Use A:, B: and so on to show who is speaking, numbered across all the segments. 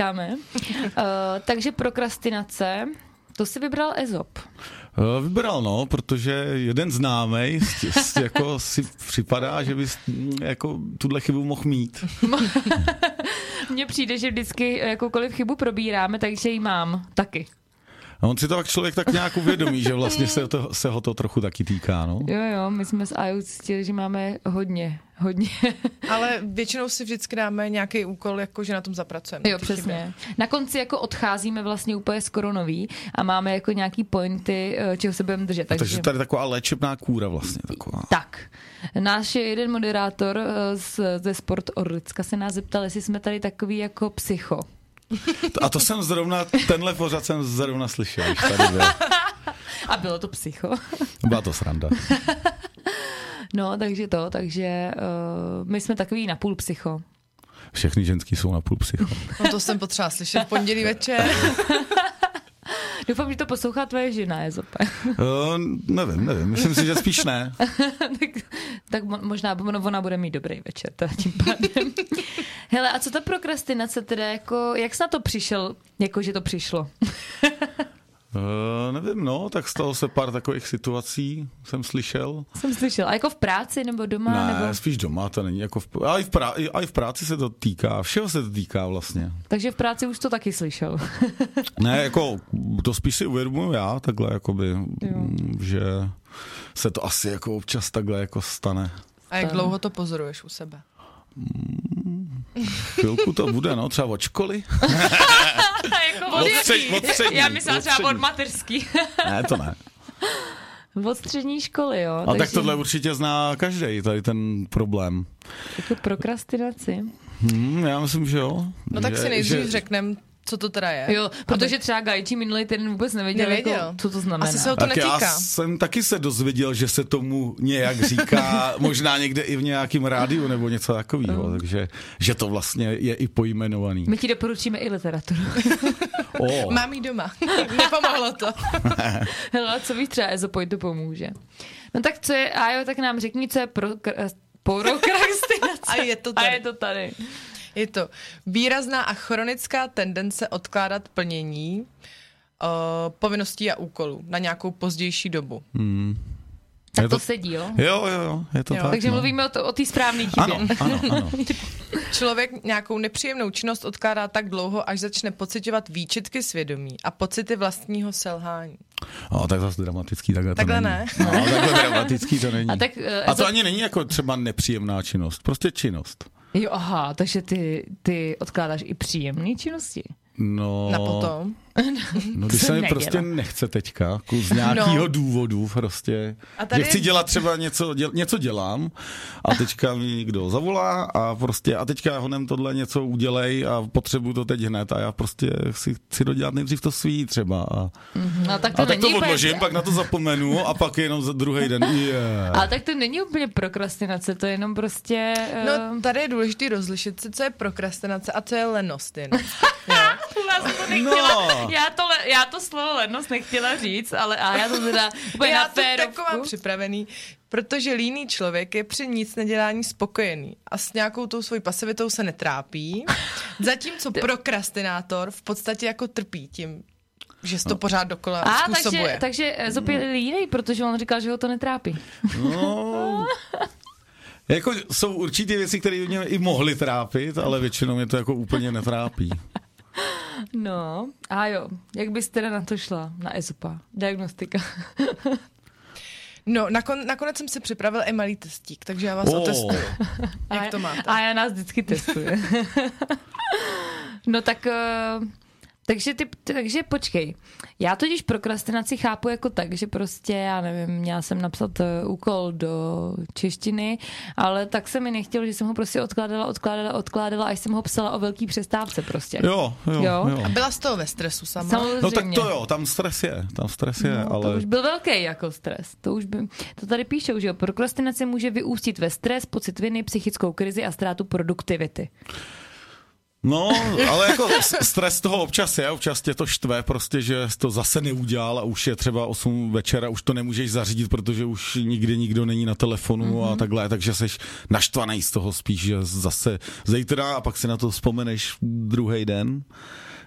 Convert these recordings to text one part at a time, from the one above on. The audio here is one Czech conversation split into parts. A: Dáme. uh, takže prokrastinace, to si vybral Ezop.
B: Vybral, no, protože jeden známý jako si připadá, že by jako tuhle chybu mohl mít.
A: Mně přijde, že vždycky eh, jakoukoliv chybu probíráme, takže ji mám taky.
B: A on si to tak člověk tak nějak uvědomí, že vlastně se, to, se ho to trochu taky týká, no.
A: Jo, jo, my jsme s IOT zjistili, že máme hodně, hodně.
C: Ale většinou si vždycky dáme nějaký úkol, jako že na tom zapracujeme.
A: Jo, přesně. Chyby. Na konci jako odcházíme vlastně úplně skoro nový a máme jako nějaký pointy, eh, čeho se budeme držet.
B: Takže, takže tady taková léčebná kůra vlastně. Taková.
A: Tak. Náš je jeden moderátor eh, z, ze Sport Orlicka se nás zeptal, jestli jsme tady takový jako psycho.
B: A to jsem zrovna, tenhle pořad jsem zrovna slyšel. Tady byl.
A: A bylo to psycho.
B: Byla to sranda.
A: No, takže to, takže uh, my jsme takový napůl psycho.
B: Všechny ženský jsou napůl psycho.
C: No to jsem potřeba slyšet v pondělí večer.
A: Doufám, že to poslouchá tvoje žena, Ezope.
B: Uh, nevím, nevím, myslím si, že spíš ne.
A: tak, tak možná no, ona bude mít dobrý večer, teda tím pádem. Hele, a co ta prokrastinace teda, jako, jak jsi na to přišel, jako že to přišlo?
B: Uh, nevím, no, tak stalo se pár takových situací, jsem slyšel.
A: Jsem slyšel. A jako v práci nebo doma?
B: Ne,
A: nebo...
B: spíš doma, to není. Jako v, ale, i v prá, ale v práci se to týká, všeho se to týká vlastně.
A: Takže v práci už to taky slyšel.
B: ne, jako to spíš si uvědomuji já, takhle, jakoby, jo. že se to asi jako občas takhle jako stane.
C: A jak dlouho to pozoruješ u sebe?
B: Chvilku to bude, no, třeba od školy.
A: jako od, od,
B: střední, od střední,
A: Já myslela třeba od mateřský.
B: ne, to ne.
A: Od střední školy, jo. A
B: takže... tak tohle určitě zná každý, tady ten problém.
A: Jako prokrastinaci.
B: Hmm, já myslím, že jo.
C: No tak že, si nejdřív že... řekneme, co to teda je.
A: Jo, protože Aby... třeba Gajči minulý týden vůbec nevěděl, nevěděl. Jako, co to znamená.
C: Asi se o to tak netýká.
B: Já jsem taky se dozvěděl, že se tomu nějak říká, možná někde i v nějakém rádiu nebo něco takového, mm. takže že to vlastně je i pojmenovaný.
A: My ti doporučíme i literaturu.
C: oh. Mám ji doma. Nepomohlo to.
A: Hele, No, co víš, třeba Ezopoj to pomůže. No tak co je, a jo, tak nám řekni, co je pro, prokrastinace.
C: a je to tady.
A: A je to tady.
C: Je to výrazná a chronická tendence odkládat plnění uh, povinností a úkolů na nějakou pozdější dobu.
B: Hmm.
A: Tak je to, to sedí, jo?
B: Jo, jo, jo, je to jo. tak.
A: Takže
B: no.
A: mluvíme o, to, o té správné chybě.
B: Ano, ano, ano.
C: Člověk nějakou nepříjemnou činnost odkládá tak dlouho, až začne pocitovat výčitky svědomí a pocity vlastního selhání.
B: No, tak zase dramatický takhle,
C: takhle
B: to
C: není.
B: ne. No, takhle dramatický to není.
A: A, tak,
B: uh, a to ani není jako třeba nepříjemná činnost, prostě činnost.
A: Jo, aha, takže ty, ty odkládáš i příjemné činnosti.
B: No,
C: na potom.
B: No, když se mi prostě nechce teďka, z nějakého no. důvodu prostě, a tady... že chci dělat třeba něco, děl, něco dělám a teďka mi někdo zavolá a prostě a teďka honem tohle něco udělej a potřebuju to teď hned a já prostě si chci dodělat nejdřív to svý třeba a,
A: no, tak
B: to, a tak to odložím, úplně... pak na to zapomenu a pak jenom za druhý den. Yeah.
A: Ale tak to není úplně prokrastinace, to je jenom prostě...
C: Uh... No tady je důležité rozlišit si, co je prokrastinace a co je lenost jenom.
A: U vás to nechtěla, no. já, to, le, já to slovo lednost nechtěla říct, ale a já to teda úplně
C: já
A: na
C: to taková připravený, protože líný člověk je při nic nedělání spokojený a s nějakou tou svojí pasivitou se netrápí, zatímco prokrastinátor v podstatě jako trpí tím, že se to pořád dokola
A: a,
C: způsobuje.
A: Takže, takže zopět línej, protože on říkal, že ho to netrápí.
B: No. jako jsou určitě věci, které mě i mohly trápit, ale většinou mě to jako úplně netrápí.
A: No, a jo, jak bys teda na to šla, na ESOPA, diagnostika?
C: No, nakon, nakonec jsem si připravil i malý testík, takže já vás oh. otestuju. Jak
A: a,
C: to máte?
A: A já nás vždycky testuje. no tak, takže, ty, takže počkej. Já totiž prokrastinaci chápu jako tak, že prostě, já nevím, měla jsem napsat eh, úkol do češtiny, ale tak se mi nechtělo, že jsem ho prostě odkládala, odkládala, odkládala, až jsem ho psala o velký přestávce prostě.
B: Jo, jo, jo. jo.
C: A byla z toho ve stresu sama?
A: Samozřejmě.
B: No tak to jo, tam stres je, tam stres je, no, ale...
A: To už byl velký jako stres, to už by, to tady píšou, že jo, prokrastinace může vyústit ve stres, pocit viny, psychickou krizi a ztrátu produktivity.
B: No, ale jako stres toho občas je, občas tě to štve prostě, že jsi to zase neudělal a už je třeba 8 večera, už to nemůžeš zařídit, protože už nikdy nikdo není na telefonu mm-hmm. a takhle, takže jsi naštvaný z toho spíš, že zase zítra a pak si na to vzpomeneš druhý den.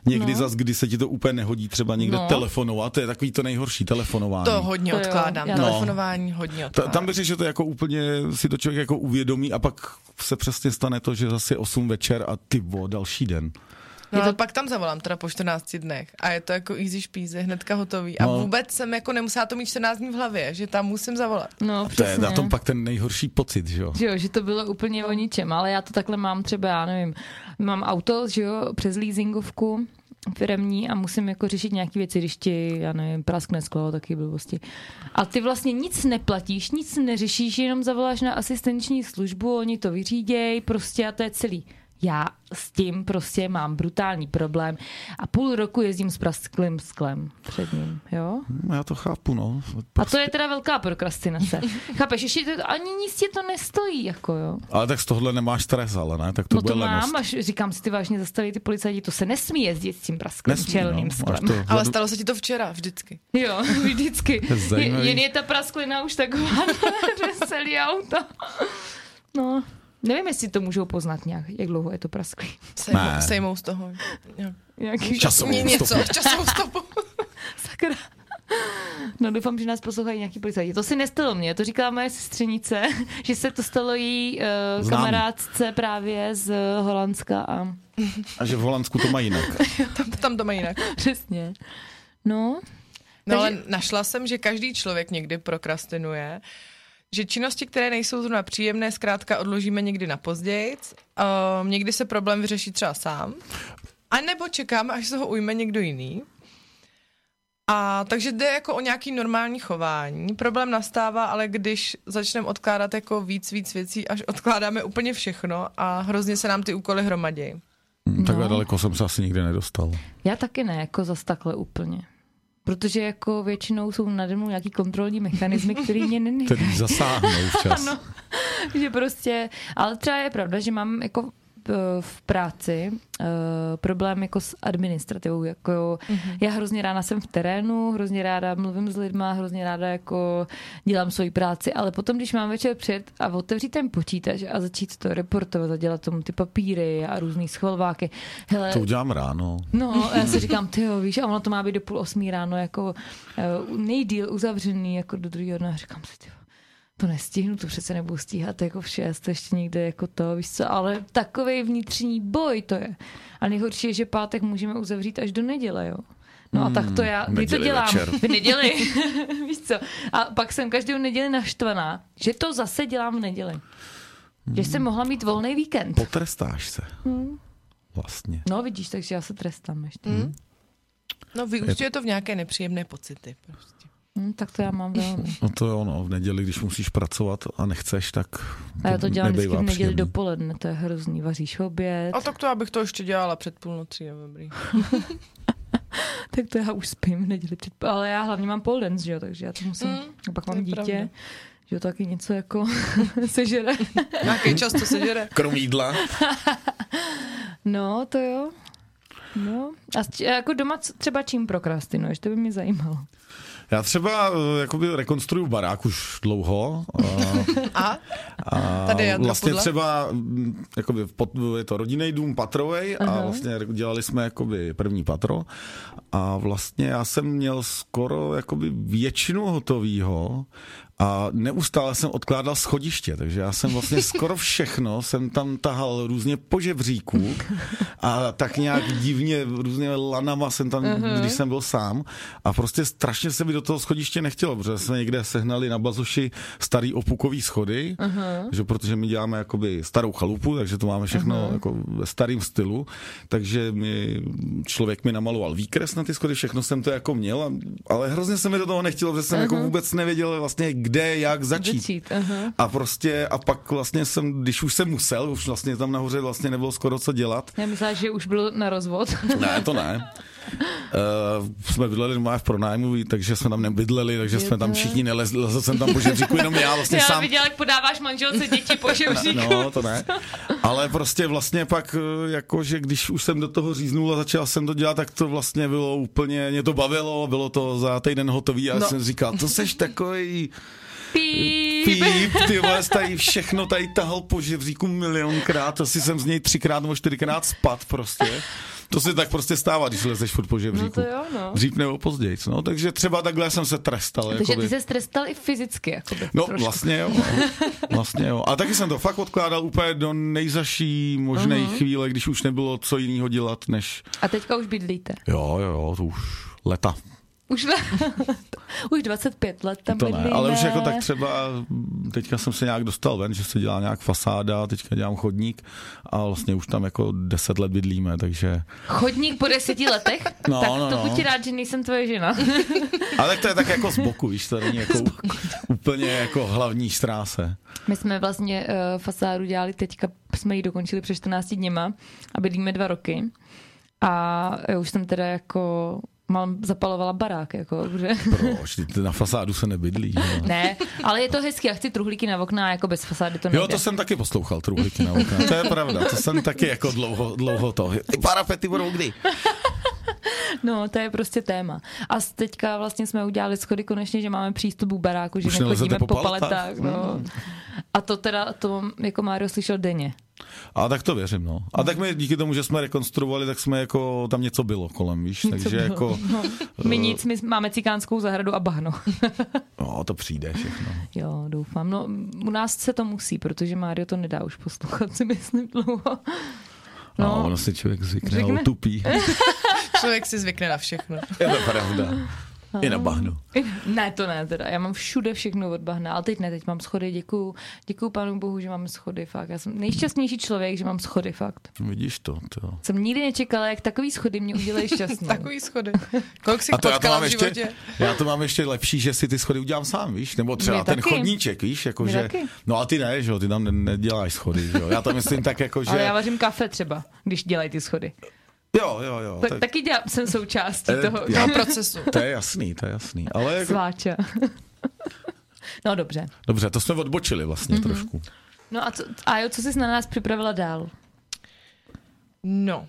B: Někdy no. zas, kdy se ti to úplně nehodí, třeba někde no. telefonovat, to je takový to nejhorší, telefonování.
C: To hodně to odkládám, jo, telefonování no. hodně
B: Ta,
C: odkládám.
B: tam bych řekl, že to jako úplně si to člověk jako uvědomí a pak se přesně stane to, že zase 8 večer a ty vo, další den.
C: No to... ale pak tam zavolám teda po 14 dnech a je to jako easy špíze, hnedka hotový. A no. vůbec jsem jako nemusela to mít 14 dní v hlavě, že tam musím zavolat.
A: No,
B: a to přesně. je na tom pak ten nejhorší pocit, že jo?
A: Že jo, že to bylo úplně o ničem, ale já to takhle mám třeba, já nevím, mám auto, že jo, přes leasingovku, firemní a musím jako řešit nějaké věci, když ti, já nevím, praskne sklo, taky blbosti. A ty vlastně nic neplatíš, nic neřešíš, jenom zavoláš na asistenční službu, oni to vyříděj, prostě a to je celý já s tím prostě mám brutální problém a půl roku jezdím s prasklým sklem před ním, jo?
B: No, já to chápu, no.
A: Prostě... A to je teda velká prokrastinace. Chápeš, ještě to, ani nic ti to nestojí, jako jo.
B: Ale tak z tohle nemáš stres, ale ne? Tak to
A: no
B: bude
A: to
B: lenost.
A: mám, až říkám si, ty vážně zastaví ty policajti, to se nesmí jezdit s tím prasklým nesmí, čelným no, sklem. To...
C: Ale stalo se ti to včera, vždycky.
A: Jo, vždycky. je, jen je ta prasklina už taková, že celý auto. No. Nevím, jestli to můžou poznat nějak, jak dlouho je to prasklý.
C: Sejmou, ne. sejmou z toho.
A: Nějaký
B: časovou
C: něco, stopu. časovou stopu.
A: Sakra. No doufám, že nás poslouchají nějaký policajti. To si nestalo mě, to říkala moje sestřenice, že se to stalo její uh, Znám. kamarádce právě z uh, Holandska. A...
B: a že v Holandsku to mají jinak.
C: tam, tam to mají jinak.
A: Přesně. No.
C: No takže... ale našla jsem, že každý člověk někdy prokrastinuje že činnosti, které nejsou zrovna příjemné, zkrátka odložíme někdy na později. Um, někdy se problém vyřeší třeba sám. A nebo čekáme, až se ho ujme někdo jiný. A takže jde jako o nějaký normální chování. Problém nastává, ale když začneme odkládat jako víc, víc věcí, až odkládáme úplně všechno a hrozně se nám ty úkoly hromadějí.
B: No. Takhle daleko jsem se asi nikdy nedostal.
A: Já taky ne, jako zas takhle úplně protože jako většinou jsou nade mnou nějaký kontrolní mechanismy, které mě nenechají.
B: Který zasáhnou včas. ano,
A: že prostě, ale třeba je pravda, že mám jako v práci uh, problém jako s administrativou. Jako, mm-hmm. Já hrozně ráda jsem v terénu, hrozně ráda mluvím s lidma, hrozně ráda jako dělám svoji práci, ale potom, když mám večer před a otevřít ten počítač a začít to reportovat a dělat tomu ty papíry a různý schvalváky.
B: Hele, to udělám ráno.
A: No, já si říkám, ty jo, víš, a ono to má být do půl osmí ráno, jako uh, nejdíl uzavřený, jako do druhého dne. Říkám si, ty to nestihnu, to přece nebudu stíhat jako v šest, ještě někde jako to, víš co, ale takový vnitřní boj to je. A nejhorší je, že pátek můžeme uzavřít až do neděle, jo. No a tak to já, kdy to dělám?
B: Večer.
A: V neděli, víš co. A pak jsem každou neděli naštvaná, že to zase dělám v neděli. Hmm. Že jsem mohla mít volný víkend.
B: Potrestáš se. Hmm. Vlastně.
A: No vidíš, takže já se trestám ještě. Hmm.
C: No vyústuje to v nějaké nepříjemné pocity prostě.
A: Hmm, tak to já mám velmi.
B: No to jo, no, v neděli, když musíš pracovat a nechceš, tak
A: A já to dělám vždycky v neděli příjemný. dopoledne, to je hrozný, vaříš oběd.
C: A tak to já bych to ještě dělala před půlnocí, je dobrý.
A: tak to já už spím v neděli před, ale já hlavně mám pole dance, že jo, takže já to musím, mm, a pak mám dítě. Pravda. Že jo, taky něco jako sežere.
C: Nějaký čas to sežere.
B: Krom jídla.
A: no, to jo. No, a či, jako doma třeba čím prokrastinuješ, to by mě zajímalo.
B: Já třeba eh, jakoby rekonstruju barák už dlouho. eh,
C: A?
B: a Tady je vlastně podle? třeba mm, jakoby, je to rodinný dům patrovej Aha. a vlastně dělali jsme jakoby první patro a vlastně já jsem měl skoro jakoby většinu hotovýho a neustále jsem odkládal schodiště, takže já jsem vlastně skoro všechno jsem tam tahal různě po žebříku a tak nějak divně různě lanama jsem tam, uh-huh. když jsem byl sám a prostě strašně se mi do toho schodiště nechtělo, protože jsme někde sehnali na bazoši starý opukový schody, uh-huh. že protože my děláme jakoby starou chalupu, takže to máme všechno uh-huh. jako ve starým stylu, takže mi, člověk mi namaloval výkres na ty schody, všechno jsem to jako měl, ale hrozně se mi do toho nechtělo, protože jsem uh-huh. jako vůbec nevěděl vlastně, kde, jak začít.
A: začít aha.
B: a prostě, a pak vlastně jsem, když už jsem musel, už vlastně tam nahoře vlastně nebylo skoro co dělat.
A: Já myslela, že už byl na rozvod.
B: ne, to ne. Uh, jsme bydleli doma v pronájmu, takže jsme tam nebydleli, takže jsme tam všichni nelezli, lezl jsem tam po žebříku, jenom já vlastně
A: Já
B: sám.
A: viděla, jak podáváš manželce děti po žebříku.
B: No, to ne. Ale prostě vlastně pak, eh, jako, že když už jsem do toho říznul a začal jsem to dělat, tak to vlastně bylo úplně, mě to bavilo, bylo to za týden hotový a já
C: No.
B: jsem říkal, to seš takový
A: Píp.
B: píp, ty vole, jsi tady všechno tady tahal po žebříku milionkrát, asi jsem z něj třikrát nebo čtyřikrát spad prostě. To se tak prostě stává, když lezeš furt po žebříku.
A: No to jo, no.
B: Dřív nebo později, no, takže třeba takhle jsem se trestal.
A: Takže
B: jakoby.
A: ty se trestal i fyzicky, jakoby,
B: No
A: trošku.
B: vlastně jo, vlastně jo. A taky jsem to fakt odkládal úplně do nejzaší možné
A: Mhm.
B: uh-huh. chvíle, když už nebylo co jiného dělat, než
A: A teďka už bydlíte.
B: jo, jo, jo, to už leta.
A: Už, už 25 let tam
B: To ne,
A: bydlíme.
B: ale už jako tak třeba, mm, teďka jsem se nějak dostal ven, že se dělá nějak fasáda, teďka dělám chodník a vlastně už tam jako deset let bydlíme, takže...
A: Chodník po deseti letech?
B: No,
A: tak
B: no,
A: to
B: no.
A: buď rád, že nejsem tvoje žena.
B: Ale tak to je tak jako z boku, víš, to není jako úplně jako hlavní štráse.
A: My jsme vlastně uh, fasádu dělali teďka, jsme ji dokončili před 14 dněma a bydlíme dva roky. A já už jsem teda jako mám zapalovala barák, jako, že...
B: Proč? Ty- ty Na fasádu se nebydlí. no. jo.
A: Ne, ale je to hezky, já chci truhlíky na okna, a jako bez fasády to nejde.
B: Jo, to jsem taky poslouchal, truhliky na okna. To je pravda, to jsem taky jako dlouho, dlouho to. Ty parapety budou kdy?
A: No, to je prostě téma. A s- teďka vlastně jsme udělali schody konečně, že máme přístup k baráku, že
B: Už
A: nechodíme
B: nelezete
A: po
B: po
A: paletách.
B: paletách. Hmm.
A: No. A to teda, to jako Mário slyšel denně.
B: A tak to věřím, no. A tak my díky tomu, že jsme rekonstruovali, tak jsme jako, tam něco bylo kolem, víš, něco takže
A: bylo.
B: bylo. jako,
A: My nic, my máme cikánskou zahradu a bahno.
B: no, to přijde všechno.
A: jo, doufám. No, u nás se to musí, protože Mário to nedá už poslouchat, si myslím dlouho.
B: No,
A: No.
B: no ono si člověk zvykne,
A: Řekne.
B: Řekne. utupí.
C: Člověk si zvykne na všechno.
A: No.
B: Je to pravda. I na bahnu.
A: Ne, to ne teda. Já mám všude všechno od bahna, ale teď ne, teď mám schody, děkuju. Děkuju panu bohu, že mám schody, fakt. Já jsem nejšťastnější člověk, že mám schody, fakt.
B: Vidíš to, to.
A: Jsem nikdy nečekala, jak takový schody mě udělají šťastnou.
C: Takový schody. Kolik jsi
B: A to já to
C: potkala
B: mám
C: v životě?
B: ještě, já to mám ještě lepší, že si ty schody udělám sám, víš, nebo třeba
A: My
B: ten
A: taky.
B: chodníček, víš, jako
A: My
B: že,
A: taky.
B: no a ty ne, že jo, ty tam ne- neděláš schody, že jo, já to myslím tak jako, že,
A: Ale já vařím kafe třeba, když dělají ty schody.
B: jo, jo, jo,
A: Tak, taky dělám, jsem součástí
B: Eh,
A: toho
B: já-
C: Toho procesu.
B: To je jasný, to je jasný. Ale jako,
A: sváča. No dobře.
B: dobře, to jsme odbočili vlastně mm-hmm.
A: Mhm.
B: trošku.
A: No a co, a jo, co jsi na nás připravila dál?
C: No,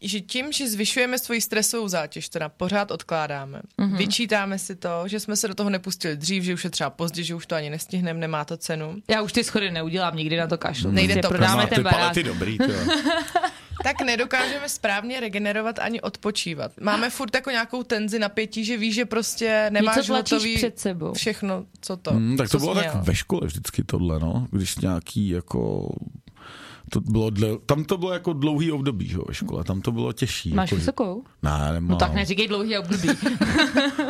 C: že tím, že zvyšujeme svoji stresovou zátěž, teda pořád odkládáme,
A: Mhm.
C: mm-hmm. vyčítáme si to, že jsme se do toho nepustili dřív, že už je třeba pozdě, že už to ani nestihneme, nemá to cenu.
A: Já už ty schody neudělám, nikdy na to kašlu.
C: Nejde
A: Prostě
C: to,
A: prodáme
B: Má
A: ten
B: Hmm. ty
A: barák.
B: palety dobrý, to jo.
C: Tak nedokážeme správně regenerovat ani odpočívat. Máme furt jako nějakou tenzi napětí, že víš, že prostě nemáš
A: Něco tlačíš
C: hotový
A: před sebou.
C: všechno, co to.
B: Mm, tak
C: co
B: to bylo
C: jsi
B: tak
C: měl.
B: ve škole vždycky tohle, no. Když nějaký jako... To bylo dle, tam to bylo jako dlouhý období, že jo, ve škole. Tam to bylo těžší.
A: Máš
B: jako, že-
A: vysokou?
B: Ne, nemám.
A: No tak neříkej dlouhý období.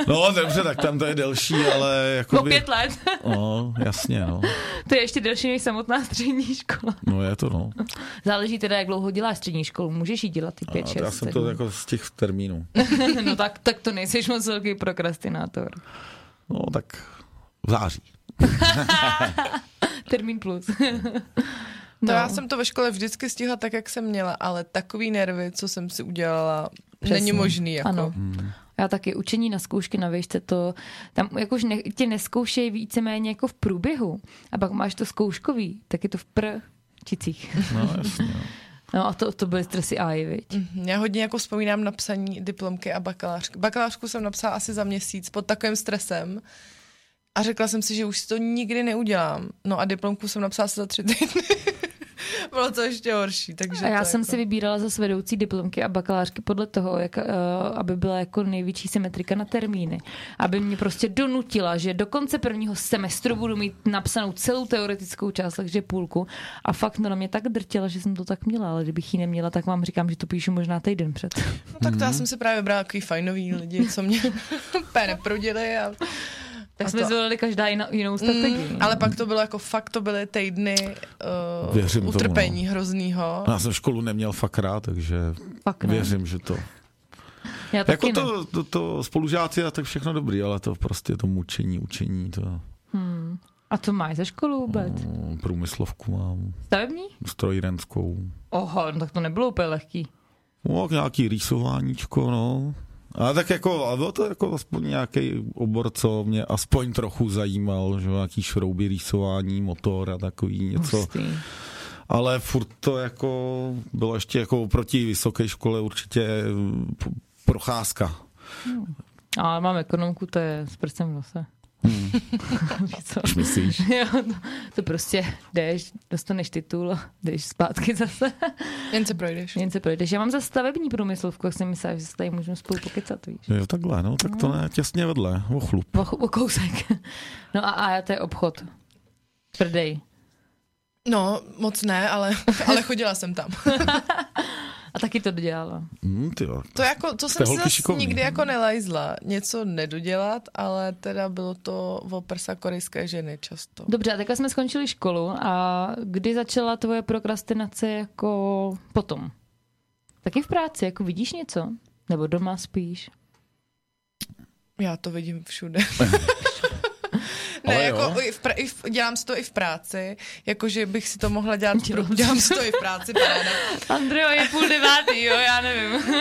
B: No, dobře, tak tam to je delší, ale jako...
A: Po pět let.
B: No, jasně, no.
A: To je ještě delší než samotná střední škola.
B: No je to, no.
A: Záleží teda, jak dlouho děláš střední školu. Můžeš jí dělat ty pět,
B: A
A: šest.
B: já jsem to
A: sedm.
B: jako z těch termínů.
A: No tak, tak to nejseš moc velký prokrastinátor.
B: No, tak v září.
A: Termín plus. No.
C: To já jsem to ve škole vždycky stihla tak, jak jsem měla, ale takový nervy, co jsem si udělala, Přesně. není
A: Přesně.
C: možný. Jako.
A: Ano.
B: Hmm.
A: Já taky učení na zkoušky na výšce, to tam jako už ne, tě neskoušejí víceméně jako v průběhu a pak máš to zkouškový, tak je to v prčicích.
B: No, jasně, no.
A: No a to, to byly stresy a viď?
C: Mhm, Já hodně jako vzpomínám na psaní diplomky a bakalářky. Bakalářku jsem napsala asi za měsíc pod takovým stresem a řekla jsem si, že už si to nikdy neudělám. No a diplomku jsem napsala asi za tři týdny. Bylo to ještě horší. Takže
A: A já
C: to
A: jsem
C: jako...
A: si vybírala zase vedoucí diplomky a bakalářky podle toho, jak, eh, aby byla jako největší symetrika na termíny. Aby mě prostě donutila, že do konce prvního semestru budu mít napsanou celou teoretickou část, takže půlku. A fakt no, na mě tak drtila, že jsem to tak měla, ale kdybych ji neměla, tak vám říkám, že to píšu možná týden před.
C: No tak
A: Mhm.
C: to já jsem si právě brala takový fajnový lidi, co mě pere prodili a...
A: Tak
C: a
A: jsme
C: to-
A: zvolili každá jinou, jinou strategii.
C: Mm, ale pak to bylo jako fakt, to byly týdny
B: Věřím
C: uh,
B: tomu, no.
C: utrpení hroznýho.
B: Já jsem školu neměl fakt rád, takže
A: Fakt ne.
B: věřím, že to...
A: Já taky
B: Jako
A: ne.
B: to, to, to spolužáci a tak všechno dobrý, ale to prostě to mučení, učení, to no,
A: A co máš za školu vůbec?
B: mm, průmyslovku mám,
A: Stavební?
B: strojírenskou.
A: Oho, no tak to nebylo úplně lehký.
B: No, nějaký rýsováníčko, no. A tak jako, a bylo to jako aspoň nějaký obor, co mě aspoň trochu zajímal, že nějaký šrouby, rýsování, motor a takový něco.
A: Hustý.
B: Ale furt to jako bylo ještě jako proti vysoké škole určitě procházka.
A: Hmm. Ale mám ekonomku, to je s prstem v nose.
B: Hmm.
A: Víš co?
B: Už myslíš?
A: Jo, to, to prostě jdeš, dostaneš titul, jdeš zpátky zase,
C: Jen se projdeš.
A: jen se projdeš. Já mám za stavební průmyslovku, jak jsem myslela, že se tady můžeme spolu pokecat, víš.
B: Jo, takhle, no, tak to ne, těsně vedle, o chlup.
A: O, o kousek. No a, a to je obchod. Tvrdej.
C: No, moc ne, ale, ale chodila jsem tam.
A: A taky to dodělala.
B: Hmm, ty jo.
C: To, jako, to jsem
B: Jste
C: si
B: holky
C: zase
B: šikovný.
C: nikdy jako nelajzla. Něco nedodělat, ale teda bylo to o prsa korejské ženy často.
A: Dobře, a takhle jsme skončili školu a kdy začala tvoje prokrastinace jako potom? Taky v práci, jako vidíš něco? Nebo doma spíš?
C: Já to vidím všude. Ne,
B: Ale
C: jako
B: jo.
C: i v pra- i v, dělám si to i v práci, jakože bych si to mohla dělat,
A: Dělám
C: pro,
A: si
C: dělám si to i v práci, paráda.
A: Andreo, je půl devátý, jo, já nevím.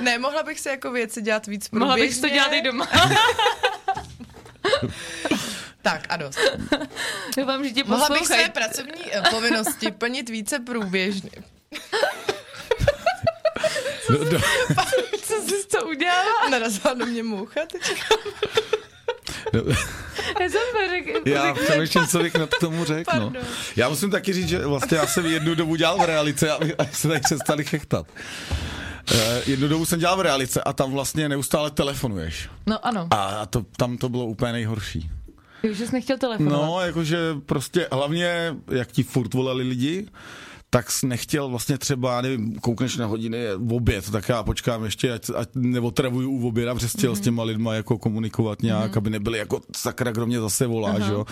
C: Ne, mohla bych si jako věci dělat víc průběžně.
A: Mohla bych si to dělat i doma.
C: Tak a dost.
A: Doufám, že tě
C: Mohla bych své
A: poslouchají.
C: pracovní eh, povinnosti plnit více průběžně.
B: Do, do,
A: Co jsi to udělala?
C: Narazila do mě moucha teďka.
B: do,
A: Já jsem to řekla.
B: já přemýšlím, co bych na k tomu řekl. No.
C: Pardon.
B: Já musím taky říct, že vlastně já jsem jednu dobu dělal v realice, aby, aby se tady přestali chechtat. Eh, Jednu dobu jsem dělal v realice a tam vlastně neustále telefonuješ.
A: No ano,
B: A to, tam to bylo úplně nejhorší.
A: už jsi nechtěl telefonovat.
B: No, jakože prostě hlavně, jak ti furt volali lidi, tak jsi nechtěl vlastně třeba, já nevím, koukneš na hodiny, je oběd, tak já počkám ještě, ať, ať neotravuju u oběda, protože mm-hmm.
A: Mhm.
B: s těma lidma jako komunikovat nějak, mm-hmm. aby nebyli jako sakra, kdo mě zase volá, že jo.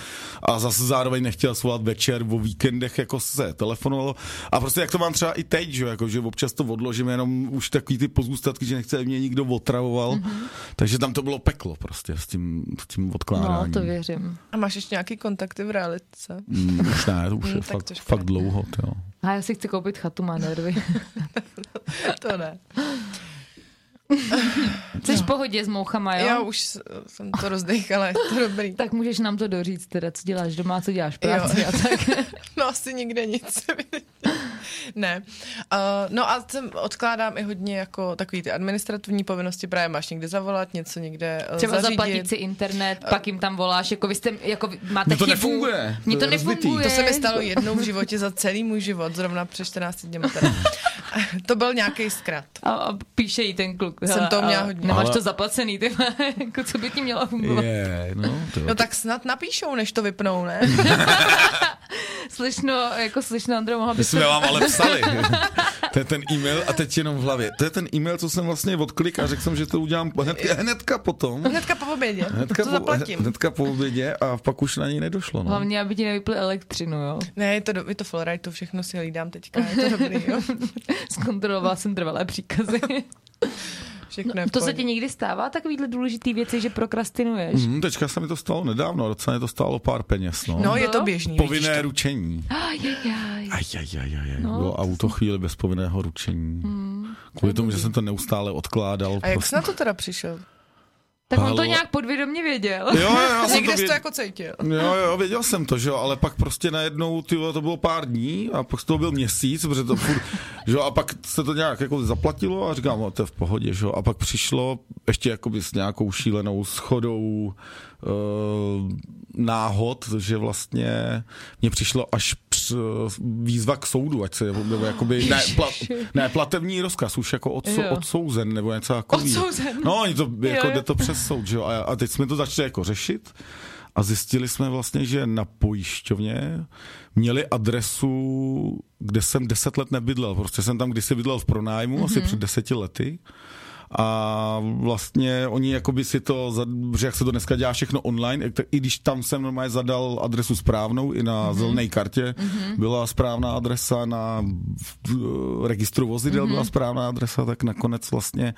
B: A zase zároveň nechtěl svolat večer, o víkendech jako se telefonovalo. A prostě jak to mám třeba i teď, že jo, jako, že občas to odložím jenom už takový ty pozůstatky, že nechce, aby mě nikdo otravoval. Mm-hmm. Takže tam to bylo peklo prostě s tím, s tím odkládáním.
A: Mhm. no to věřím.
C: A máš ještě nějaký kontakty v realitce?
B: Mm, už ne, to už
C: Mm,
B: je
C: tak
B: fakt,
C: to škoda.
B: fakt dlouho. Tyjo.
A: A já si chci koupit chatu, má nervy.
C: To ne.
A: Jsi v pohodě s mouchama, jo?
C: Já už s- jsem to rozdechala, je to dobrý.
A: Tak můžeš nám to doříct teda, co děláš doma, co děláš v
C: Jo.
A: práci a tak.
C: No asi nikde nic. ne. Uh, no a jsem, odkládám i hodně jako takový ty administrativní povinnosti, právě máš někde zavolat, něco někde eh,
A: Třeba
C: zařídit.
A: zaplatit si internet, pak jim tam voláš, jako vy jste, jako vy máte
B: Mně to
A: chybu.
B: nefunguje,
A: Mně
B: to
A: to
B: je rozbitý.
A: nefunguje.
B: To
C: To se mi stalo jednou v životě za celý můj život, zrovna před 14 dny. Teda. to byl nějaký zkrat.
A: A, a píše jí ten kluk.
C: Jsem
A: hele,
C: to měla
A: a
C: hodně.
A: Nemáš
B: Ale-
A: to zaplacený, ty vole, jako co by ti mělo fungovat. Yeah.
B: Je, no, to
C: No tak snad napíšou, než to vypnou, ne?
A: Slyšno, jako slyšno, Andro, mohla
B: My
A: bys to...
B: jsme vám ale psali. to je ten e-mail a teď jenom v hlavě. To je ten e-mail, co jsem vlastně odklik a řekl jsem, že to udělám hned, hnedka potom.
C: Hnedka po obědě.
B: Hnedka
C: No, to
B: po,
C: zaplatím.
B: hnedka po obědě a pak už na ní nedošlo. No.
A: Hlavně, aby ti nevypli elektřinu, jo.
C: Ne, je to, do, je to fluoride, to všechno si hlídám teďka, je to dobrý, jo.
A: Zkontrolovala jsem trvalé příkazy.
C: Všechno je v
A: to se
C: pohodě.
A: ti někdy stává, takovýhle důležitý věci, že prokrastinuješ?
B: Mm, teďka se mi to stalo nedávno, docela mě to stálo pár peněz. No.
C: No,
B: no
C: je to běžný, vidíš
B: Povinné
C: to.
B: ručení.
A: Ajajaj.
B: Aj, aj, aj, aj, aj.
A: No,
B: Bylo
A: to
B: auto chvíli bez povinného ručení. Mm, Kvůli tomu, že jsem to neustále odkládal.
C: Hmm. A jak
B: prostě.
C: jsi na to teda přišel?
A: Tak on to
B: Halo.
A: nějak podvědomě věděl.
B: Jo, jo, já jsem
C: Někde jsi to
B: věděl.
C: jako cítil.
B: Jo, jo, věděl jsem to, že jo, ale pak prostě najednou, ty vole, to bylo pár dní a pak to byl měsíc, protože to furt, že jo, a pak se to nějak jako zaplatilo a říkám, no, to je v pohodě, že jo, a pak přišlo ještě jakoby s nějakou šílenou schodou uh, náhod, že vlastně mě přišlo až př, výzva k soudu, ať se, nebo jakoby, ne, pla, ne platební rozkaz, už jako odso,
A: Jo.
B: odsouzen, nebo něco takového.
A: Odsouzen.
B: No, oni to, jako
A: jo.
B: jde to přes soud, že jo, a, a teď jsme to začali jako řešit a zjistili jsme vlastně, že na pojišťovně měli adresu, kde jsem deset let nebydlel. Prostě jsem tam kdysi bydlel v pronájmu, mm-hmm.
A: Mhm.
B: asi před deseti lety. A vlastně oni jakoby si to, za- že jak se to dneska dělá všechno online, jak to- i když tam jsem normálně zadal adresu správnou, i na mm-hmm. zelené kartě mm-hmm. byla správná adresa, na v- registru vozidel mm-hmm. byla správná adresa, tak nakonec vlastně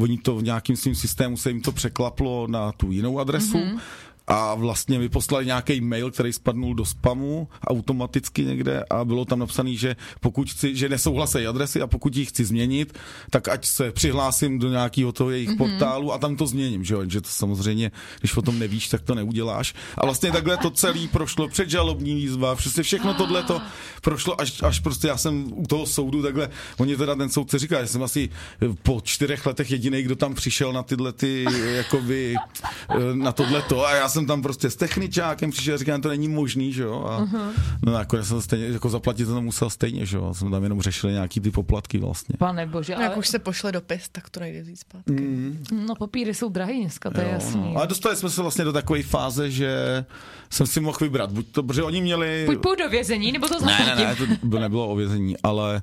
B: oni to v nějakým svým systému se jim to překlaplo na tu jinou adresu. Mm-hmm. a vlastně mi poslali nějaký mail, který spadnul do spamu automaticky někde a bylo tam napsané, že pokud chci, že nesouhlasí adresy a pokud ji chci změnit, tak ať se přihlásím do nějakého toho jejich mm-hmm. portálu a tam to změním, že jo? Že to samozřejmě, když o tom nevíš, tak to neuděláš. A vlastně takhle to celé prošlo, předžalobní výzva, přesně všechno tohle to prošlo, až, až prostě já jsem u toho soudu takhle, oni teda ten soudce říká, že jsem asi po čtyřech letech jediný, kdo tam přišel na tyhle ty, jakoby, na tohle to a já jsem jsem tam prostě s techničákem přišel a říkám, to není možný, že jo. A uh-huh. no, nakonec jsem stejně, jako zaplatit jsem to musel stejně, že jo. Jsem tam jenom řešil nějaký ty poplatky vlastně.
A: Pane bože,
C: ale... No, jak už se pošle dopis, tak to nejde vzít zpátky.
A: Mm. No papíry jsou drahý dneska, to jo, je jasný.
B: No. Ale dostali jsme se vlastně do takové fáze, že jsem si mohl vybrat, buď to, protože oni měli...
A: Buď půjdu do vězení, nebo to
B: zaplatím. Ne, ne, ne, to nebylo o vězení, ale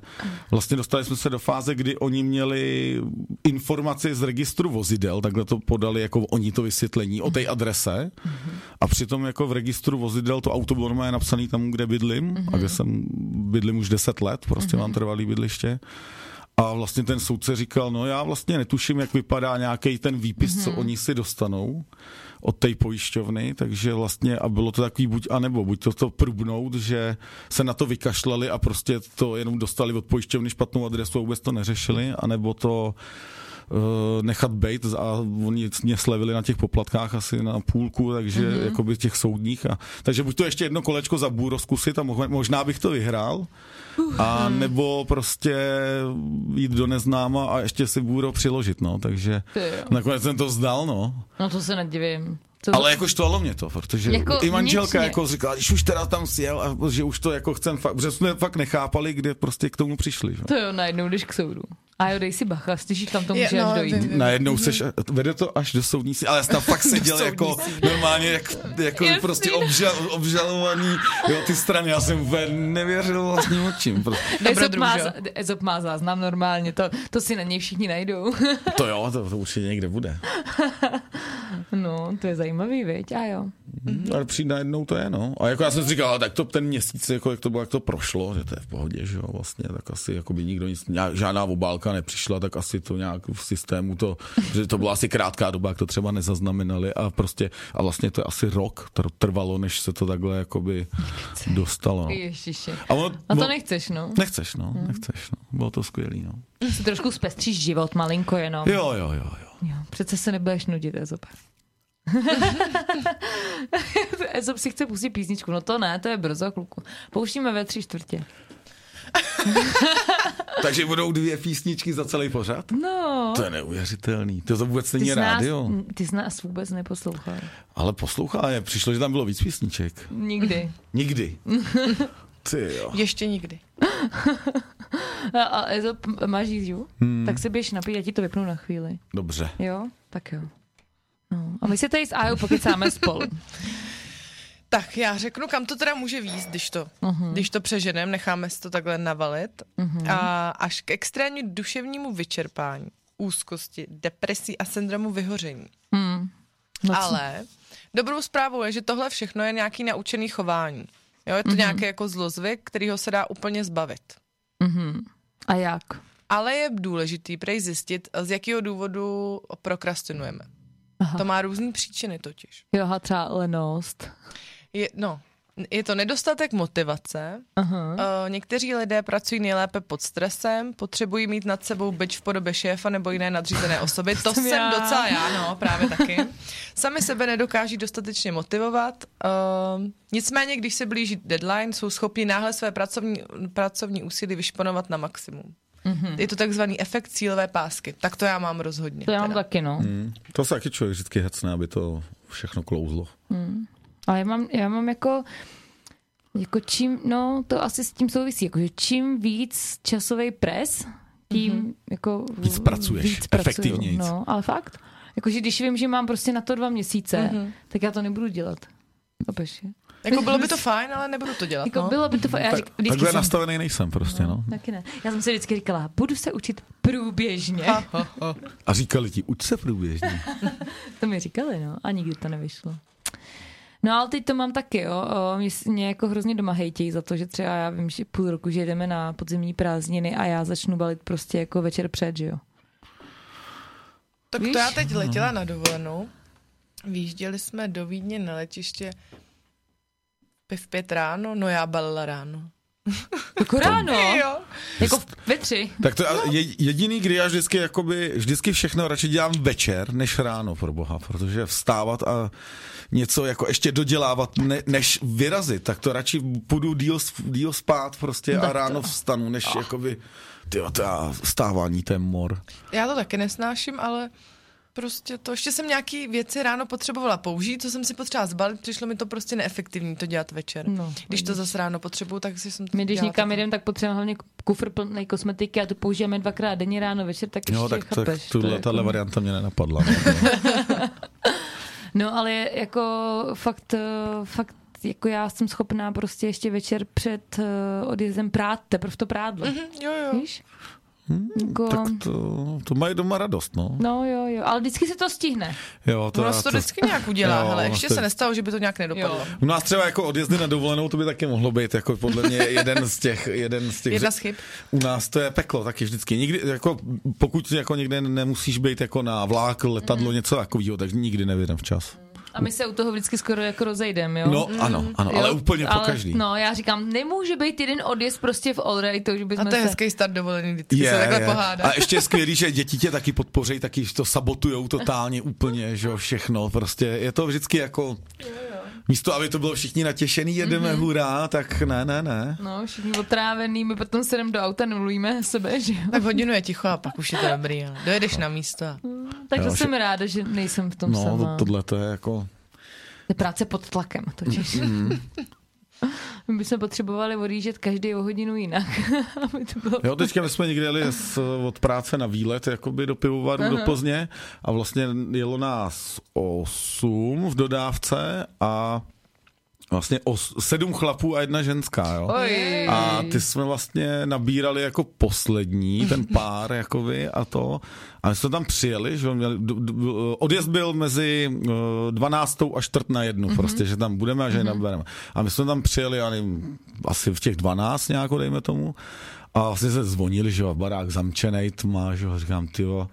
B: vlastně dostali jsme se do fáze, kdy oni měli informaci z registru vozidel, takhle to podali jako oni to vysvětlení o té adrese, Mm-hmm. A přitom jako v registru vozidel to auto bylo normálně napsané tam, kde bydlím, mm-hmm. a kde jsem bydlím už 10 let, prostě mm-hmm. mám trvalý bydliště. A vlastně ten soudce říkal, no já vlastně netuším, jak vypadá nějaký ten výpis, mm-hmm. co oni si dostanou od té pojišťovny, takže vlastně a bylo to takový buď a nebo, buď to to prubnout, že se na to vykašlali a prostě to jenom dostali od pojišťovny špatnou adresu a vůbec to neřešili, anebo to eh, nechat bejt a oni mě slevili na těch poplatkách asi na půlku, takže mm-hmm. jakoby těch soudních. A, takže buď to ještě jedno kolečko za bůro zkusit a možná bych to vyhrál, uh, a nebo prostě jít do neznáma a ještě si bůro přiložit, no, takže nakonec jsem to vzdal, no.
A: No to se nedivím.
B: To ale jako štvalo mě to, protože jako i manželka jako říkala, když už teda tam sjel, a že už to jako chcem, fakt, protože jsme fakt nechápali, kde prostě k tomu přišli. Že?
A: To jo, najednou jdeš k soudu. A jo, dej si bacha, slyšíš, tam to může je, no, až dojít. Vy, vy,
B: najednou seš, vede to až do soudní síly, ale já jsem tam fakt seděl jako normálně, jak, jako Jasný. prostě obžal, obžalovaný, jo, ty strany, já jsem úplně nevěřil vlastním očím. Prostě.
A: Ezop, má, Ezop má záznam normálně, to, to si na něj všichni najdou.
B: to jo, to, to určitě někde bude.
A: no, to je zajímavý, viď? A jo.
B: Mm, ale přijde najednou to je, no. A jako já jsem si říkal, tak to ten měsíc, jako jak to bylo, jak to prošlo, že to je v pohodě, že jo, vlastně, tak asi jako by nikdo nic, žádná obálka nepřišla, tak asi to nějak v systému to, že to byla asi krátká doba, jak to třeba nezaznamenali a prostě, a vlastně to je asi rok trvalo, než se to takhle jakoby Nechci. dostalo. No.
A: Ježiši. A, ono, a to nechceš, no.
B: Nechceš, no, hmm. nechceš, no. Bylo to skvělý, no.
A: Si trošku zpestříš život malinko jenom.
B: Jo, jo, jo, jo.
A: jo přece se nebudeš nudit, Ezop. Ezop si chce pustit písničku. No to ne, to je brzo, kluku. Pouštíme ve tři čtvrtě.
B: Takže budou dvě písničky za celý pořad?
A: No.
B: To je neuvěřitelný. To, to vůbec není ty
A: nás,
B: rádio.
A: Ty z nás vůbec neposlouchal.
B: Ale poslouchal, je přišlo, že tam bylo víc písniček.
A: Nikdy.
B: Nikdy. Ty jo.
C: Ještě nikdy.
A: a Ezop, máš jízdu? Hmm. Tak si běž napít, já ti to vypnu na chvíli.
B: Dobře.
A: Jo? Tak jo. No. A my si tady s Ajou pokecáme spolu.
C: Tak já řeknu, kam to teda může výjít, když to, uh-huh. když to přeženem, necháme si to takhle navalit. Uh-huh. A až k extrémně duševnímu vyčerpání, úzkosti, depresí a syndromu vyhoření.
A: Mm.
C: Moc. Ale dobrou zprávou je, že tohle všechno je nějaký naučený chování. Jo, je to uh-huh. nějaký jako zlozvyk, kterýho se dá úplně zbavit.
A: Uh-huh. A jak?
C: Ale je důležitý prej zjistit, z jakého důvodu prokrastinujeme. Aha. To má různé příčiny totiž.
A: Jo, a třeba lenost.
C: Je, no, je to nedostatek motivace.
A: Hm?
C: Aha. Uh, někteří lidé pracují nejlépe pod stresem, potřebují mít nad sebou byč v podobě šéfa nebo jiné nadřízené osoby. To jsem, jsem já. docela já, no, právě taky. Sami sebe nedokáží dostatečně motivovat. Uh, nicméně, když se blíží deadline, jsou schopni náhle své pracovní, pracovní úsilí vyšponovat na maximum. Mm-hmm. Je to takzvaný efekt cílové pásky. Tak to já mám rozhodně.
A: Mhm. To já mám teda. taky,
B: Hmm.
A: no. Mm.
B: To se taky člověk vždycky hecne, aby to všechno klouzlo.
A: Mm. Ale já mám, já mám jako, jako čím, no to asi s tím souvisí, jako, že čím víc časový pres, tím mm-hmm. jako...
B: Víc pracuješ, víc pracuju, efektivněji.
A: No, ale fakt. Jakože když vím, že mám prostě na to dva měsíce, mm-hmm. tak já to nebudu dělat. Opět.
C: Jako bylo by to fajn, ale nebudu to dělat.
A: Jako no. bylo by to fajn. Já
B: řík, tak, takhle jsem... nastavený nejsem prostě, no, no.
A: Taky ne. Já jsem si vždycky říkala, budu se učit průběžně. Ha, ha,
B: ha. A říkali ti, uč se průběžně.
A: to mi říkali, no. A nikdy to nevyšlo. No ale teď to mám taky, jo. Mě, mě jako hrozně doma hejtějí za to, že třeba já vím, že půl roku, že jdeme na podzimní prázdniny a já začnu balit prostě jako večer před, že jo.
B: No.
C: Tak Víš? to já teď letěla na dovolenou Výjížděli jsme do Vídně na letiště v pět ráno, no já balila ráno.
A: Jako ráno?
C: jo.
A: Jako v, ve tři.
B: Tak to a je jediný, kdy já vždycky, jakoby, vždycky všechno radši dělám večer, než ráno, pro boha, protože vstávat a něco jako ještě dodělávat, ne, než vyrazit, tak to radši půjdu díl, díl spát prostě
A: Tak
B: a
A: to- Ah.
B: ráno vstanu, než jakoby, tyjo, to já vstávání, to je mor.
C: Já to taky nesnáším, ale prostě to, ještě jsem nějaký věci ráno potřebovala použít, co jsem si potřeba zbalit, přišlo mi to prostě neefektivní to dělat večer.
A: No,
C: když to zase ráno potřebuju, tak si jsem to
A: My když
C: dělala
A: někam
C: takhle.
A: jdeme, tak potřebujeme hlavně kufr plný kosmetiky a tu používáme dvakrát denně ráno, večer, tak ještě
B: Jo, tak, tak
A: chápeš. to je
B: tuhle,
A: jako-
B: tahle varianta mě nenapadla. No.
A: No ale je- jako fakt, eh, fakt jako já jsem schopná prostě ještě večer před eh, odjezdem prát, teprve to prádlo. Mm-hmm.
C: Mhm, Jo, jo.
A: Víš? Jako,
B: No. Hmm, tak to, to mají doma radost, no.
A: No jo, jo, ale vždycky se to stihne.
B: Jo, to,
C: To, ono
B: já
C: se to vždycky nějak udělá,
B: Jo,
C: hele,
B: ono
C: ještě
B: to-
C: se nestalo, že by to nějak nedopadlo.
A: Jo.
B: U nás třeba jako odjezdy na dovolenou, to by taky mohlo být jako podle mě jeden z těch, jeden z těch
C: Jedna
B: řek-
C: z chyb.
B: U nás to je peklo taky vždycky. Nikdy, jako, pokud jako někde nemusíš být jako na vlák,
A: Mm.
B: letadlo, něco takového, tak nikdy nevyjedem včas.
A: A my se u toho vždycky skoro jako rozejdeme, jo? Mm.
B: No, ano, ano, ale
A: Jo,
B: úplně po každý.
A: No, já říkám, nemůže být jeden odjezd prostě v All Right, to už
C: A
A: bychom
C: to je
A: se...
C: hezký start dovolený, vždycky se takhle pohádá.
B: A ještě je skvělý, že děti tě taky podpořejí, taky to sabotujou totálně úplně, že jo, všechno. Prostě je to vždycky jako... Místo, aby to bylo všichni natěšený, jedeme
C: Mhm.
B: mm-hmm. hurá, tak ne, ne, ne.
A: No, všichni otrávený, my potom se jdeme do auta, nemluvíme sebe, že jo?
C: Tak hodinu je ticho a pak už je to dobrý, ale dojedeš na místo. a-
A: Tak to
B: Jo, že-
A: jsem ráda, že nejsem v tom
B: No,
A: sama.
B: to, tohle to je jako...
A: To je práce pod tlakem, totiž.
B: Mm,
A: My bychom potřebovali odjíždět každý o hodinu jinak. Aby to bylo...
B: Jo, teďka my jsme někde jeli z, od práce na výlet, jakoby do pivovaru do Plzně a vlastně jelo nás osm v dodávce a vlastně os, sedm chlapů a jedna ženská, jo.
A: Oj.
B: A ty jsme vlastně nabírali jako poslední, ten pár, jako vy a to. A my jsme tam přijeli, že jo, měli, d, d, odjezd byl mezi eh, 12. a čtvrt na jednu, mm-hmm. prostě, že tam budeme a že mm-hmm. nabereme. A my jsme tam přijeli, já nevím, asi v těch 12 nějak, dejme tomu. A vlastně se zvonili, že jo, a barák zamčený, tma, že jo, říkám, tyjo.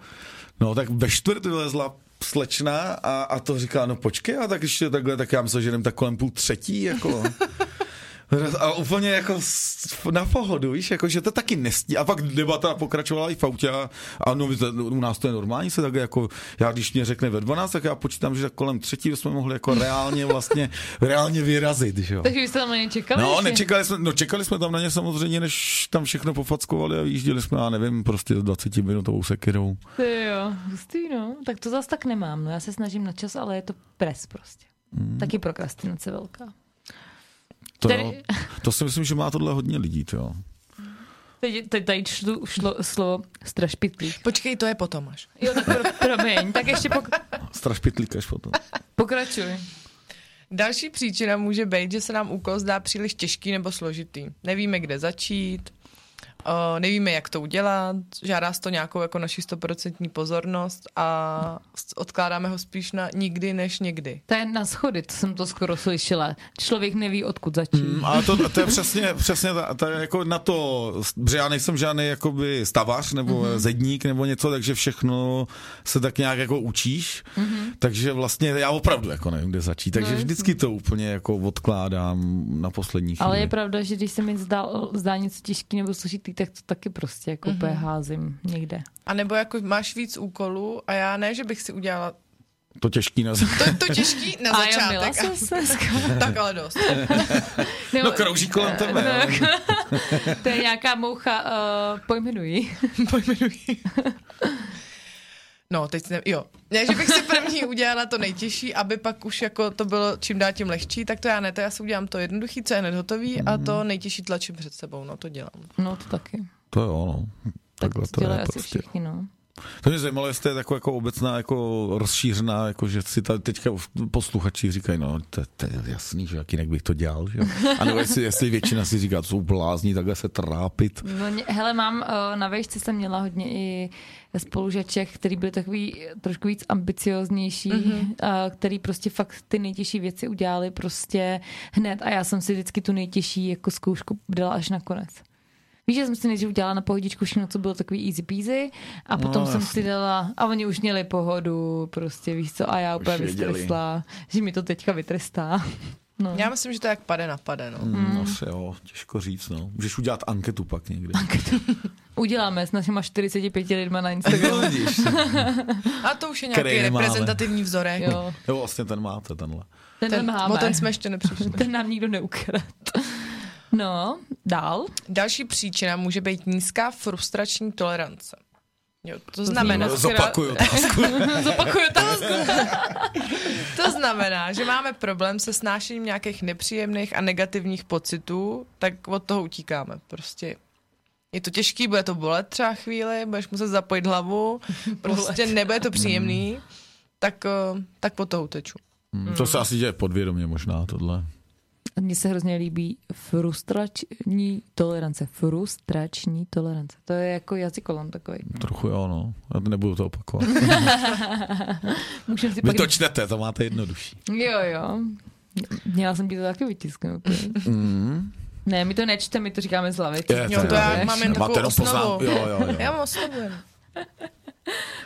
B: No tak ve čtvrt vylezla slečna a, a to říká, no počkej, a tak ještě takhle, tak já myslím, že jdem tak kolem půl třetí, jako. Roz- A úplně jako s- na pohodu, víš, jako, že to taky nestí. A pak debata pokračovala i v autě a, a no, my to, u nás to je normální, se tak jako, já když mě řekne ve 12, tak já počítám, že tak kolem třetí jsme mohli jako reálně vlastně, reálně vyrazit, že jo.
A: Takže vy jste tam na ně čekali?
B: No,
A: ještě?
B: nečekali jsme, no, čekali jsme tam na ně samozřejmě, než tam všechno pofackovali a vyjížděli jsme, já nevím, prostě s 20 minutovou sekirou.
A: Ty jo, hustý, no. Tak to zas tak nemám. No, já se snažím na čas, ale je to pres prostě.
B: Mm.
A: Taky prokrastinace velká.
B: To,
A: Tedy-
B: jo, to si myslím, že má tohle hodně lidí, to jo.
A: Teď, teď tady šlo, šlo slovo strašpitlík.
C: Počkej, to je potom až.
A: Jo, tak pro, promiň, tak ještě pok-
B: Straš pitlíkaš potom.
A: pokračuj.
C: Další příčina může být, že se nám úkol zdá příliš těžký nebo složitý. Nevíme, kde začít, o, nevíme, jak to udělat, žádá se to nějakou jako naši stoprocentní pozornost a s- odkládáme ho spíš na nikdy než někdy.
A: To je na schody, to jsem to skoro slyšela. Člověk neví, odkud začít.
B: Mm, Ale to, to je přesně, přesně ta, ta, jako na to, protože já nejsem žádný jakoby stavař nebo
A: Mhm.
B: mm-hmm. zedník nebo něco, takže všechno se tak nějak jako učíš, mm-hmm. takže vlastně já opravdu jako nevím, kde začít, takže
A: Mhm. No,
B: no,
A: jasně.
B: vždycky to úplně jako odkládám na poslední chvíli.
A: Ale je pravda, že když se mi zdá, zdá něco těžký nebo složitý, tak to taky prostě jako
C: Mhm.
A: úplně házím někde.
C: A nebo jako máš víc úkolů a já ne, že bych si udělala
B: To těžký na za-
C: to, to těžký na
A: a jo, byla
C: začátek.
A: jsem se
C: tak ale dost.
A: Nebo,
B: No krouží kolem tebe.
A: tak.
B: jo.
A: to je nějaká moucha, uh, pojmenuji.
C: Pojmenuji. No, teď ne, jo. Ne, že bych si první udělala to nejtěžší, aby pak už jako to bylo čím dál tím lehčí, tak to já ne, to já si udělám to jednoduchý, co je hned hotový a to
B: Mhm.
C: nejtěžší tlačím před sebou, no to dělám.
A: No to taky.
B: To jo, no.
A: Tak
B: Takhle
A: to
B: to
A: dělají
B: je
A: asi
B: prostě.
A: všichni, no.
B: To mě zajímalo, jestli je taková jako obecná, jako rozšířená, jako že si ta, teďka už posluchači říkají, no to, to je jasný, že jak jinak bych to dělal, že jo. A nebo jestli, jestli většina si říká, to jsou blázni, takhle se trápit.
A: No, ně- hele, mám, eh, na vejšce jsem měla hodně i spolužaček, který byly takový eh, trošku víc ambicioznější, mm-hmm. a který prostě fakt ty nejtěžší věci udělali prostě hned a já jsem si vždycky tu nejtěžší jako zkoušku dala až na konec. Víš, že jsem si nejdřív udělala na pohodičku všechno, co bylo takový easy peasy a potom
B: No,
A: no, jsem
B: jasně.
A: si dala, a oni už měli pohodu, prostě víš co, a já úplně
B: Už věděli.
A: vystresla, že mi to teďka vytrestá. No.
C: Já myslím, že to jak pade na pade, no.
B: Mm. Asi jo, těžko říct, no. Můžeš udělat anketu pak někdy.
A: Uděláme s našima 45 lidma na Instagramu.
B: No, vidíš.
C: A to už je nějaký
B: Který nemáme.
C: reprezentativní vzorek.
A: Jo,
B: jo, vlastně ten máte, tenhle.
A: ten, ten,
C: Ten, o
A: máme.
C: ten jsme ještě nepřišli.
A: ten nám nikdo neukradl. No, dál.
C: Další příčina může být nízká frustrační tolerance. Jo, to znamená,
B: No, Zopakuju otázku. Hmm.
C: Zopakuju otázku. to znamená, že máme problém se snášením nějakých nepříjemných a negativních pocitů, tak od toho utíkáme. Prostě je to těžký, bude to bolet třeba chvíli, budeš muset zapojit hlavu, prostě nebude to příjemný, tak, eh, tak od toho uteču.
B: Hmm, to se asi děje podvědomě možná, tohle.
A: Mně se hrozně líbí frustrační tolerance. Frustrační tolerance. To je jako jazykolon takový.
B: Trochu jo, no. Já to nebudu to opakovat.
A: Můžeme si
B: Vy
A: pak...
B: to čtete, to máte jednodušší.
A: Jo, jo. Měla jsem ti to taky vytisknout.
B: Mm.
A: Ne, my to nečteme, my to říkáme z hlavy.
C: Hmm. Jo, to já mám jen takovou osnovu.
B: Jo, jo, jo.
C: Já mám osnovu. jen.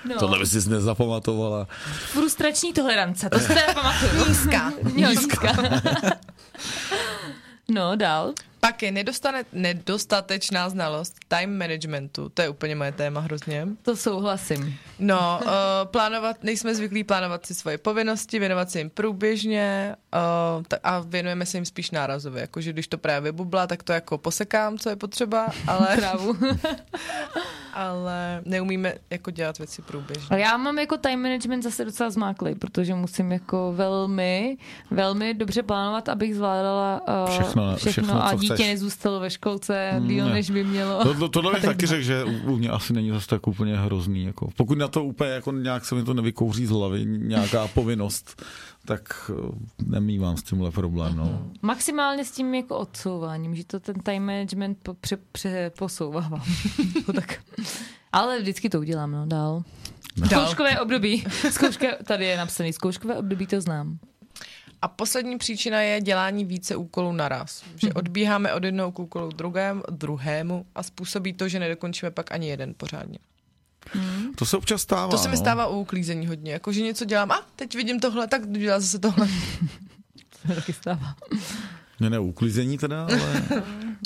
A: No.
B: Tohle by si nezapamatovala.
A: Frustrační tolerance, to si teda pamatuju.
C: Nízká.
A: Jo, nízká. no, dál.
C: Pak je nedostane, nedostatečná znalost time managementu. To je úplně moje téma hrozně.
A: To souhlasím.
C: No, uh, plánovat, nejsme zvyklí plánovat si svoje povinnosti, věnovat se jim průběžně uh, a věnujeme se jim spíš nárazově. Jakože když to právě bublá, tak to jako posekám, co je potřeba, ale,
A: Trávu.
C: ale neumíme jako dělat věci průběžně.
A: A já mám jako time management zase docela zmáklý, protože musím jako velmi, velmi dobře plánovat, abych zvládala uh,
B: Všechno, všechno,
A: a
B: co
A: dítě
B: chceš. Mm,
A: nezůstalo ve školce díl,
B: ne.
A: než by mělo.
B: To, to, No, tohle
A: Oh. A
B: bych
A: tak
B: taky
A: dále.
B: řekl, že u, u mě asi není zase tak úplně hrozný. Jako. Pokud na to úplně jako nějak se mi to nevykouří z hlavy, nějaká povinnost, tak eh, nemývám s tímhle problém. No.
A: Mhm. Maximálně s tím jako odsouváním, že to ten time management po, pře, pře, posouvávám. No tak. Ale vždycky to udělám, no, dál. Zkouškové období. Zkouška, tady je napsaný zkouškové období, to znám.
C: A poslední příčina je dělání více úkolů naraz. Že odbíháme od jednoho k úkolu k druhému, druhému a způsobí to, že nedokončíme pak ani jeden pořádně.
B: To se občas stává.
C: To se mi
B: no.
C: stává u uklízení hodně. Jakože něco dělám, a teď vidím tohle, tak jdu dělat zase tohle.
A: To se taky stává.
B: Ne, ne, uklízení teda, ale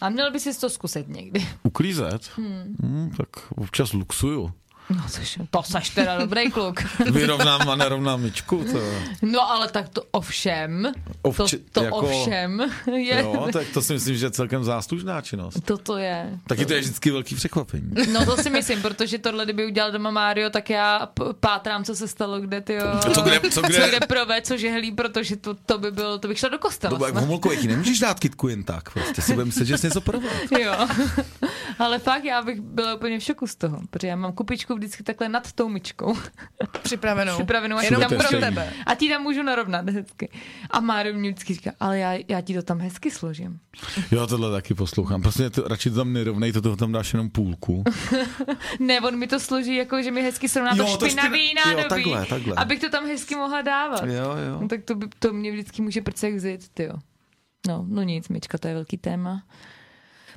A: A měl by si to zkusit někdy.
B: uklízet. Hmm. Hmm, tak občas luxuju.
A: No, což, to seš teda dobrý kluk.
B: Vyrovnám a nerovnám myčku. To,
A: No ale tak to ovšem,
B: Ovči-
A: to, to
B: jako-
A: jako... ovšem je,
B: jo, tak to si myslím, že je celkem záslužná činnost.
A: to to je.
B: Taky to je vždycky velký překvapení.
A: No to si myslím, protože tohle, kdyby udělal doma Mario, tak já p- pátrám, co se stalo, kde ty jo.
B: Co kde- co kde-
A: co kde prové, co žehlí, protože to, to by bylo, to bych šla do kostela.
B: To bylo jak v
A: snad.
B: Homolkově, nemůžeš dát kytku jen tak, prostě si budeme se, že jsi něco porval.
A: Jo. Ale fakt já bych byla úplně v šoku z toho, protože já mám kupičku vždycky takhle nad tou myčkou.
C: Připravenou.
A: Připravenou, a ti
C: Jenom
A: tam
B: Všude
C: pro
B: stejný.
C: tebe.
A: A ti tam můžu narovnat hezky. A Mário mě vždycky říká, ale já, já ti to tam hezky složím.
B: Jo, tohle taky poslouchám. Prostě to, radši to tam nerovnej, to toho tam dáš jenom půlku.
A: Ne, on mi to složí jako, že mi hezky srovná
B: Jo,
A: to
B: to
A: špinavý
B: špina- jo,
A: nádobí,
B: takhle, takhle.
A: abych to tam hezky mohla dávat.
B: Jo, jo.
A: No, tak to, by, to mě vždycky může prcek vzít, ty jo. No, no nic, Mička, to je velký téma.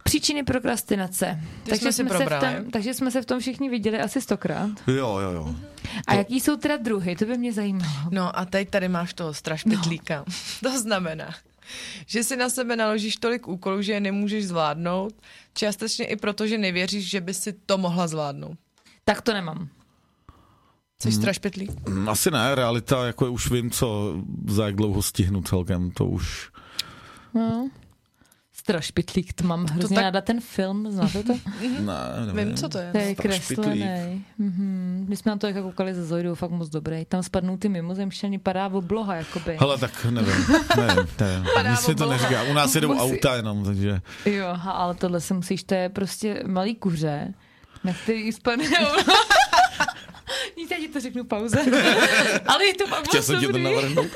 A: Příčiny prokrastinace.
C: jsme si
A: se v
C: probrali.
A: tom, takže jsme se v tom všichni viděli asi stokrát.
B: Jo, jo, jo.
A: A jaký jsou teda druhy, to by mě zajímalo.
C: No a teď tady máš toho strašpitlíka. No. To znamená, že si na sebe naložíš tolik úkolů, že je nemůžeš zvládnout, částečně i proto, že nevěříš, že by si to mohla zvládnout.
A: Tak to nemám.
C: Jsi hmm. strašpitlík?
B: Mm, Asi ne, realita, jako už vím, co za jak dlouho stihnu celkem, to už.
A: No. Strašpitlík, to mám hrozně tak...
C: tak-
A: ráda ten film, znáte to?
B: Ne, nevím.
C: Vím, co to je.
A: To je
B: Strašpitlík.
A: kreslený. Mhm. My jsme na to jako koukali ze Zoidou, fakt moc dobrý. Tam spadnou ty mimozemšťany, padá obloha, jakoby.
B: Hele, tak nevím, nevím, nevím. Nic si to
C: obloha.
B: neříká. U nás jedou
A: Musí-
B: auta jenom, takže
A: Jo, aha, ale tohle se musíš, to je prostě malý kuře, na který spadne obloha. Nic, já ti to řeknu pauze. ale je to pak
B: chtěl
A: moc
B: jsem ti to
A: dobrý.
B: navrhnout.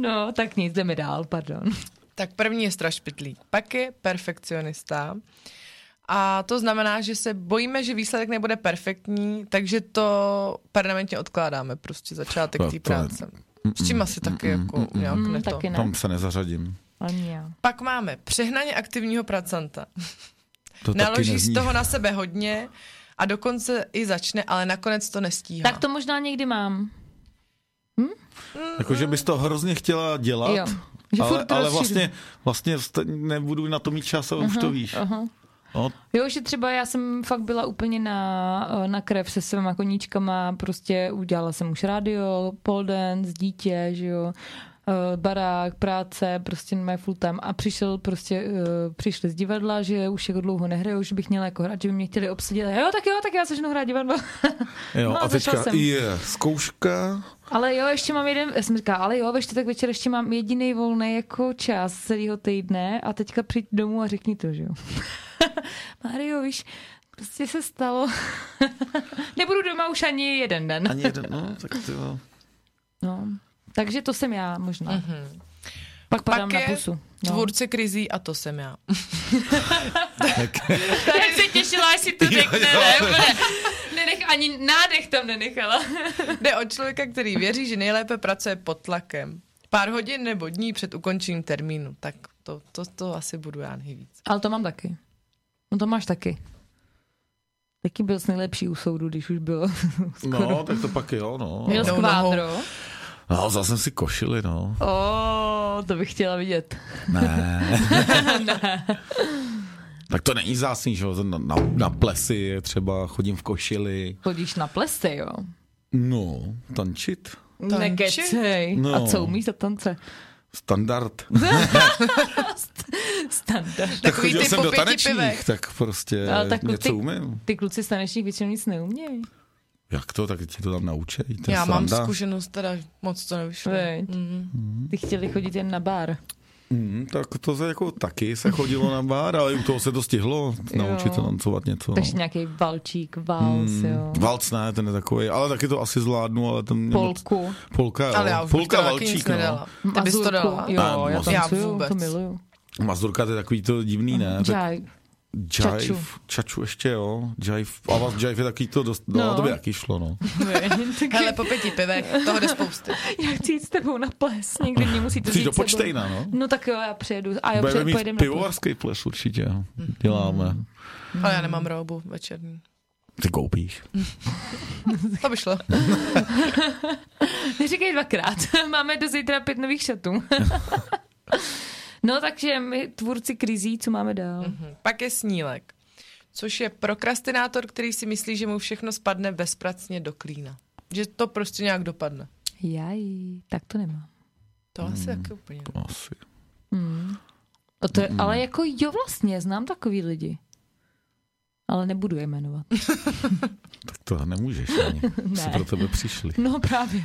A: No, tak nic, jdeme dál, pardon.
C: Tak první je strašpitlík, pak je perfekcionista. A to znamená, že se bojíme, že výsledek nebude perfektní, takže to permanentně odkládáme, prostě začátek
B: To-
C: té
B: to je-
C: práce. S čím asi taky jako nějak
A: Mm,
C: ne to.
A: taky ne,
B: Tam se nezařadím.
A: ani já.
C: Pak máme přehnaně aktivního pracanta.
B: To No, taky
C: naloží z
B: nezní.
C: toho na sebe hodně a dokonce i začne, ale nakonec to nestíhá.
A: Tak to možná někdy mám.
B: Jakože bys to hrozně chtěla dělat,
A: Jo. Že
B: ale,
A: furt
B: ale
A: rozšiřuji.
B: vlastně, vlastně st- nebudu na to mít čas a už to víš.
A: Aha.
B: No,
A: Jo, že třeba já jsem fakt byla úplně na, eh, na krev se svýma koníčkama, prostě udělala jsem už rádio, poldens, dítě, že jo, eh, barák, práce, prostě mé full time a přišel prostě, eh, přišli z divadla, že už jako dlouho nehraju, že bych měla jako hrát, že by mě chtěli obsadit, jo, tak jo, tak já začnu hrát divadlo.
B: jo,
A: No,
B: a
A: začala
B: teďka
A: jsem.
B: je zkouška,
A: Ale jo, ještě mám jeden, já jsem říkala, ale jo, ve čtvrtek večer ještě mám jediný volný jako čas celého týdne a teďka přijď domů a řekni to, že jo. Mario, víš, prostě se stalo. Nebudu doma už ani jeden den.
B: ani jeden, no, tak ty jo.
A: No, takže to jsem já možná. Mm-hmm. Pak
C: Pak
A: padám
C: je
A: na pusu. No.
C: Tvůrce krizí a to jsem já.
A: Jak se těšila, až si to řekne, ne, úplně. Nenech, ani nádech tam nenechala.
C: Jde o člověka, který věří, že nejlépe pracuje pod tlakem. Pár hodin nebo dní před ukončením termínu. Tak to, to, to asi budu já nejvíc.
A: Ale to mám taky. No to máš taky. Taky byl jsi nejlepší u soudu, když už bylo.
B: No, tak to pak jo, no.
A: Měl
C: Jednou
A: skvádro.
B: No, zase jsem si košili, no.
A: O, to bych chtěla vidět.
B: Ne. tak to není zásný, že jo, na, na, na plesy je třeba chodím v košili.
A: Chodíš na plesy, jo?
B: No, tančit.
C: Tančit?
A: Nekecej.
B: No.
A: No. A co umíš za tance?
B: Standard.
A: Standard.
B: tak
C: Takový
B: chodil
C: ty
B: jsem
C: po
B: do
C: pěti
B: tanečních,
C: pivech.
B: tak prostě
A: Ale tak
B: něco
A: ty-
B: umím.
A: Ty kluci stanečních většinou nic neumějí.
B: Jak to, tak ti to tam naučej. to je
C: já mám
B: sranda.
C: zkušenost, teda moc to nevyšlo.
A: Veď.
C: Mhm.
A: Ty chtěli chodit jen na bar.
B: Mm, tak to se jako taky se chodilo na bar, ale i u toho se to stihlo naučit se tancovat něco.
A: Takže nějaký valčík, vals,
B: Hmm.
A: jo.
B: Valc ne, ten je takový, ale taky to asi zvládnu, ale ten mě moc-
A: Polku.
B: Polka, jo.
C: Ale já už
B: Polka
C: bych to taky nic
B: valčík, no.
C: nedala. Ty bys to
A: mazurku.
C: dala.
A: Jo,
B: A,
A: já
B: mazurku.
C: Já
A: tancuju, to
C: vůbec.
A: miluju.
B: Mazurka to je takový to divný, ne? Tak
A: Čaj.
B: jive,
A: Mhm. čaču.
B: čaču ještě, jo. Jive, a vás jive je takový to dost, no,
A: No.
B: to by taky šlo, no.
C: Hele, po pěti pivech, toho jde spousty.
A: Já chci jít s tebou na ples, někdy mě musíte
B: Chceš
A: vzít
B: do
A: s sebou.
B: počtejna, no.
A: No tak jo, já přijedu. A jo,
B: Budeme
A: pře-
B: mít
A: pojedeme na ples.
B: pivovarský ples určitě, děláme.
C: Hm. Ale já nemám robu večerní.
B: Ty koupíš.
C: To by šlo.
A: Neříkej dvakrát. Máme do zítra pět nových šatů. no takže my tvůrci krizí, co máme dál?
C: Mhm. Pak je snílek, což je prokrastinátor, který si myslí, že mu všechno spadne bezpracně do klína. Že to prostě nějak dopadne.
A: Jaj, tak to nemám.
C: To asi
B: Hmm.
C: taky úplně. ne.
B: Asi.
A: O Hmm. to je, ale jako jo vlastně, znám takový lidi. Ale nebudu je jmenovat.
B: Tak to nemůžeš ani. Se pro tebe přišli.
A: No právě.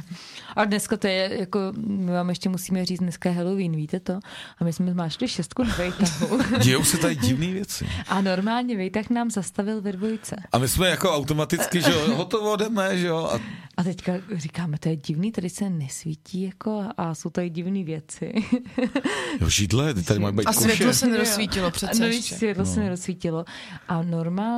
A: A dneska to je jako, my vám ještě musíme říct, dneska je Halloween, víte to? A my jsme mášli šestku na vejtahu.
B: Dějou se tady divné věci.
A: A normálně vejtah nám zastavil ve dvojce.
B: A my jsme jako automaticky, že jo, hotovo jdeme, že jo. A
A: A teďka říkáme, to je divný, tady se nesvítí jako a jsou tady divné věci.
B: jo, židle, ty tady mají být
C: A světlo
B: koše.
C: se nerozsvítilo
A: no,
C: přece
A: víš,
C: ještě.
A: světlo se nerozsvítilo. A normálně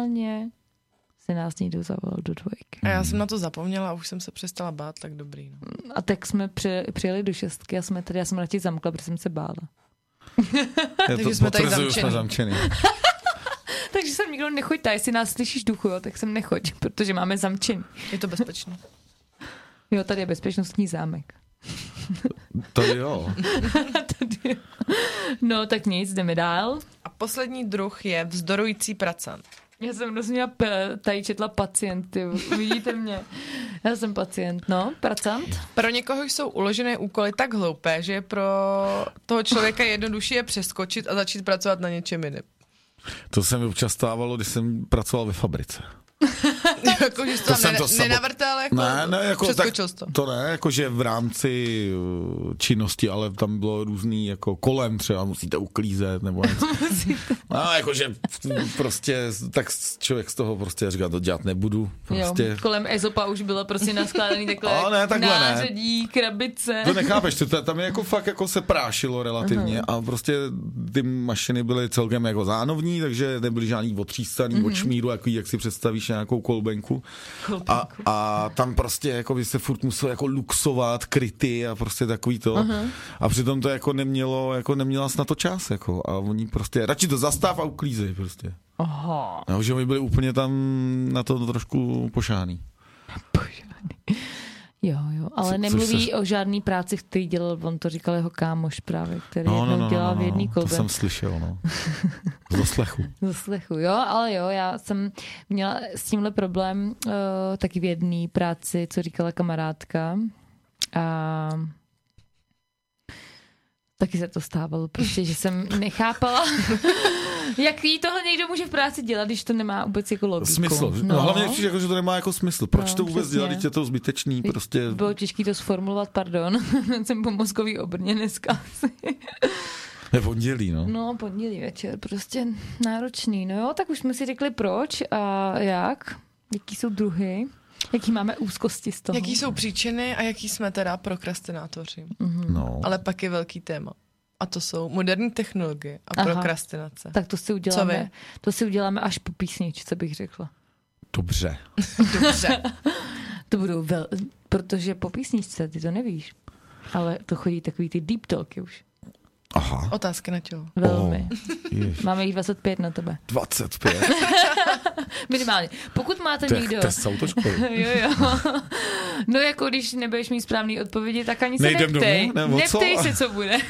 A: se nás někdo zavolal do dvojky.
C: A já jsem na to zapomněla a už jsem se přestala bát, tak dobrý. No.
A: A tak jsme při, přijeli do šestky a jsme tady, já jsem radši zamkla, protože jsem se bála.
B: Já
C: Takže jsme tady
B: potvrzuju,
C: zamčený.
B: zamčený.
A: Takže jsem nikdo nechoďte, jestli nás slyšíš duchu, jo, tak sem nechoď, protože máme zamčení.
C: Je to bezpečné.
A: Jo, tady je bezpečnostní zámek.
B: To jo.
A: Tady je- no, tak nic, jdeme dál.
C: A poslední druh je vzdorující pracant.
A: Já jsem rozuměla, p- tady četla pacient, ty, vidíte mě. Já jsem pacient, no, pracant.
C: Pro někoho jsou uložené úkoly tak hloupé, že je pro toho člověka jednodušší je přeskočit a začít pracovat na něčem jiném.
B: To se mi občas stávalo, když jsem pracoval ve fabrice.
C: jako, že jsi to tam
B: jsem
C: nena-
B: to sabo-
C: nenavrtal, jako,
B: Ne, ne, jako
C: přeskočil
B: tak,
C: jsi to.
B: to ne, jako že v rámci uh, činnosti, ale tam bylo různý jako kolem třeba, musíte uklízet nebo něco. No, jakože prostě, tak člověk z toho prostě říká, to dělat nebudu,
A: Jo,
B: prostě.
A: kolem Ezopa už byla prostě naskládaný takhle
B: A ne, takhle ne.
A: nářadí, krabice.
B: To nechápeš, to, to, tam je jako fakt jako se prášilo relativně a prostě ty mašiny byly celkem jako zánovní, takže nebyly žádný otřístaný mm-hmm. od šmíru, jako jak si představíš nějakou kolbenku. A, a, tam prostě jako by se furt musel jako luxovat, kryty a prostě takový to. A přitom to jako nemělo, jako neměla jsi na to čas, jako a oni prostě radši to zastav a uklízej prostě.
A: Aha.
B: No, že oni byli úplně tam na to trošku pošáný.
A: Požádný. Jo, jo, ale
B: Co-
A: Co,
B: což
A: nemluví
B: se-
A: o žádný práci, který dělal, on to říkal jeho kámoš právě, který
B: No, no, no,
A: dělal
B: no,
A: v jedný
B: no, to
A: kolbe.
B: jsem slyšel, no. Z doslechu.
A: Zaslechu, jo, ale jo, já jsem měla s tímhle problém uh, taky v jedné práci, co říkala kamarádka. A taky se to stávalo, prostě, že jsem nechápala, jak jí tohle někdo může v práci dělat, když to nemá vůbec jako logiku.
B: Smysl. No. no. Hlavně přijde, jako, že to nemá jako smysl. Proč no,
A: No,
B: to vůbec
A: přesně.
B: dělat, když je to zbytečný, prostě...
A: Bylo těžké to sformulovat, pardon. jsem po mozkový obrně dneska. asi.
B: Je pondělí, no.
A: No, pondělí večer, prostě náročný. No jo, tak už jsme si řekli proč a jak, jaký jsou druhy, jaký máme úzkosti z toho.
C: Jaký jsou příčiny a jaký jsme teda prokrastinátoři.
A: Mm.
B: no.
C: Ale pak je velký téma. A to jsou moderní technologie a
A: Aha.
C: prokrastinace.
A: Tak to si
C: Co vy?
A: uděláme, to si uděláme až po písničce, bych řekla.
B: Dobře.
C: Dobře.
A: To budou vel... protože po písničce, ty to nevíš. Ale to chodí takový ty deep talky už.
B: Aha.
C: Otázky na tělo.
A: Velmi.
B: Oh, jež.
A: Máme jich 25 na tebe.
B: 25.
A: Minimálně. Pokud máte
B: To
A: někdo...
B: je, to je sautoškoly.
A: Jo, jo. No jako když nebudeš mít správný odpovědi, tak ani se
B: Nejdem
A: neptej.
B: domů, nebo co?
A: neptej se, co bude.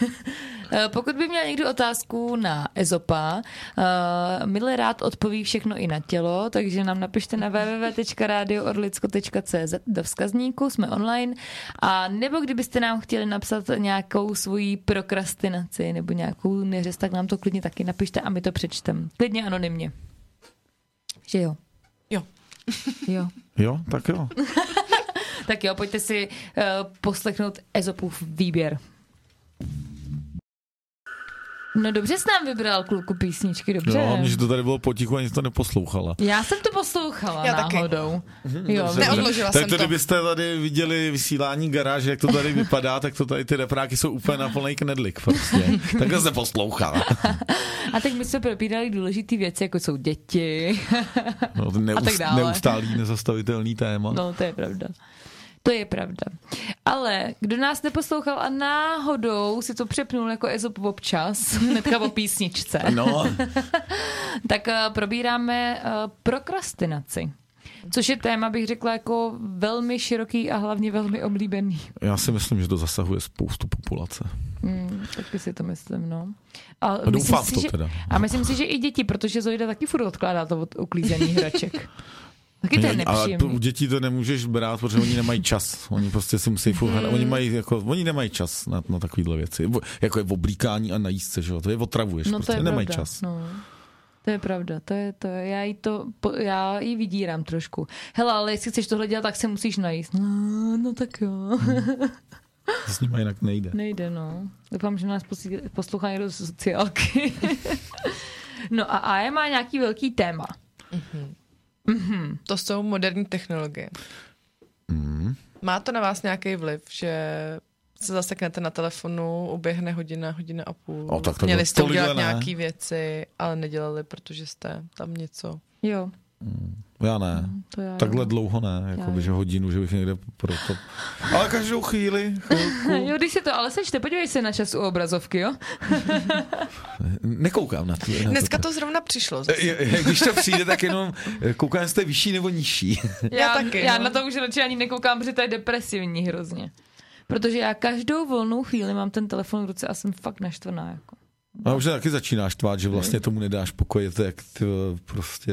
A: Eh, Pokud by měl někdo otázku na Ezopa, uh, Mile rád odpoví všechno i na tělo, takže nám napište na www.radioorlicko.cz do vzkazníku, jsme online. A nebo kdybyste nám chtěli napsat nějakou svoji prokrastinaci nebo nějakou neřest, tak nám to klidně taky napište a my to přečteme. Klidně anonymně. Že jo?
C: Jo.
A: Jo.
B: Jo, tak jo.
A: Tak jo, pojďte si uh, poslechnout Ezopův výběr. No dobře jsi nám vybral kluku písničky, dobře.
B: No, mě, že to tady bylo potichu a nic to neposlouchala.
A: Já jsem to poslouchala
C: Já taky. Mhm,
A: náhodou. Taky. Jo,
B: Dobře.
A: vidíš.
C: Neodložila
B: tak
C: jsem
B: to,
C: to.
B: kdybyste tady viděli vysílání garáže, jak to tady vypadá, tak to tady ty repráky jsou úplně na plný knedlik prostě. Takhle se poslouchá.
A: A teď my jsme propírali důležité věci, jako jsou děti.
B: No, to
A: A tak
B: neust,
A: dále.
B: neustálý, nezastavitelný téma.
A: No, to je pravda. To je pravda. Ale kdo nás neposlouchal a náhodou si to přepnul jako Ezop občas, hnedka o písničce,
B: No,
A: tak eh, probíráme eh, prokrastinaci. Což je téma, bych řekla, jako velmi široký a hlavně velmi oblíbený.
B: já si myslím, že to zasahuje spoustu populace.
A: Mm, taky si to myslím, no. A,
B: A doufám
A: myslím
B: v to
A: si, že,
B: teda.
A: a myslím si, že i děti, protože Zojda taky furt odkládá to od uklízení hraček. Taky to je
B: Hm, ale to u
A: nepříjemný.
B: dětí to nemůžeš brát, protože oni nemají čas. Oni prostě si musí furt hledat.
A: Hmm.
B: Oni, mají, jako, oni nemají čas na, na takovéhle věci. Bo- Jako je v oblíkání a na jízdce, že jo? To je otravuješ,
A: No to
B: prostě
A: je
B: nemají
A: pravda,
B: čas.
A: No. To je pravda, to je to. je- Já jí, to, po- já jí vydírám trošku. Hele, ale jestli chceš tohle dělat, tak se musíš najíst. No, no tak jo.
B: To s nimi jinak nejde.
A: Nejde, no. Doufám, že nás posí- poslouchá někdo z sociálky. no a AE má nějaký velký téma.
C: To jsou moderní technologie.
B: Mm.
C: Má to na vás nějaký vliv, že se zaseknete na telefonu, uběhne hodina, hodina a půl.
B: O, tak to bylo
C: Měli jste
B: tolik,
C: udělat
B: ne?
C: nějaké věci, ale nedělali, protože jste tam něco.
A: Jo,
B: Já ne.
A: to No. Hmm. já.
B: Takhle dlouho ne, jako by,
A: jo.
B: že hodinu, že bych někde proto. Ale každou chvíli.
A: Jo, když se to ale sečte, podívej se na čas u obrazovky, jo?
B: Nekoukám na to. E, Na
C: Dneska to zrovna přišlo. zase.
B: Je- je- Když to přijde, tak jenom eh, koukám, jestli je vyšší nebo nižší.
C: Já taky,
A: Já
C: no.
A: na to už radši ani nekoukám, protože to je depresivní hrozně. Protože já každou volnou chvíli mám ten telefon v ruce a jsem fakt naštvaná. Jako.
B: A No, už se taky začínáš tvát, že
A: Mm.
B: vlastně tomu nedáš pokoj, je to jak ty, eh, prostě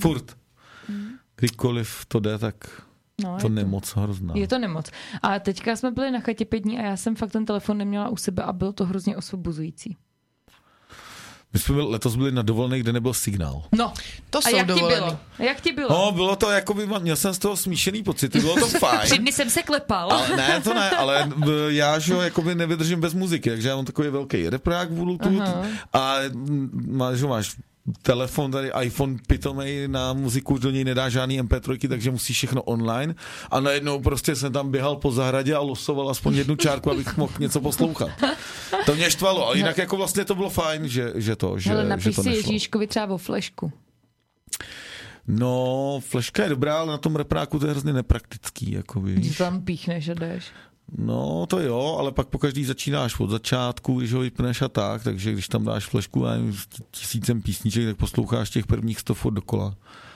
B: furt. Kdykoliv to jde, tak
A: Mm. No,
B: to
A: je
B: nemoc hrozná.
A: Je to nemoc. A teďka jsme byli na chatě pět dní a já jsem fakt ten telefon neměla u sebe a bylo to hrozně osvobozující.
B: My jsme byli- letos byli na dovolené, kde nebyl signál.
A: No,
C: To
A: a
C: jsou
A: jak ti
C: dovolený.
A: bylo? Jak ti bylo?
B: No, bylo to jako by, měl jsem z toho smíšený pocit, bylo to fajn.
A: Tři dny jsem se klepal.
B: Ale ne, to ne, ale b- já že jo, jakoby nevydržím bez muziky, takže já mám takový velký reprák Bluetooth
A: Aha.
B: a mm, máš, že máš telefon, tady iPhone pitomej na muziku, do něj nedá žádný MP3, takže musí všechno online a najednou prostě jsem tam běhal po zahradě a losoval aspoň jednu čárku, abych mohl něco poslouchat. To mě štvalo, ale jinak jako vlastně to bylo fajn, že, že to, že,
A: Hele,
B: že
A: napiš
B: to
A: si
B: nešlo.
A: Ježíškovi třeba o flešku.
B: No, fleška je dobrá, ale na tom repráku to je hrozně nepraktický, jakoby,
A: Když
B: víš.
A: tam píchneš a jdeš.
B: No, to jo, ale pak po každý začínáš od začátku, když ho vypneš a tak, takže když tam dáš flešku nevím, s tisícem písniček, tak posloucháš těch prvních sto fot dokola.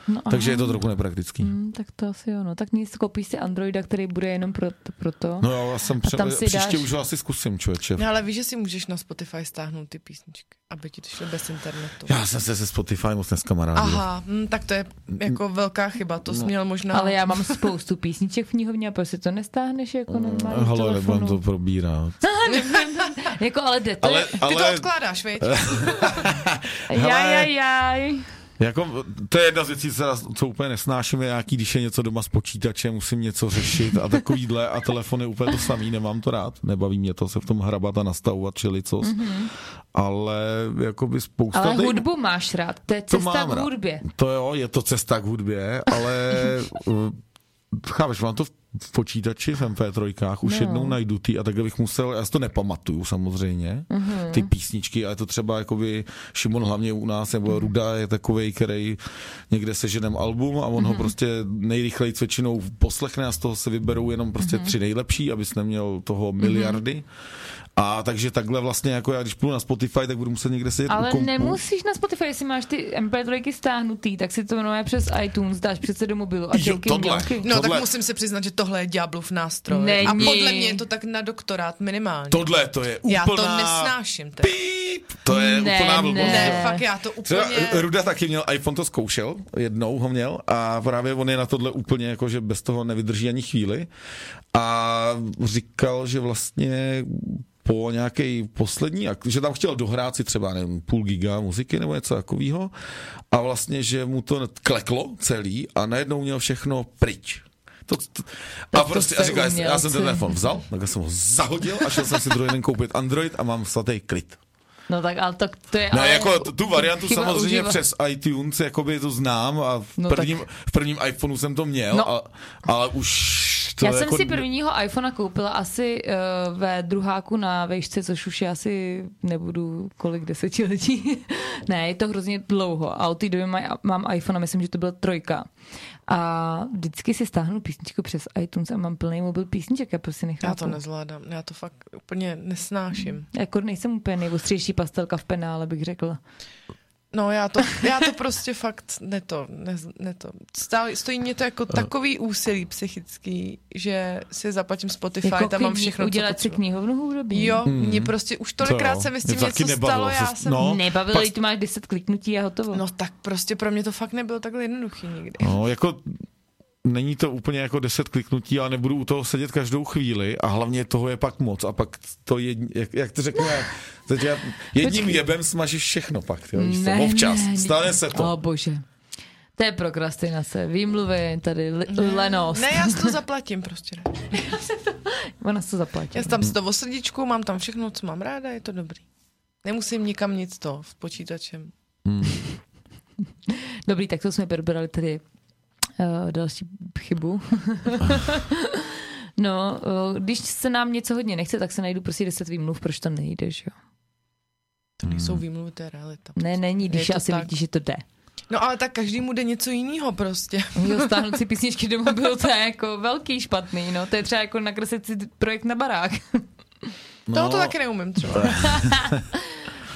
B: No, takže aha. je to trochu nepraktický.
A: Hmm, tak to asi jo, no. Tak nic, koupíš si Androida, který bude jenom pro, pro to.
B: No já jsem pře- tam si příště dáš... už ho asi zkusím, člověče.
C: No ale víš, že si můžeš na Spotify stáhnout ty písničky, aby ti to šlo bez internetu.
B: Já jsem se se Spotify moc neskamarádil.
C: Aha, hm, tak to je jako velká chyba, to jsi no. měl možná...
A: Ale já mám spoustu písniček v knihovně a prostě to nestáhneš jako normálně
B: Halo, Mm, nebudem to probírat.
A: jako ale jde to.
C: Ale, ale... Ty to odkládáš, viď?
A: jaj, jaj, jaj.
B: Jako, to je jedna z věcí, co, co úplně nesnáším, je nějaký, když je něco doma s počítačem, musím něco řešit a takovýhle a telefony úplně to samý, nemám to rád, nebaví mě to se v tom hrabat a nastavovat čelicos, mm-hmm. ale jako by spousta...
A: Ale hudbu dej... máš rád, to je cesta to k hudbě.
B: Rád. To jo, je to cesta k hudbě, ale uh, chápeš, mám to v v počítači v MP3 už no. jednou najdu ty a takhle bych musel, já si to nepamatuju samozřejmě,
A: Mhm.
B: mm-hmm. ty písničky, ale to třeba jakoby Šimon hlavně u nás, nebo Ruda je takový, který někde seženem album a
A: Mhm.
B: on mm-hmm. ho prostě nejrychleji většinou poslechne a z toho se vyberou jenom prostě
A: Mhm.
B: mm-hmm. tři nejlepší, abys neměl toho miliardy. Mm-hmm. A takže takhle vlastně, jako já když půjdu na Spotify, tak budu muset někde sedět
A: Ale
B: u kompu.
A: nemusíš na Spotify, jestli máš ty MP3 stáhnutý, tak si to nové přes iTunes dáš přece do mobilu a
B: jo, tohle,
C: mňonky. No tohle. tak musím si přiznat, že tohle je Diablův nástroj. Není. A podle mě je to tak na doktorát minimálně.
B: Tohle to je úplná...
C: Já to nesnáším. Teď.
B: Píp, to je
A: ne,
B: úplná blbost.
C: Ne. ne, fakt já to úplně...
B: Třeba Ruda taky měl, iPhone to zkoušel, jednou ho měl a právě on je na tohle úplně jako, že bez toho nevydrží ani chvíli. A říkal, že vlastně po nějaký poslední, že tam chtěl dohrát si třeba nevím, půl giga muziky nebo něco takového a vlastně, že mu to kleklo celý a najednou měl všechno pryč. To, to, a tak prostě, to a říkal, já, já jsem ten telefon vzal, tak jsem ho zahodil a šel jsem si druhý den koupit Android a mám svatý klid.
A: No tak ale to, to je...
B: Ne,
A: ale
B: jako tu, tu variantu samozřejmě uživa. přes iTunes, jakoby to znám a v, no prvním, tak... v prvním iPhoneu jsem to měl, no. a, ale už
A: to Já jsem jako... si prvního iPhonea koupila asi uh, ve druháku na vejšce, což už já si nebudu kolik desetiletí. ne, je to hrozně dlouho a od té doby maj, mám iPhone a myslím, že to byla trojka. A vždycky si stáhnu písničku přes iTunes a mám plný mobil písniček, já prostě nechápu.
C: Já to nezvládám, já to fakt úplně nesnáším.
A: Jako nejsem úplně nejostřejší pastelka v penále, bych řekla.
C: No já to, já to prostě fakt ne to, ne, ne to. Stále, stojí mě to jako takový úsilí psychický, že si zaplatím Spotify, jako tam mám všechno,
A: Udělat si knihovnu hudobí.
C: Jo, mm. mě prostě už tolikrát se mi s tím něco stalo, já
A: se,
C: jsem...
A: No, nebavilo, pak... tu máš 10 kliknutí a hotovo.
C: No tak prostě pro mě to fakt nebylo takhle jednoduchý nikdy.
B: No jako není to úplně jako deset kliknutí, ale nebudu u toho sedět každou chvíli a hlavně toho je pak moc a pak to je, jak, jak to řeknu, já, teď já jedním Počkej. jebem smažíš všechno pak, jo, ne, to, občas, ne, stane se to.
A: O bože. To je prokrastinace, výmluvy, tady li, ne, lenost.
C: Ne, já si to zaplatím prostě.
A: to, ona si to zaplatí.
C: Já si tam z toho srdíčku, mám tam všechno, co mám ráda, je to dobrý. Nemusím nikam nic to s počítačem. Hmm.
A: dobrý, tak to jsme probrali tady Uh, další chybu. no, uh, když se nám něco hodně nechce, tak se najdu prostě deset výmluv, proč to nejde, že jo?
C: To nejsou výmluvy, to je realita.
A: Ne, není, když je asi tak... vidíš, že to jde.
C: No ale tak každému jde něco jiného prostě.
A: Jo, stáhnout si písničky do mobilu, to je jako velký špatný, no. To je třeba jako nakreslit si projekt na barák.
C: no. Toho to taky neumím třeba.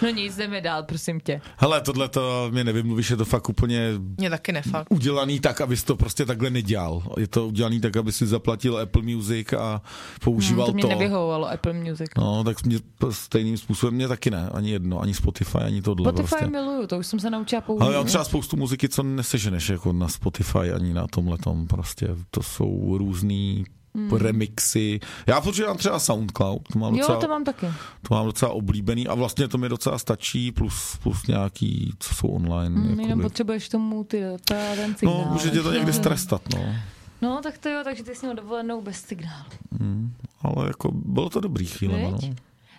A: No nic, jdeme dál, prosím tě.
B: Hele, tohle to mě nevymluvíš, je to fakt úplně...
C: Mě taky nefakt.
B: Udělaný tak, abys to prostě takhle nedělal. Je to udělaný tak, aby si zaplatil Apple Music a používal hmm,
A: No, to. Mě to mě nevyhovovalo Apple Music.
B: No, tak mě, stejným způsobem mě taky ne. Ani jedno, ani Spotify, ani tohle.
A: Spotify
B: prostě.
A: miluju, to už jsem se naučila používat.
B: Ale já třeba spoustu muziky, co neseženeš jako na Spotify, ani na tomhle tom prostě. To jsou různý mm. remixy. Já používám třeba SoundCloud. To mám
A: Hmm. jo,
B: docela,
A: to mám taky.
B: To mám docela oblíbený a vlastně to mi docela stačí, plus, plus nějaký, co jsou online.
A: Mm, jenom potřebuješ tomu ty data, ten signál.
B: No, může tě to někdy strestat, no.
A: No, tak to jo, takže ty jsi měl dovolenou bez signálu.
B: Mm, ale jako bylo to dobrý chvíle, no.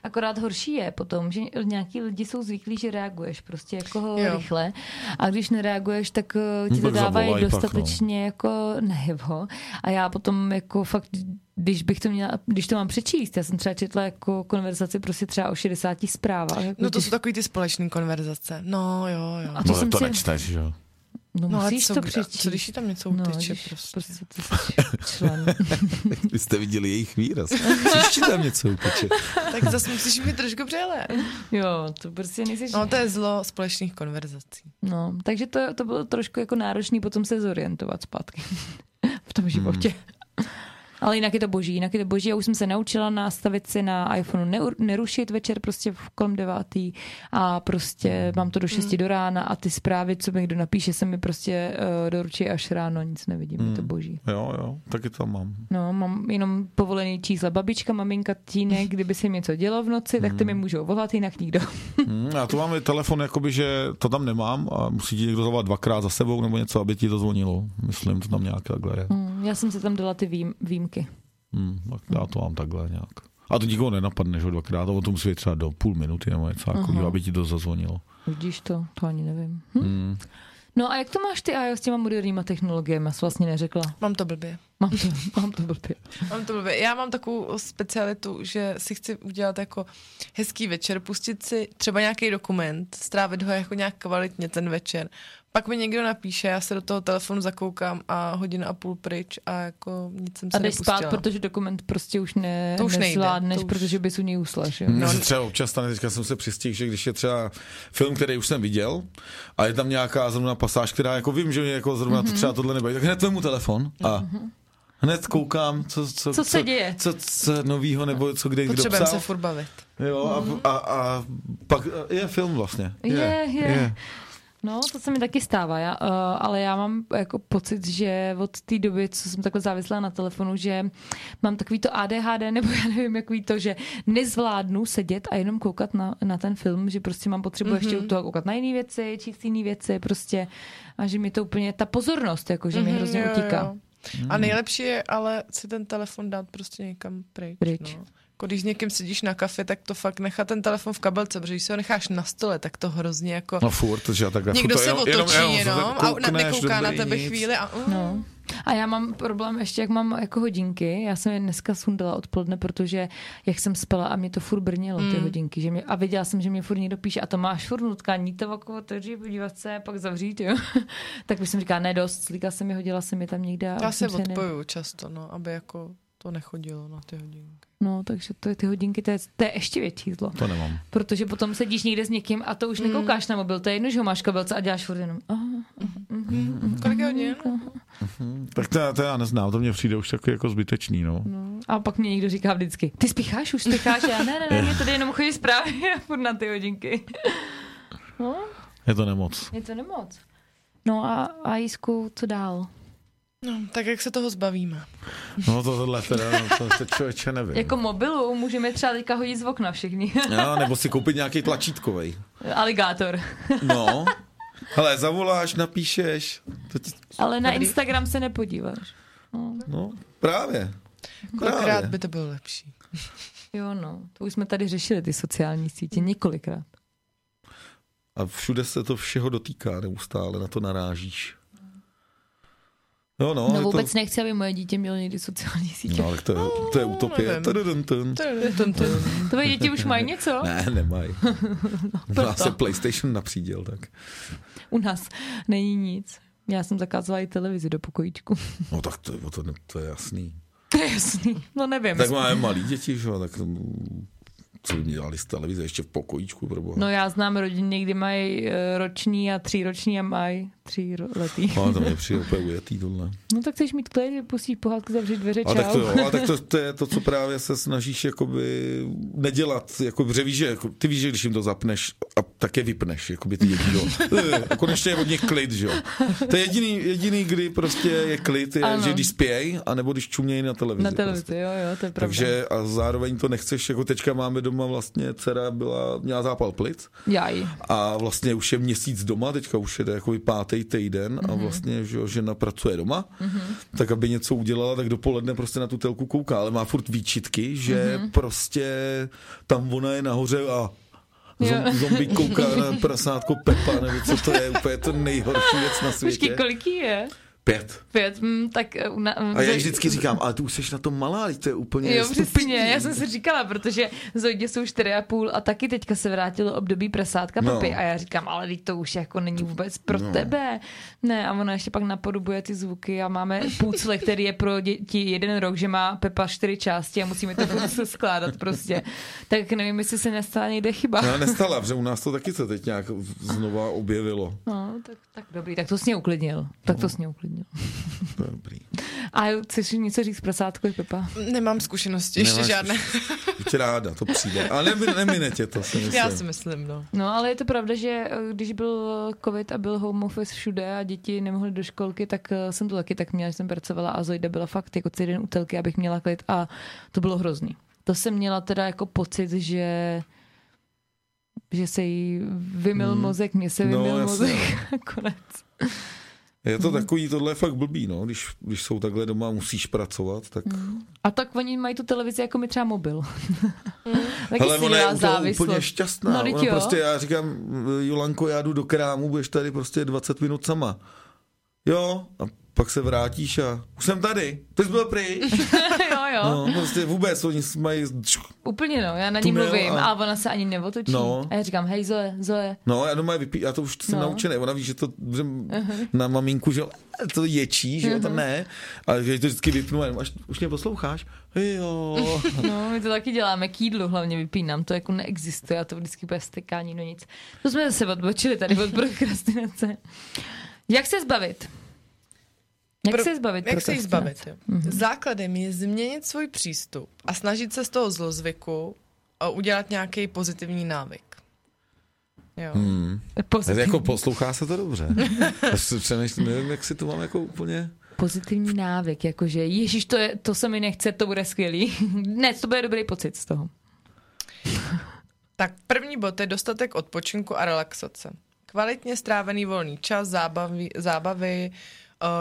A: Akorát horší je potom, že nějaký lidi jsou zvyklí, že reaguješ prostě jako jo. rychle a když nereaguješ, tak eh,
B: Hm,
A: ti to dávají dostatečně no. jako najevo a já potom jako fakt když bych to měla, když to mám přečíst, já jsem třeba četla jako konverzaci prostě třeba o 60 zprávách. Jako
C: no to když... jsou takový ty společné konverzace. No jo, jo.
B: A to, no, jsem to si... nečteš, jo.
A: No,
C: No a
A: musíš
C: co,
A: to
C: kdy- a
A: přečíst.
C: co když ti tam něco
A: no,
C: uteče
A: když
C: prostě?
A: prostě ty jsi člen.
B: Vy jste viděli jejich výraz. Příště tam něco uteče.
C: Tak zase musíš mít trošku přehled.
A: jo, to prostě nejsi
C: No to je zlo společných konverzací.
A: No, takže to, to bylo trošku jako náročný potom se zorientovat zpátky v tom životě. Ale jinak je to boží, jinak je to boží. Já už jsem se naučila nastavit si na iPhoneu neur- nerušit večer prostě v kolem devátý a prostě mám to do
C: Hmm.
A: šesti do rána a ty zprávy, co mi kdo napíše, se mi prostě uh, doručí až ráno, nic nevidím, je to boží.
B: Jo, jo, taky to mám.
A: No, mám jenom povolený čísla babička, maminka, tínek, kdyby se jim něco dělo v noci, tak ty mi můžou volat, jinak nikdo.
B: Hmm, já tu mám i telefon, jakoby, že to tam nemám a musí ti někdo zavolat dvakrát za sebou nebo něco, aby ti to zvonilo. Myslím, to tam nějak takhle je.
A: Mm, Já jsem si tam dala ty vím, výjimky.
B: Hmm, tak já to mám takhle nějak. A to nikoho nenapadne, že jo, dvakrát, on to musí být třeba do půl minuty nebo něco, takového, aby ti to zazvonilo.
A: Vidíš to? To ani nevím. Hm? No a jak to máš ty a s těma moderníma technologiemi? Jsi vlastně neřekla.
C: Mám to blbě.
A: Mám to, mám to blbě.
C: Mám to blbě. Já mám takovou specialitu, že si chci udělat jako hezký večer, pustit si třeba nějaký dokument, strávit ho jako nějak kvalitně ten večer. Pak mi někdo napíše, já se do toho telefonu zakoukám a hodina a půl pryč a jako nic jsem se
A: A jdeš
C: nepustila.
A: spát, protože dokument prostě už, ne,
C: To už nejde,
A: nezvládneš,
C: to už-
A: protože bys u něj usla, že jo?
C: No,
B: Mně se třeba občas stane, teďka jsem se přistihl, že když je třeba film, který už jsem viděl a je tam nějaká zrovna pasáž, která jako vím, že mě jako zrovna
C: Mhm.
B: to třeba tohle nebaví, tak hned vemu telefon a hned koukám, co, co,
A: Co se děje?
B: co, co novýho nebo co kde kdo
C: Potřebujeme se
B: psal.
C: furt Mhm. bavit.
B: Jo, a, a, a pak je film vlastně.
A: Je, je. No, to se mi taky stává, já, uh, ale já mám jako pocit, že od té doby, co jsem takhle závislá na telefonu, že mám takový to ADHD, nebo já nevím, jak ví to, že nezvládnu sedět a jenom koukat na, na ten film, že prostě mám potřebu mm-hmm.
C: Mhm.
A: ještě u toho koukat na jiné věci, číst jiné věci prostě a že mi to úplně, ta pozornost, jako, že mi
C: Mhm,
A: hrozně
C: jo,
A: utíká.
C: jo.
B: Hmm.
C: A nejlepší je ale si ten telefon dát prostě někam pryč.
A: Pryč.
C: No. Jako Když s někým sedíš na kafe, tak to fakt nechat ten telefon v kabelce, protože když si ho necháš na stole, tak to hrozně jako...
B: No furt, že já takhle.
C: Někdo
B: furt to
C: se otočí jenom, a na-
B: koukneš,
C: nekouká na
B: dobrý,
C: tebe
B: nic.
C: chvíli a... Uh,
A: No. A já mám problém ještě, jak mám jako hodinky. Já jsem je dneska sundala odpoledne, protože jak jsem spala a mě to furt brnělo,
C: Mm.
A: ty hodinky. Že mě, a viděla jsem, že mě furt někdo píše a to máš furt nutkání, to jako otevřít, podívat se, pak zavřít, jo. tak už jsem říkala, ne dost, slíkala jsem je, hodila jsem je tam někde. a
C: Já
A: už jsem
C: se
A: je ne-
C: odpoju často, no, aby jako to nechodilo na ty hodinky.
A: No, takže to je ty hodinky, to je, to je ještě větší zlo.
B: To nemám.
A: Protože potom sedíš někde s někým a to už
C: Mm.
A: nekoukáš na mobil, to je jedno, že ho máš v kabelce a děláš furt jenom. Aha, No,
C: Kolik je hodin?
A: jako-
B: Tak to, já- to já neznám, to mně přijde už taky jako zbytečný, no.
A: No, a pak mě někdo říká vždycky, ty spícháš, už spícháš, já ne, ne, ne, mě tady jenom chodí zprávy a furt na ty hodinky. No,
B: Je to nemoc.
A: je to nemoc. No a, a Jisku, co dál?
C: No, tak jak se toho zbavíme?
B: No to tohle teda, no, to se člověče nevím.
A: Jako mobilu můžeme třeba teďka hodit z okna všichni.
B: Já, nebo si koupit nějaký tlačítkovej.
A: Aligátor.
B: No. Hele, zavoláš, napíšeš. To ti,
A: Ale na
C: Dobrý.
A: Instagram se nepodíváš. No,
B: no, právě.
C: Kolikrát by to bylo lepší?
A: jo no, to už jsme tady řešili ty sociální sítě několikrát.
B: A všude se to všeho dotýká, neustále na to narážíš. Jo, no,
A: No
B: ale
A: vůbec
B: to,
A: nechci, aby moje dítě mělo někdy sociální sítě.
B: no, ale to, je, to je utopie.
C: nevím.
B: Tududun tun.
C: Tum, tum.
A: Tvoje děti už mají něco?
B: Ne, nemají. U nás
A: proto.
B: se PlayStation napřídil, tak.
A: U nás není nic. Já jsem zakázala i televizi do pokojíčku.
B: No tak to, to, to, to je jasný.
A: To je jasný. No nevím.
B: Tak máme malí děti, že jo, tak mm, co by mě dělali z televize, ještě v pokojíčku, proboha.
A: No já znám rodiny, kdy mají eh, roční a tříroční a mají tří ro- letý.
B: Ale to mě přijde úplně ujetý tohle.
A: No tak chceš mít klid, pustíš pohádku, zavřít dveře,
B: A No, tak to,
A: čau.
B: jo, a tak to, to, je to, co právě se snažíš jakoby nedělat, jako, protože víš, že jako, ty víš, že když jim to zapneš, a tak je vypneš, jakoby ty děti, jo. Eh, A konečně je od nich klid, že jo. To je jediný, jediný kdy prostě je klid, je,
A: Ano.
B: že když spěj, anebo když čumějí na televizi.
A: Na
B: prostě.
A: televizi, jo, jo, to je pravda.
B: Takže a zároveň to nechceš, jako teďka máme doma vlastně, dcera byla, měla zápal plic
A: Jaj.
B: a vlastně už je měsíc doma, teďka už je to jakoby pátý týden
A: Mhm.
B: a vlastně, že jo, žena pracuje doma, tak aby něco udělala, tak dopoledne prostě na tu telku kouká, ale má furt výčitky, že
A: Mhm.
B: prostě tam ona je nahoře a
A: Jo.
B: zom- zombie kouká na prasátko Pepa, nebo co to je, úplně to nejhorší věc na světě.
A: Počkej, kolik jí je?
B: Pět.
A: Pět, mm, tak... Uh, na,
B: A já jí vždycky říkám, ale ty už seš na tom malá, teď to je úplně
A: Jo,
B: stupidní.
A: přesně, já jsem si říkala, protože Zojdě jsou 4,5 a taky teďka se vrátilo období presátka
B: No.
A: papy a já říkám, ale teď to už jako není vůbec pro
B: No.
A: tebe. Ne, a ona ještě pak napodobuje ty zvuky a máme půcle, který je pro děti jeden rok, že má Pepa čtyři části a musíme to furt se skládat prostě. Tak nevím, jestli se nestala někde chyba.
B: No, nestala, protože u nás to taky se teď nějak v- znova objevilo.
A: No, tak, tak dobrý, tak to s mě uklidnil. Tak to s mě uklidnil.
B: To je dobrý.
A: A jo, chceš něco říct prasátku, Pepa?
C: Nemám zkušenosti, ještě
B: Nemáš
C: žádné.
B: Buď ráda, to přijde. Ale nemi- nemine tě to, si myslím.
C: Já si myslím, no.
A: No, ale je to pravda, že eh, když byl covid a byl home office všude a děti nemohly do školky, tak eh, jsem to taky tak měla, že jsem pracovala a Zojda byla fakt jako celý den utelky, abych měla klid a to bylo hrozný. To jsem měla teda jako pocit, že že se jí vymil
B: Mm.
A: mozek, mě se
B: No,
A: vymil
B: jasně,
A: mozek a konec.
B: Je to takový, tohle je fakt blbý, no. Když, když jsou takhle doma, musíš pracovat, tak...
A: A tak oni mají tu televizi jako my třeba mobil. Taky
B: Ale
A: si
B: ona je
A: dělá
B: u toho
A: závislost.
B: úplně šťastná.
A: No,
B: ona
A: vždyť jo.
B: prostě, já říkám, Jolanko, já jdu do krámu, budeš tady prostě 20 minut sama. Jo, a pak se vrátíš a už jsem tady, ty jsi byl pryč.
A: jo, jo.
B: No, prostě vůbec, oni mají...
A: Úplně no, já na ní
B: Tunel
A: mluvím
B: a-
A: a... ona se ani neotočí.
B: No.
A: A já říkám, hej Zoe, Zoe,
B: No, já doma je vypí, já to už jsem
A: No.
B: naučený, ona ví, že to že na maminku, že to ječí, že jo, to ne, a že to vždycky vypnu, a jenom, až už mě posloucháš, jo.
A: No, my to taky děláme, k jídlu hlavně vypínám, to jako neexistuje, já to vždycky bude stekání, no nic. To jsme zase odbočili tady od prokrastinace. Jak se zbavit? Jak
C: Pro-
A: se zbavit
C: Jak se jí
A: prokrastinace?
C: zbavit? Jo. Základem je změnit svůj přístup a snažit se z toho zlozvyku a udělat nějaký pozitivní návyk. Jo.
A: Pozitivní,
B: Jako poslouchá se to dobře. Já si přemýšlím, nevím, jak si to mám jako úplně...
A: pozitivní návyk, jakože ježíš, to, je, to se mi nechce, to bude skvělý. ne, to bude dobrý pocit z toho.
C: Tak první bod je dostatek odpočinku a relaxace. Kvalitně strávený volný čas, zábavy, zábavy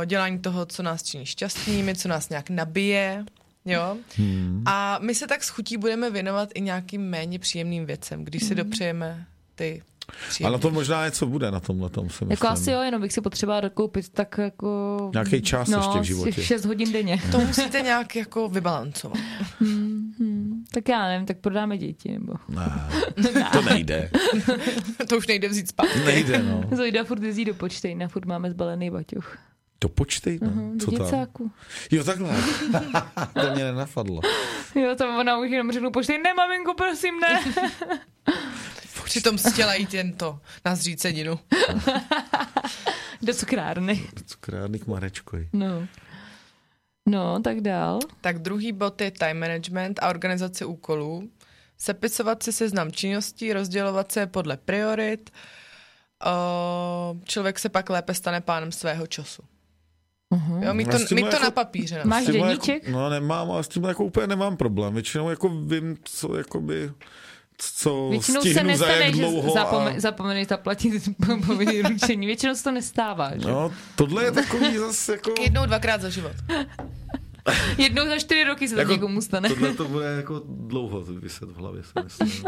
C: eh, dělání toho, co nás činí šťastnými, co nás nějak nabije. Jo? Hmm. A my se tak s chutí budeme věnovat i nějakým méně příjemným věcem, když si dopřejeme ty
B: A na
C: příjemné.
B: to možná něco bude na tomhle tom, si myslím.
A: Jako asi jo, jenom bych si potřebovala dokoupit tak jako...
B: Nějaký čas
A: no,
B: ještě v životě.
A: 6 hodin denně.
C: To musíte nějak jako vybalancovat.
A: Tak já nevím, tak prodáme děti, nebo...
B: Ne, to nejde.
C: to už nejde vzít zpátky.
B: Nejde, no.
A: Zojda furt jezdí do počtejna, furt máme zbalený baťoch.
B: To počtej, no.
A: Mhm, Do
B: Co tam?
A: děcáku.
B: Jo, takhle. to mě nenapadlo.
A: Jo, tam ona už jenom řeknu poštej, ne maminku, prosím, ne.
C: Přitom chtěla jít jen to na zříceninu.
A: Do cukrárny.
B: Cukrárny k Marečkovi.
A: No. No, tak dál.
C: Tak druhý bod je time management a organizace úkolů. Sepisovat si seznam činností, rozdělovat se podle priorit. O, člověk se pak lépe stane pánem svého času.
A: Uh-huh.
C: Jo, mít to,
B: Já s tím
C: mít to
B: jako-
C: na papíře. No.
A: Máš
B: S tím
A: deníček?
B: Jako, no nemám, ale s tím jako úplně nemám problém. Většinou jako vím, co jakoby co
A: Většinou
B: stihnu
A: se
B: za
A: nestane,
B: jak
A: že
B: dlouho
A: zapome-
B: a...
A: zapomeneš zaplatit povinný ručení. Většinou se to nestává. Že?
B: No, tohle je takový zase jako...
C: Jednou, dvakrát za život.
A: Jednou za čtyři roky se to
B: Jako-
A: někomu stane.
B: Tohle to bude jako dlouho vyset v hlavě, si myslím.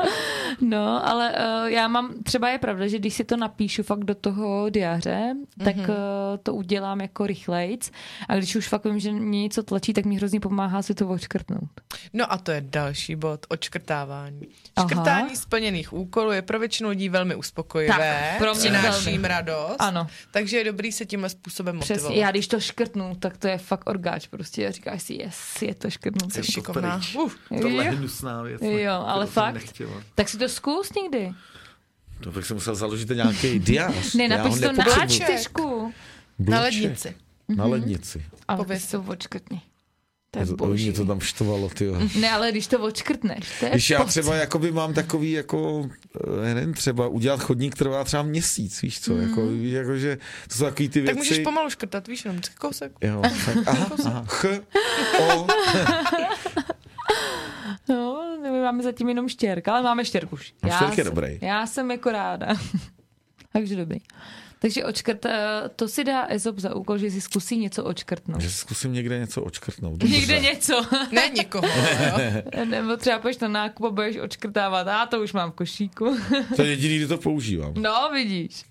A: No, ale uh, já mám, třeba je pravda, že když si to napíšu fakt do toho diáře, tak mm-hmm. uh, to udělám jako rychlejc a když už fakt vím, že mě něco tlačí, tak mi hrozně pomáhá si to odškrtnout.
C: No a to je další bod, odškrtávání.
A: Aha.
C: Škrtání splněných úkolů je pro většinu lidí velmi uspokojivé.
A: Tak, pro mě
C: přináší
A: velmi.
C: jim radost.
A: Ano.
C: Takže je dobrý se tímhle způsobem motivovat.
A: Přesně, já když to škrtnu, tak to je fakt orgáč prostě. A říkáš si, yes, je to škrtnuté.
C: Jsi šikovná.
B: pryč.
C: Uf,
A: Tohle je Jo.
B: hnusná věc.
A: Jo, ale fakt. nechtěla. Tak si to zkus někdy.
B: To bych si No, musel založit nějaký diář.
A: Ne, napiš to na
C: nepotřebuji.
A: A4.
C: na lednici.
B: Na lednici.
A: Ale
C: Pověz.
A: když to odškrtni. To je
B: To-
A: boží.
B: Mě to tam štvalo, ty
A: Ne, ale když to odškrtneš, to je
B: Když já
A: pocit.
B: třeba jakoby mám takový jako, eh, nevím, třeba udělat chodník trvá třeba měsíc, víš co, mm. jako, víš, jako, že to jsou takový ty
C: Hmm. Tak
B: věci.
C: můžeš pomalu škrtat, víš, jenom kousek.
B: Jo, tak, aha, aha, ch, o,
A: No, my máme zatím jenom štěrka, ale máme štěrku už.
B: No, štěrk je
A: jsem-
B: dobrý.
A: Já jsem jako ráda. Takže dobrý. Takže očkrt, eh, to si dá Ezop za úkol, že si zkusí něco očkrtnout.
B: že zkusím někde něco očkrtnout.
A: Někde něco.
C: Ne někoho, jo.
A: Nebo třeba půjdeš na nákup a budeš očkrtávat. A to už mám v košíku.
B: To je jediný, kdy to používám.
A: No, vidíš.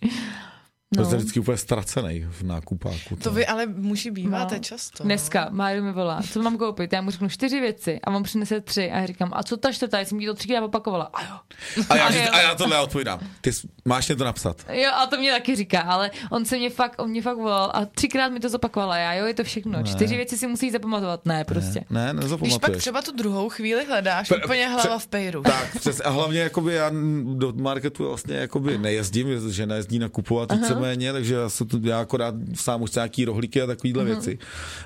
B: No. To jste vždycky úplně ztracený v nákupáku.
C: To vy ale muži býváte no. často. No.
A: Dneska Mário mi volá, co mám koupit? Já mu řeknu čtyři věci a on přinese tři a já říkám, a co ta čtvrtá? Já jsem ti to třikrát opakovala. A jo.
B: A já, a já tohle odpovídám. Ty jsi, máš mě to napsat.
A: Jo, a to mě taky říká, ale on se mě fakt, on mě fakt volal a třikrát mi to zopakovala. Já jo, je to všechno. Ne. Čtyři věci si musíš zapamatovat. Ne, prostě.
B: Ne, ne
C: Když pak
B: nezapamatuješ.
C: třeba tu druhou chvíli hledáš, Pre, úplně hlava v pejru.
B: Tak, přes, a hlavně jakoby já do marketu vlastně jakoby nejezdím, že nejezdí nakupovat víceméně, takže já, se to, já akorát sám už nějaký rohlíky a takovýhle uh-huh. věci.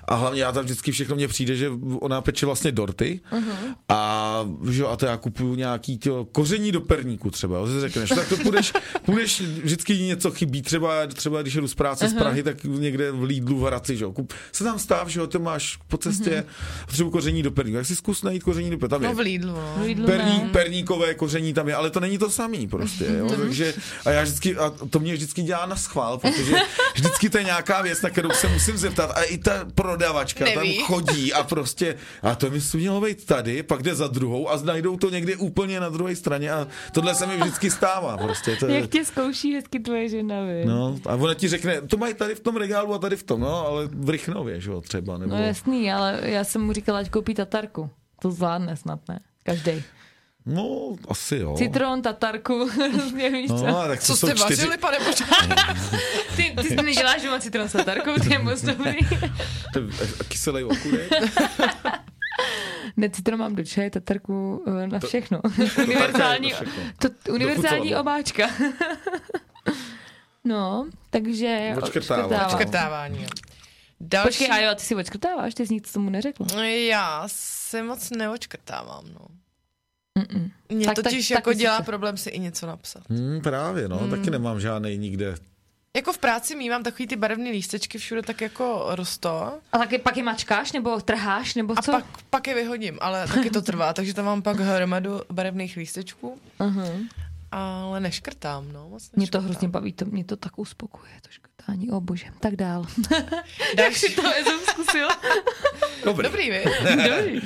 B: A hlavně já tam vždycky všechno mně přijde, že ona peče vlastně dorty uh-huh. a, že, jo, a to já kupuju nějaký tělo, koření do perníku třeba, jo, si řekneš, tak to půjdeš, půjdeš, vždycky něco chybí, třeba, třeba když jdu z práce uh-huh. z Prahy, tak někde v Lidlu v Hradci, že jo, kup, se tam stáv, že jo, to máš po cestě uh-huh. třeba koření do perníku, jak si zkus najít koření do perníku, tam je
C: No v Lidlu, no.
A: Lidlu
B: perní,
A: ne.
B: perníkové koření tam je, ale to není to samý prostě,
C: No.
B: jo? takže a já vždycky, a to mě vždycky dělá na schvál, protože vždycky to je nějaká věc, na kterou se musím zeptat a i ta prodavačka
C: Neví.
B: tam chodí a prostě, a to mi mělo být tady, pak jde za druhou a znajdou to někde úplně na druhé straně a tohle se mi vždycky stává prostě. To je,
A: Jak tě zkouší hezky tvoje žena, vy.
B: no, a ona ti řekne, to mají tady v tom regálu a tady v tom, no, ale v Rychnově, že jo, třeba, nebo...
A: No jasný, ale já jsem mu říkala, ať koupí tatarku. To zvládne snad, ne? Každý.
B: No, asi jo.
A: Citron, tatarku, mě víš co.
B: No, ale tak to
C: Co
B: jsou
C: jste
B: čtyři...
C: vařili, pane Božák?
A: Ty, ty si neděláš doma citron s tatarkou, to je moc dobrý.
B: To je kyselý okurek.
A: ne, citron mám do čaje, tatarku eh, na všechno. univerzální,
B: tatarka je na všechno.
A: to, univerzální
B: Do
A: obáčka. no, takže...
B: Odškrtává.
A: odškrtávám.
C: Škrtávání. jo. Další...
A: Počkej, a jo, ty si očkrtáváš, ty jsi nic tomu neřekla.
C: Já se moc neočkrtávám, no.
A: Mm-mm.
C: Mě
A: Tak,
C: tak,
A: tak-
C: totiž
A: tak
C: tak, jako
A: myslíš
C: dělá
A: to.
C: problém si i něco napsat.
B: Hmm, právě, no, hmm. taky nemám žádný nikde. No,
C: Jako v práci mývám takový ty barevné lístečky, všude tak jako rostou.
A: A taky pak je mačkáš, nebo trháš, nebo
C: A
A: co?
C: pak, pak je vyhodím, ale taky to trvá, takže tam mám pak hromadu barevných lístečků,
A: Uh-huh.
C: ale neškrtám, no. Moc
A: Mě to
C: neškrtám.
A: hrozně baví, to, mě to tak uspokuje, to škrtání, o bože, tak dál.
C: Další,
A: to jsem zkusila.
B: Dobrý.
C: dobrý, vy.
A: Dobrý.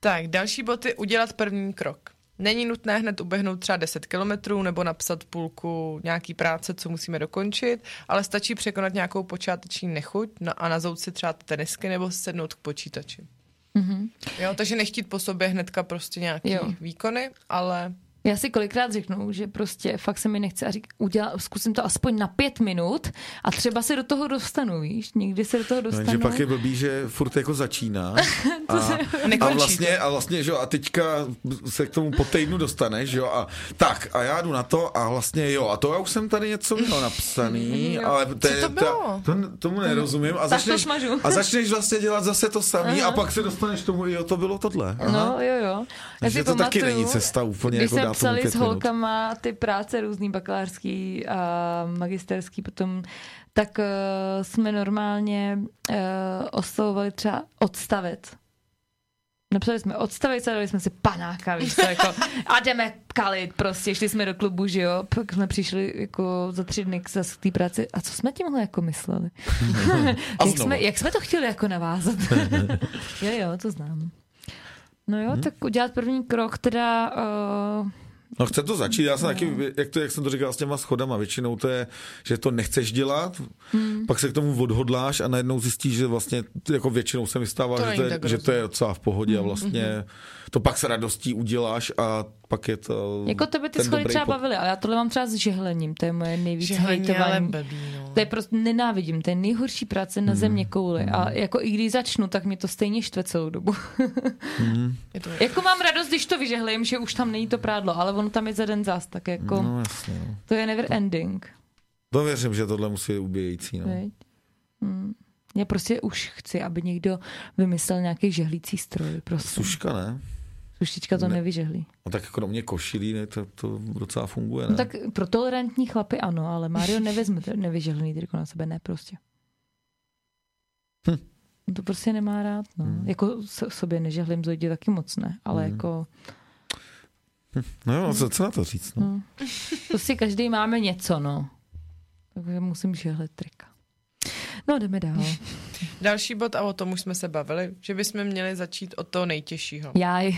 C: Tak, další bod je udělat první krok. Není nutné hned uběhnout třeba 10 kilometrů nebo napsat půlku nějaký práce, co musíme dokončit, ale stačí překonat nějakou počáteční nechuť na- a nazout si třeba tenisky nebo sednout k počítači. Mm-hmm. Jo, takže nechtít po sobě hnedka prostě nějaký
A: Mhm. Jo.
C: jo. výkony, ale
A: Já si kolikrát řeknu, že prostě fakt se mi nechce a řík, udělá, zkusím to aspoň na pět minut a třeba se do toho dostanu, víš, někdy se do toho
B: No,
A: dostanu.
B: jenže pak je blbý, že furt jako začíná. A, a
C: Nekončí
B: vlastně, a vlastně, že jo, a teďka se k tomu po týdnu dostaneš, že jo, a tak, a já jdu na to a vlastně jo, a to já už jsem tady něco měl napsaný, ale to, je-
C: to bylo?
B: to, tomu nerozumím. A
A: to
B: začneš,
A: smažu.
B: a začneš vlastně dělat zase to samý a pak se dostaneš k tomu, jo, to bylo tohle. Aha.
A: No jo, jo. Já
B: Takže
A: si
B: to
A: pamatuju,
B: taky není cesta úplně,
A: když
B: jako dát
A: jsme psali
B: tomu pět
A: s holkama ty práce různý bakalářský a magisterský potom, tak uh, jsme normálně uh, oslovovali třeba odstavec. Napsali jsme odstavec a dali jsme si panáka, víš co, jako, a jdeme kalit prostě, šli jsme do klubu, že jo, pak jsme přišli jako za tři dny k zase k té práci a co jsme tímhle jako mysleli?
B: A
A: jak,
B: znovu.
A: jsme, jak jsme to chtěli jako navázat? jo, jo, to znám. No
B: Mhm.
A: jo, hmm. tak udělat první krok, teda... Uh,
B: No chce to začít, já jsem taky, jak, to, jak jsem to říkal s těma schodama, většinou to je, že to nechceš dělat, hmm. pak se k tomu odhodláš a najednou zjistíš, že vlastně t- jako většinou se mi stává,
C: To
B: že,
C: není
B: to je,
C: tak
B: že to je docela v pohodě a vlastně to pak s radostí uděláš a pak je to
A: jako tebe ty
B: ten
A: schody
B: dobrý
A: třeba
B: pod-
A: bavily, ale já tohle mám třeba s žehlením, to je moje nejvíc
C: žehlení, ale
A: hejtování.
C: blbý, no.
A: To je prostě nenávidím, to je nejhorší práce na
B: Mhm.
A: země kouli. A jako i když začnu, tak mě to stejně štve celou dobu.
C: Je to...
A: jako mám radost, když to vyžehlím, že už tam není to prádlo, ale ono tam je za den zás, tak jako
B: No jasně, no.
A: to je never ending.
B: To věřím, že tohle musí být ubíjející, no.
A: Veď? Hmm. Já prostě už chci, aby někdo vymyslel nějaký žehlící stroj. Prostě.
B: Suška, ne?
A: Suštička to
B: Ne.
A: nevyžehlí.
B: No tak kromě košilí, ne, to, to docela funguje, ne?
A: No tak pro tolerantní chlapy ano, ale Mario nevezme t- nevyžehlený triko na sebe, ne prostě.
B: Hm.
A: On to prostě nemá rád, no.
B: Hmm.
A: Jako so- sobě nežehlím zojdi taky moc ne, ale
B: Hmm.
A: jako
B: No jo, co, co na to říct, no?
A: no. prostě každý máme něco, no. Takže musím žehlet trika. No jdeme dál.
C: Další bod a o tom už jsme se bavili, že bychom měli začít od toho nejtěžšího.
A: Jaj.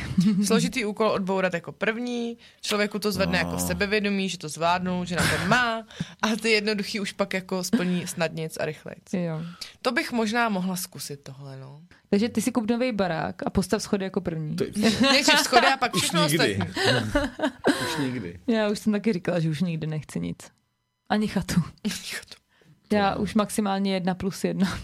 C: Složitý úkol odbourat jako první, člověku to zvedne no. jako sebevědomí, že to zvládnul, že na to má a ty jednoduchý už pak jako splní snadnic a rychlejc.
A: Jo.
C: To bych možná mohla zkusit tohle, no.
A: Takže ty si kup nový barák a postav schody jako první.
D: Ty,
C: Nejdřív schody a pak
D: už
C: všechno
D: nikdy.
C: ostatní.
D: už nikdy.
A: Já už jsem taky říkala, že už nikdy nechci nic. Ani chatu. Já už maximálně jedna plus jedna.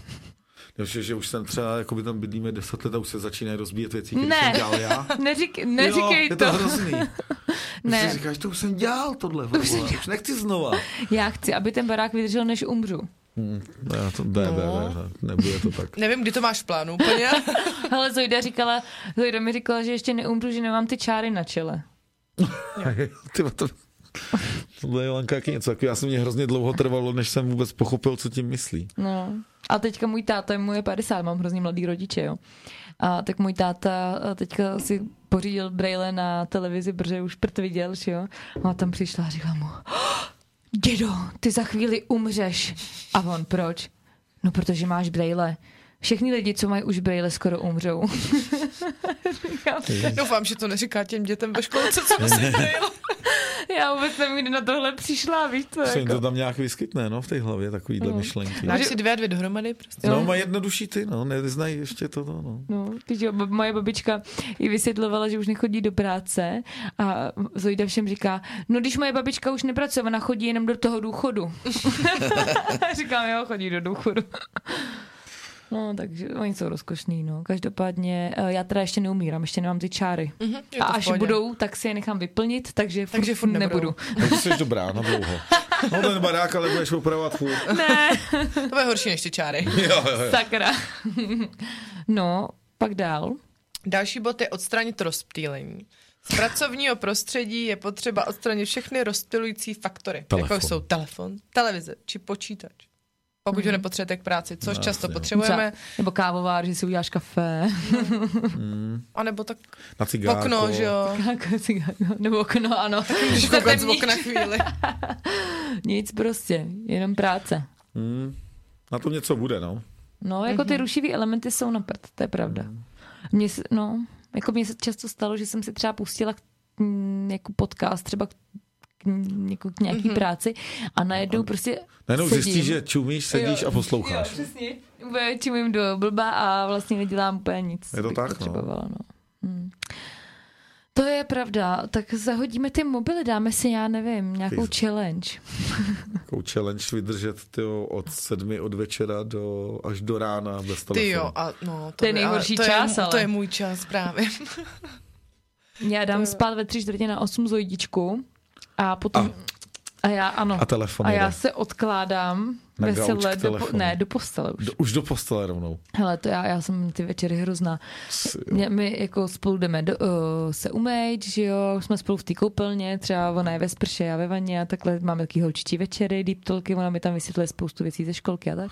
B: Jo, že, že už jsem třeba, jako by tam bydlíme 10 let a už se začínají rozbíjet věci, které
A: Ne.
B: jsem dělal já.
A: Neřík, neříkej
B: jo, je
A: to.
B: to hrozný. Ne.
A: Ne.
B: Si říkáš, to už jsem dělal tohle, to už,
A: jsem
B: už nechci znova.
A: Já chci, aby ten barák vydržel, než umřu.
B: Ne, to, ne, ne, ne, ne, nebude to tak.
C: Nevím, kdy to máš v plánu úplně.
A: Hele, Zojda říkala, Zojda mi říkala, že ještě neumřu, že nemám ty čáry na čele.
B: Ty, to, tohle je Lanka jaký něco takového. Já jsem mě hrozně dlouho trvalo, než jsem vůbec pochopil, co tím myslí.
A: No. A teďka můj táta, mu je 50, mám hrozně mladý rodiče, jo. A tak můj táta a teďka si pořídil braille na televizi, protože už prt viděl, že jo. A tam přišla a říkala mu, "Oh, dědo, ty za chvíli umřeš. A on, proč? No, protože máš braille. Všichni lidi, co mají už braille, skoro umřou. Říkám,
C: Doufám, že to neříká těm dětem ve školce, co se dělo.
A: já vůbec nevím, kdy na tohle přišla, víš co?
B: Se jim to
A: Jako.
B: tam nějak vyskytne, no, v té hlavě, takovýhle
A: Mm.
B: myšlenky.
C: Dáš si dvě a dvě dohromady prostě.
B: No, má jednodušší ty, no, neznají ještě to, no. no.
A: No, víš, jo, ba- moje babička i vysvětlovala, že už nechodí do práce a Zojda všem říká, no když moje babička už nepracuje, ona chodí jenom do toho důchodu. Říkám, jo, chodí do důchodu. No, takže oni jsou rozkošní, no. Každopádně, eh, já teda ještě neumírám, ještě nemám ty čáry.
C: Mhm, je
A: A
C: to v
A: až
C: pohodě.
A: budou, tak si je nechám vyplnit, takže,
C: Takže furt nebudou.
A: nebudu.
B: Takže jsi dobrá na dlouho. No ten barák, ale budeš opravovat furt.
A: Ne,
C: To bude horší než ty čáry.
B: Jo, jo, jo.
A: sakra. no, pak dál.
C: Další bod je odstranit rozptýlení. Z pracovního prostředí je potřeba odstranit všechny rozptylující faktory,
D: Telefon.
C: jako jsou telefon, televize či počítač. Pokud
A: Mhm.
C: ho nepotřebujete k práci, což
B: No,
C: často
B: jo.
C: potřebujeme,
A: Třeba- Nebo kávovár, že si uděláš kafe.
C: anebo tak
B: Na cigárko.
C: okno, že jo.
A: Jako cigáro, nebo okno, ano.
C: Když koukat z okna chvíli.
A: Nic prostě, jenom práce.
B: Hmm. Na tom něco bude, no.
A: No, jako ty rušivý elementy jsou na prd, to je pravda. Mně se, no, jako mně se často stalo, že jsem si třeba pustila mm, jako podcast, třeba k, k- jako k nějaký práci a najednou prostě
B: Najednou
A: sedím.
B: zjistíš, že čumíš, sedíš
A: Jo.
B: a posloucháš.
A: Jo, přesně. Úplně čumím do blba a vlastně nedělám úplně nic.
B: Je
A: co
B: to
A: bych
B: tak, no.
A: potřebovala, no. Hmm. To je pravda, tak zahodíme ty mobily, dáme si, já nevím, nějakou
B: Ty-
A: challenge.
B: Takovou challenge vydržet tyjo, od sedmi od večera do, až do rána bez telefonu.
C: Ty jo, a no, to,
A: To je
C: by- ale
A: nejhorší
C: to
A: čas,
C: je,
A: ale.
C: To je můj čas právě.
A: Já dám spát ve tři čtvrtě na osm zojdičku a potom... A, a já ano.
B: A telefon
A: a
B: jede.
A: já se odkládám
B: Na gauč
A: veselé
B: k
A: do, po,
B: telefonu.
A: ne, do postele už.
B: Do, už do postele rovnou.
A: Hele, to já, já jsem ty večery hrozná.
B: Cs, jo.
A: Mě, my jako spolu jdeme do, uh, se umýt, že jo, jsme spolu v té koupelně, třeba ona je ve sprše, já ve vaně a takhle máme taky holčičí večery, deep talky, ona mi tam vysvětluje spoustu věcí ze školky a tak.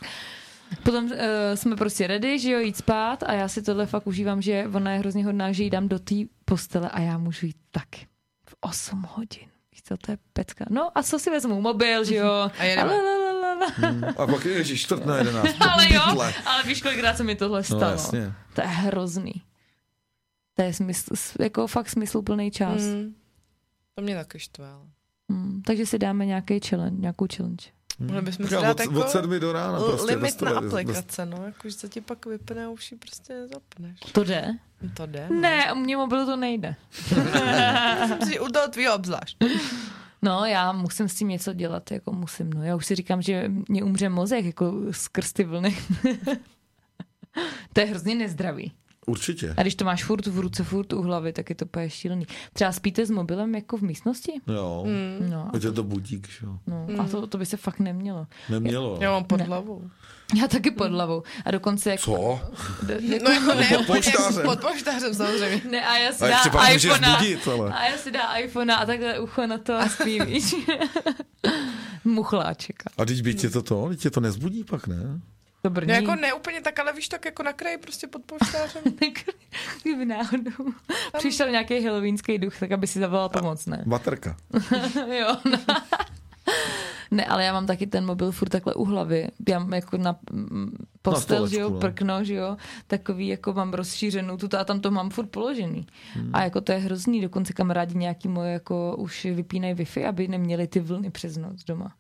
A: Potom uh, jsme prostě ready, že jo, jít spát a já si tohle fakt užívám, že ona je hrozně hodná, že jí dám do té postele a já můžu jít taky v 8 hodin. Víš co, to je pecka. No a co si vezmu? Mobil, že jo?
C: A jedeme.
A: Lalalala.
B: hmm. A pak je že čtvrt na jedenáct.
A: Ale jo,
B: Pytle.
A: ale víš, kolikrát se mi tohle
B: No
A: stalo.
B: jasně.
A: To je hrozný. To je smysl, s- jako fakt smysluplný čas. Mm.
C: Mm. To mě taky štve, ale.
A: Mm. Takže si dáme nějaký challenge, nějakou challenge.
C: Mohli bychom si
B: Říkám,
C: dát
B: od,
C: jako
B: od sedmi do rána.
C: l-
B: Prostě bez
C: limit na
B: tele- bez-
C: aplikace, no, jakože se ti pak vypne a už ji prostě nezapneš.
A: To jde?
C: To jde. no.
A: Ne, u mě mobilu to nejde.
C: Jsem si u toho tvýho obzvlášť.
A: No, já musím s tím něco dělat, jako musím. No, já už si říkám, že mě umře mozek, jako skrz ty vlny. to je hrozně nezdravý.
B: Určitě.
A: A když to máš furt v ruce, furt u hlavy, tak je to úplně šílený. Třeba spíte s mobilem jako v místnosti?
B: Jo.
A: No,
B: Je to budík, že jo.
A: no a to, to by se fakt nemělo.
B: Nemělo.
C: Já mám pod hlavou.
A: Já taky pod hlavou. A dokonce jako...
B: Co?
C: No jako ne,
B: Pod
C: úplně
B: polštářem.
C: pod polštářem samozřejmě.
A: Ne, a já si
B: A
A: dá
B: ještě pak můžeš no.
A: iPhone.
B: budit, ale.
A: A já si dá iPhone a takhle ucho na to a spí, víš. Muchláček.
B: A teď by tě to to, teď tě to nezbudí pak, ne?
A: To brní.
C: No jako ne úplně tak, ale víš, tak jako na kraji prostě pod polštářem.
A: Kdyby náhodou přišel nějaký halloweenský duch, tak aby si zavolal pomoc, ne?
B: Baterka.
A: jo, no. Ne, ale já mám taky ten mobil furt takhle u hlavy. Já mám jako na mm, postel,
E: stolečku,
A: že jo,
E: no.
A: prkno, že jo, takový jako mám rozšířenou tu a tam to mám furt položený. Hmm. A jako to je hrozný, dokonce kamarádi nějaký moje jako už vypínají Wi-Fi, aby neměli ty vlny přes noc doma.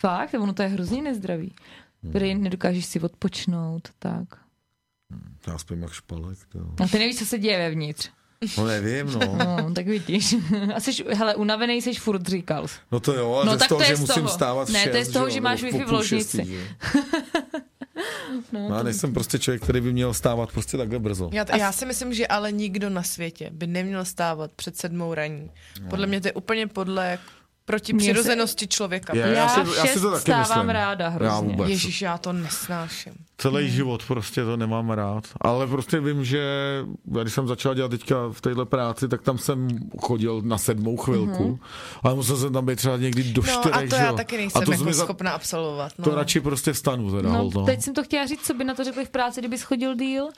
A: Fakt, ono to je hrozně nezdravý.
E: Hmm.
A: Prý nedokážeš si odpočnout, tak.
E: Já spím jak špalek, jo.
A: A ty nevíš, co se děje vevnitř.
E: No nevím, no.
A: No, tak vidíš. A jsi, hele, unavený jsi furt říkal.
E: No to jo, ale
A: No
E: to je
A: tak
E: z toho,
A: to je
E: že
A: z
E: musím
A: toho.
E: vstávat v
A: Ne, to je z
E: šest,
A: toho,
E: jo,
A: že máš
E: nebo
A: Wi-Fi
E: po
A: v
E: půl šestý,
A: ložnici.
E: že jo.
A: No,
E: No, já nejsem prostě člověk, který by měl stávat prostě takhle brzo.
C: Já, t- já si myslím, že ale nikdo na světě by neměl stávat před sedmou raní.
B: No.
C: Podle mě to je úplně podle proti
A: Mně se-
C: přirozenosti člověka.
B: Já-
A: já,
B: já
A: já,
B: si-
A: si,
B: já si to
A: to
B: taky
A: stávám
B: myslím.
A: ráda hrozně.
E: Já vůbec.
C: Ježíš, já to nesnáším.
B: Celý život prostě to nemám rád. Ale prostě vím, že já když jsem začal dělat teďka v téhle práci, tak tam jsem chodil na sedmou chvilku,
A: Mhm.
B: ale musel jsem tam být třeba někdy do
C: No
B: čtyřech.
C: a to
B: že
C: já
B: jo.
C: taky nejsem
B: a to
C: jako
B: za-
C: schopná absolvovat. No.
B: To radši prostě vstanu teda,
A: No,
B: holto.
A: teď jsem to chtěla říct, co by na to řekli v práci, kdyby schodil díl.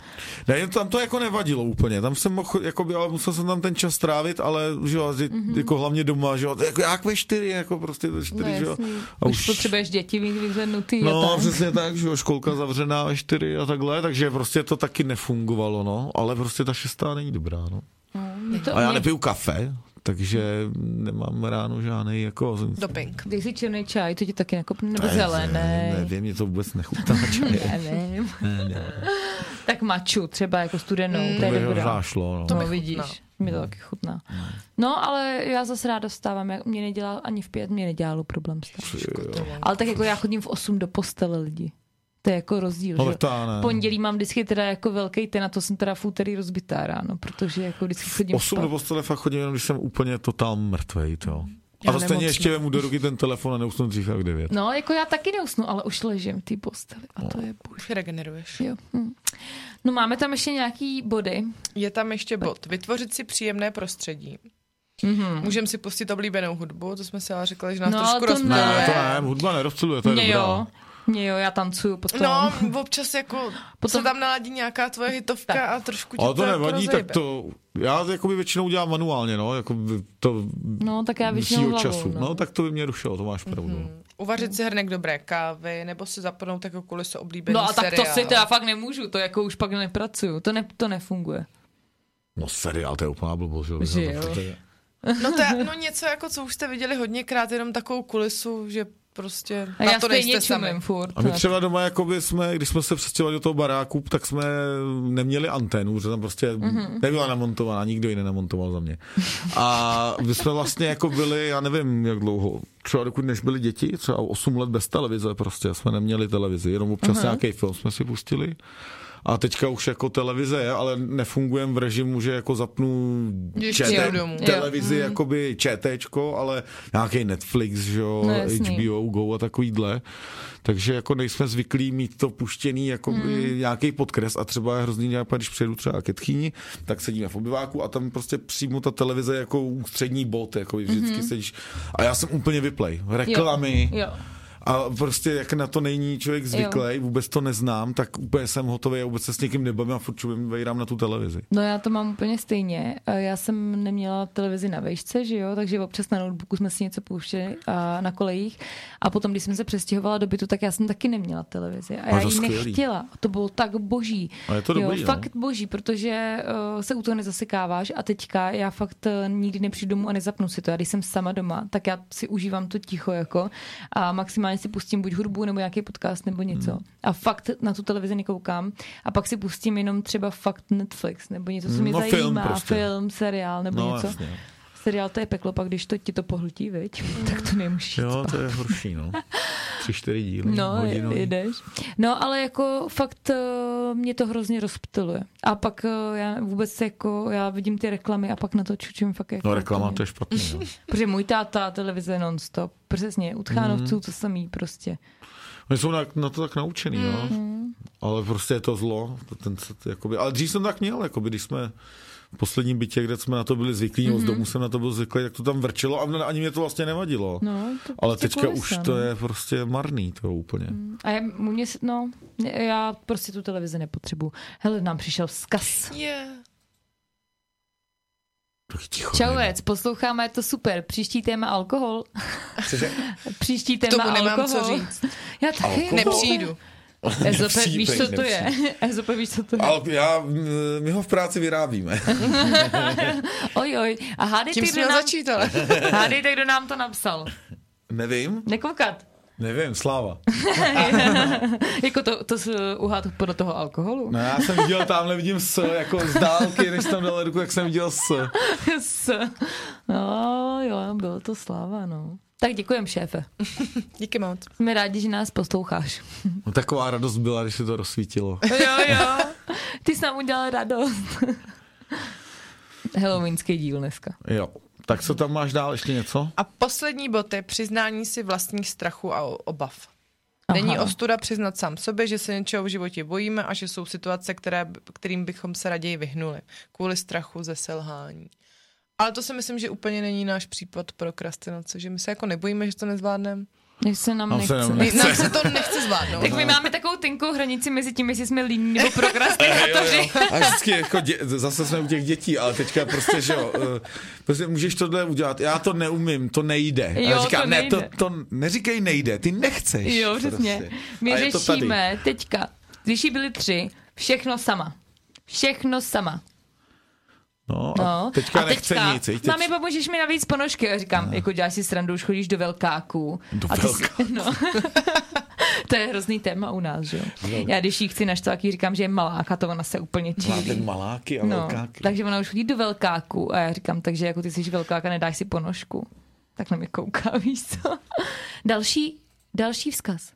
B: Ne, tam to jako nevadilo úplně, tam jsem mohl, jako by, ale musel jsem tam ten čas trávit, ale že jo, mm-hmm. jako hlavně doma, že jo, jako jak ve čtyři, jako prostě
A: Mhm.
B: ve
A: No,
B: čtyři, že jo.
A: jasný.
B: A
A: Už potřebuješ děti mít vyhlednutý. a
B: No,
A: tak.
B: přesně tak, že jo, školka zavřená ve čtyři a takhle, takže prostě to taky nefungovalo, no, ale prostě ta šestá není dobrá, no.
A: No, mě to,
B: A já
A: mě-
B: nepiju kafe, takže nemám ráno žádný jako...
C: Doping.
A: Dej si černý čaj, to ti taky nekopne, nebo
B: Ne,
A: zelený.
B: Nevím, mě to vůbec nechutná čaje.
A: Nevím. tak maču třeba jako studenou, to
B: To
A: je
B: by
A: dobrá.
B: možná šlo, no.
A: To
C: mi
A: no, vidíš, mi to taky chutná. No, ale já zase ráda vstávám, jak mě nedělá ani v pět, mě nedělalo problém vstát. Ale tak jako já chodím v osm do postele lidi. To je jako rozdíl,
B: No,
A: že?
B: tak to já ne.
A: V pondělí mám vždycky teda jako velký ten a to jsem teda v úterý rozbitá ráno, protože jako vždycky chodím
B: Osm
A: spát.
B: do postele fakt chodím, jenom když jsem úplně totál mrtvej, to.
C: Já
B: A to stejně
C: nemocná.
B: ještě vemu do ruky ten telefon a neusnu dřív jak devět.
A: No, jako já taky neusnu, ale už ležím v té posteli a to je bůh.
C: Už regeneruješ.
A: Jo. Hm. No máme tam ještě nějaký body.
C: Je tam ještě bod. Vytvořit si příjemné prostředí.
A: Mhm.
C: Můžeme si pustit oblíbenou hudbu, to jsme si ale řekli, že nás
A: No, ale
C: trošku
A: to
C: rozptýlí.
B: Ne,
A: Ne.
B: to ne, hudba nerozceluje, to je
A: Mě jo,
B: dobrá.
A: mě jo, já tancuju potom.
C: No, občas jako Potom...
A: Potom-
C: se tam naladí nějaká tvoje hitovka
A: Tak.
C: a trošku tě
B: Ale to
C: jako
B: nevadí, tak
C: rozejbe.
B: to... Já jakoby většinou dělám manuálně, no, jako by to
A: no tak já
B: svýho
A: většinou hlavou.
B: času.
A: No. Mhm.
B: No, tak to by mě rušilo, to máš pravdu. Mm-hmm.
C: Uvařit si hrnek dobré kávy, nebo si zapnout jako kvůli se oblíbený
A: no a tak to
C: seriál.
A: si teda fakt nemůžu, to jako už pak nepracuju, to, ne, to nefunguje.
B: No seriál, to je úplná blbost, že jo?
A: Že
B: To-
A: jo.
B: to je-
C: No to je, no něco jako, co už jste viděli hodněkrát, jenom takovou kulisu, že prostě
A: A
C: na
A: já
C: to
A: stejně
C: nejste sami.
A: čumím furt.
B: A my
A: tak.
B: třeba doma, jakoby jsme, když jsme se přestěhovali do toho baráku, tak jsme neměli anténu, že tam prostě mm-hmm. nebyla namontovaná, nikdo ji nenamontoval za mě. A my jsme vlastně jako byli, já nevím, jak dlouho, třeba dokud než byli děti, třeba 8 let bez televize prostě, jsme neměli televizi, jenom občas mm-hmm. nějaký film jsme si pustili. A teďka už jako televize je, ale nefungujem v režimu, že jako zapnu
C: Když
B: ČT,
C: přijdu domů.
B: televizi,
A: Hmm.
B: jakoby ČTčko, ale nějaký Netflix, že jo,
A: No, jasný.
B: HBO Go a takovýhle. Takže jako nejsme zvyklí mít to puštěný jako
A: Hmm.
B: mm. nějaký podkres a třeba je hrozný nějak, když přijedu třeba ke tchýni, tak sedíme v obyváku a tam prostě přímo ta televize je jako ústřední bod, jako vždycky mm-hmm. sedíš. A já jsem úplně vyplej. Reklamy.
A: Mhm. Jo.
B: A prostě jak na to není člověk zvyklý, vůbec to neznám, tak úplně jsem hotový a vůbec se s někým nebavím a furt čumím, vejrám na tu televizi.
A: No já to mám úplně stejně. E, Já jsem neměla televizi na vejšce, že jo, takže občas na notebooku jsme si něco pouštěli a na kolejích. A potom, když jsem se přestěhovala do bytu, tak já jsem taky neměla televizi. A
B: Ale
A: já
B: to
A: ji
B: skvělý.
A: nechtěla. To bylo tak boží.
B: A je to dobrý,
A: jo,
B: no.
A: fakt boží, protože uh, se u toho nezasekáváš a teďka já fakt uh, nikdy nepřijdu domů a nezapnu si to. Já když jsem sama doma, tak já si užívám to ticho jako a maximálně si pustím buď hudbu nebo nějaký podcast nebo něco. Hmm. A fakt na tu televizi nekoukám a pak si pustím jenom třeba fakt Netflix nebo něco, co mě
B: No, film
A: zajímá.
B: prostě.
A: film, seriál nebo
B: No
A: něco.
B: jasně.
A: Seriál to je peklo, pak když to ti to pohltí, viď? tak to nemůžeš jít
B: Jo, to je horší, no. Tři, čtyři díly.
A: No,
B: hodinový.
A: jdeš. No, ale jako fakt eh, mě to hrozně rozptiluje. A pak eh, já vůbec jako, já vidím ty reklamy a pak na to čučím fakt jako.
B: No reklama,
A: úplně.
B: to je špatný, jo.
A: Protože můj táta televize non-stop, přesně, u Tchánovců
B: Mhm.
A: to samý prostě.
B: Oni jsou na, na to tak naučený, no.
A: Mm-hmm.
B: Ale prostě je to zlo. To Ten, se- jakoby, ale dřív jsem tak měl, jakoby, když jsme v posledním bytě, kde jsme na to byli zvyklí, mm-hmm. z domu jsem na to byl zvyklý, tak to tam vrčelo a ani mě to vlastně nevadilo.
A: No, to
B: ale
A: prostě
B: teďka
A: kulisa,
B: už
A: no.
B: to je prostě marný, to úplně. Mm.
A: A já, mě, se- no, já prostě tu televizi nepotřebuju. Hele, nám přišel vzkaz.
C: Je.
B: Ticho,
A: Čauvec, posloucháme, je to super. Příští téma alkohol.
E: Cože?
A: Příští
C: K tomu
A: téma
C: nemám
A: alkohol.
C: co říct.
A: Já taky
E: Alkohol?
C: Nepřijdu.
A: Ezope, víš, co to
E: Nepřijde,
A: je? Ezope, víš, co to je?
E: Ale já, m, my ho v práci vyrábíme.
A: Oj, oj. A hádejte,
C: Tím jsi
A: kdo
C: měl
A: nám,
C: začít, ale
A: hádejte, kdo nám to napsal.
E: Nevím.
A: Nekoukat.
B: Nevím, Sláva.
A: Jako to, to s- uhád podle toho alkoholu.
B: No já jsem viděl, tamhle vidím s, jako z dálky, než tam dal ruku, jak jsem viděl s.
A: S- no, jo, bylo to sláva, no. Tak děkujem, šéfe.
C: díky moc.
A: Jsme rádi, že nás posloucháš.
B: No, taková radost byla, když se to rozsvítilo.
A: Jo, jo. Ty jsi nám udělal radost. Halloweenský díl dneska.
B: Jo. Tak co tam máš dál, ještě něco?
C: A poslední bod je přiznání si vlastních strachů a o- obav. Není
A: Aha.
C: ostuda přiznat sám sobě, že se něčeho v životě bojíme a že jsou situace, které, kterým bychom se raději vyhnuli kvůli strachu ze selhání. Ale to si myslím, že úplně není náš případ prokrastinace, že my se jako nebojíme, že to nezvládneme.
A: Než se nám
B: Nám se
A: nechce.
B: nám
A: Ne-
B: nechce.
C: Nám se to nechce zvládnout.
A: tak my máme takovou tenkou hranici mezi tím, jestli jsme líní nebo prokrastinátoři.
E: A vždycky jako dě, zase jsme u těch dětí, ale teďka prostě, že jo, eh, prostě můžeš tohle udělat, já to neumím, to nejde. a
A: Jo,
E: já říkám,
A: to
E: ne, to,
A: nejde.
E: to neříkej nejde, ty nechceš.
A: Jo, přesně.
E: Prostě.
A: My
E: A je to tady.
A: řešíme teďka, když jí byly tři, všechno sama. Všechno sama.
B: No, a
A: No.
B: teďka
A: a
B: nechce
A: teďka,
B: nic. Teď...
A: Mami, pomůžeš mi navíc ponožky. Já říkám, no. jako děláš si srandu, už chodíš do velkáků.
B: Do
A: a ty Si, no. to je hrozný téma u nás, že jo. Já když jí chci naštvat, jí říkám, že je malá a to ona se úplně
E: Má
A: čílí.
E: ten maláky a no,
A: No,
E: velkáky.
A: takže ona už chodí do velkáku a já říkám, takže jako ty jsi velkáka, nedáš si ponožku. Tak na mě kouká, víš co? Další, další vzkaz.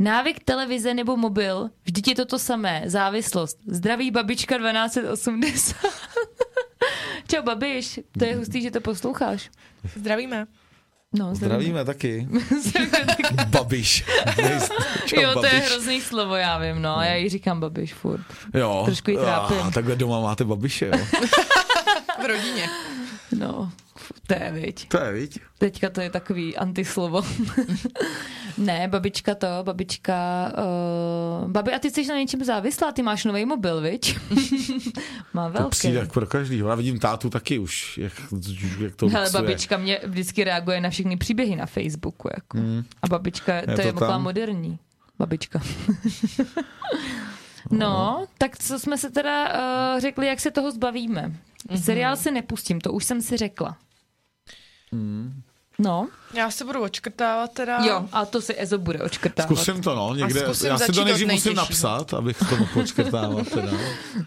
A: Návyk televize nebo mobil, vždyť je to to samé, závislost. Zdraví babička 1280. Čau babiš, to je hustý, že to posloucháš.
C: Zdravíme.
A: No,
E: Zdravíme taky. Babiš. Čau,
A: jo, to je
E: babiš.
A: hrozný slovo, já vím, no. Já jí říkám babiš furt.
E: Jo.
A: Trošku ji trápím.
E: Ah, takhle doma máte babiše, jo.
C: V rodině.
A: No, to je, viď.
E: To je, viď?
A: Teďka to je takový antislovo. ne, babička to, babička... Uh, babi, a ty jsi na něčem závislá, ty máš nový mobil, viď? Má
B: To
A: velký.
B: přijde jak pro každýho. Já vidím tátu taky už, jak, jak to
A: Hele,
B: luxuje.
A: babička mě vždycky reaguje na všechny příběhy na Facebooku. Jako. Mm. A babička, to je,
E: to
A: je taková
E: tam?
A: moderní. Babička. no, tak co jsme se teda uh, řekli, jak se toho zbavíme. Mm-hmm. Seriál si nepustím, to už jsem si řekla. Mm. No,
C: Já se budu očkrtávat teda.
A: jo, a to si Ezo bude očkrtávat.
B: Zkusím to, no, někde.
C: zkusím
B: Já si
C: začít
B: to
C: od
B: nejdřív musím
C: nejtěžšího.
B: napsat, abych to mohl počkrtávat. Teda.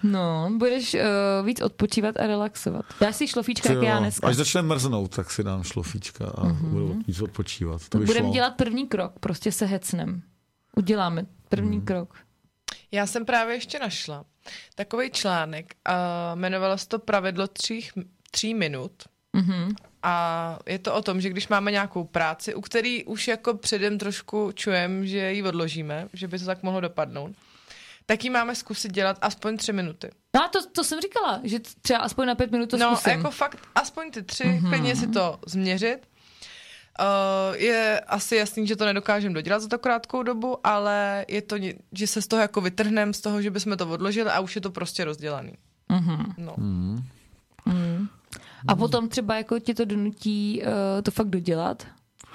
A: No, budeš uh, víc odpočívat a relaxovat. Dáš si šlofíčka,
B: Ty
A: jak já
B: jo,
A: dneska. Mhm.
B: Až začne mrznout, tak si dám šlofíčka a budu víc odpočívat. To by
A: Budeme
B: šlo.
A: dělat první krok, prostě se hecnem. Uděláme první
B: Hmm.
A: mm. krok.
C: Já jsem právě ještě našla takový článek, uh, jmenovalo se to Pravidlo třích, tří minut. Mm-hmm. A je to o tom, že když máme nějakou práci, u který už jako předem trošku čujem, že ji odložíme, že by to tak mohlo dopadnout, tak ji máme zkusit dělat aspoň tři minuty.
A: No a to, to jsem říkala, že t- třeba aspoň na pět minut to
C: no, a
A: zkusím. Mhm.
C: jako fakt aspoň ty tři, mm-hmm. klidně si to změřit. Uh, je asi jasný, že to nedokážeme dodělat za tak krátkou dobu, ale je to, ně- že se z toho jako vytrhneme, z toho, že bychom to odložili a už je to prostě rozdělaný.
A: Mhm.
C: Mm-hmm. No.
B: Mhm.
A: A potom třeba jako tě to donutí uh, to fakt dodělat.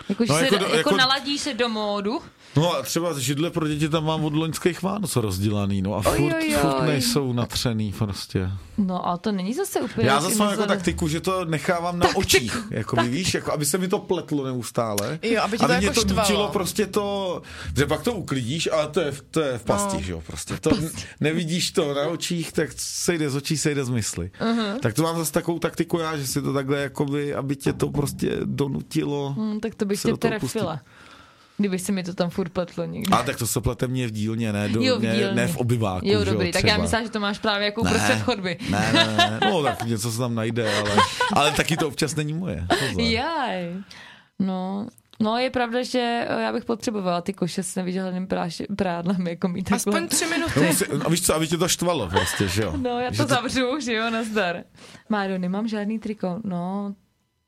A: Jako, že
B: No,
A: se,
B: jako
A: jako,
B: do-
A: jako,
B: jako-
A: naladíš se do módu.
B: No a třeba židle pro děti tam mám od loňských Vánoc rozdělaný, no a furt,
A: Ojojoj.
B: furt nejsou natřený prostě.
A: No a to není zase úplně...
B: Já zase mám jako
A: moc-
B: taktiku, že to nechávám na očích, jako by, víš, jako aby se mi to pletlo neustále.
C: Jo, aby tě to
B: aby mě to
C: jako štvalo.
B: nutilo prostě to, že pak to uklidíš, ale to je, v- to je v pasti,
C: No.
B: že jo, prostě to nevidíš to na očích, tak sejde z očí, sejde z mysli.
A: Mhm.
B: Uh-huh. Tak to mám zase takovou taktiku já, že si to takhle jakoby, aby tě to prostě donutilo.
A: Hmm, tak to bych
B: se
A: tě
B: do toho
A: trefila. Kdyby se mi to tam furt pletlo někde.
B: A tak to se plete mě v dílně, ne, do,
A: Jo, v
B: ne,
A: dílně.
B: ne v obyváku.
A: Jo,
B: že
A: dobrý, tak
B: třeba.
A: já myslím, že to máš právě jako uprostřed chodby.
B: Ne, ne, ne, no tak něco se tam najde, ale, ale taky to občas není moje. Pozor.
A: Jaj. No, no je pravda, že eh, já bych potřebovala ty koše s nevyžehleným práš- prádlem, jako mít takhle.
C: Aspoň tři minuty.
B: No,
A: Jako-
B: musí, a víš co, aby tě to štvalo prostě, že jo?
A: No, já to,
B: že
A: to zavřu, že jo, nazdar. Máro, nemám žádný triko. No,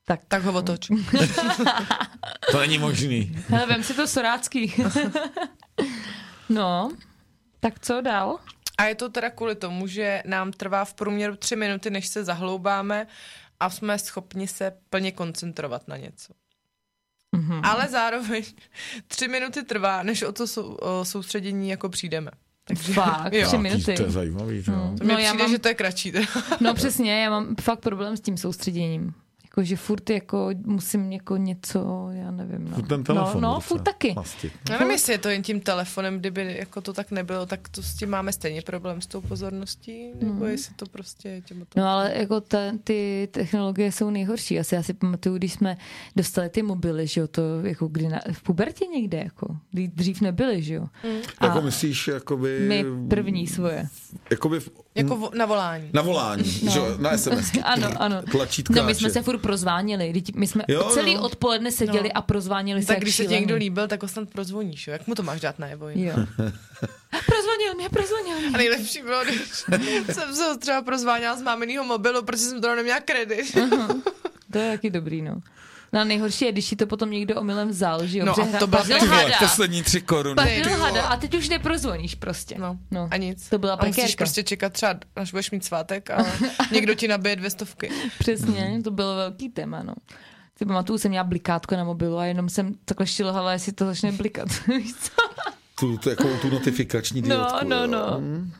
A: tak.
C: Tak ho otoč.
B: to není možný.
A: Hele, vem si to sorácký. no, tak co dál?
C: A je to teda kvůli tomu, že nám trvá v průměru tři minuty, než se zahloubáme a jsme schopni se plně koncentrovat na něco. Mm-hmm. Ale zároveň tři minuty trvá, než o to sou, o soustředění jako přijdeme.
A: Takže, fakt, jo. tři minuty.
F: To je zajímavý. To. Hmm.
C: To no, přijde, mám... že to je kratší. Teda.
A: no přesně, já mám fakt problém s tím soustředěním. Jako, že furt jako musím jako něco, já nevím. No.
F: Furt ten telefon.
A: No, no furt taky.
F: Mastit.
C: Já nevím, jestli je to jen tím telefonem, kdyby jako to tak nebylo, tak to s tím máme stejně problém s tou pozorností, nebo mm. jestli to prostě těm
A: No ale jako ta, ty technologie jsou nejhorší. Asi já si pamatuju, když jsme dostali ty mobily, že jo, to jako kdy na, v pubertě někde, jako, kdy dřív nebyly, že jo. Mm.
B: A jako myslíš, jakoby...
A: My mm, první svoje.
B: Jakoby... V...
C: Jako vo, na volání.
B: Na volání, no. že jo, na SMS.
A: ano, ano.
B: Tlačítka.
A: No, my jsme se furt prozváněli. My jsme jo, celý no. odpoledne seděli no. a prozváněli
C: tak
A: se.
C: Tak když se ti někdo líbil, tak ho snad prozvoníš. Jo? Jak mu to máš dát najevo?
A: Jo. prozvonil mě, prozvonil mě.
C: A nejlepší bylo, když jsem se ho třeba prozváněla z máminého mobilu, protože jsem to neměla kredit.
A: uh-huh. to je taky dobrý, no. No a nejhorší je, když ti to potom někdo omylem vzal, že jo?
C: No a to byla
F: hada. poslední tři koruny.
A: Padl hada a teď už neprozvoníš prostě.
C: No, no. a nic.
A: To byla
C: a musíš
A: prekérka.
C: prostě čekat třeba, až budeš mít svátek a někdo ti nabije dvě stovky.
A: Přesně, to bylo velký téma, no. Si pamatuju, jsem měla blikátko na mobilu a jenom jsem takhle šilhala, jestli to začne blikat.
B: tu, tu, jako, tu notifikační
A: dílotku. No, no, no. Mm.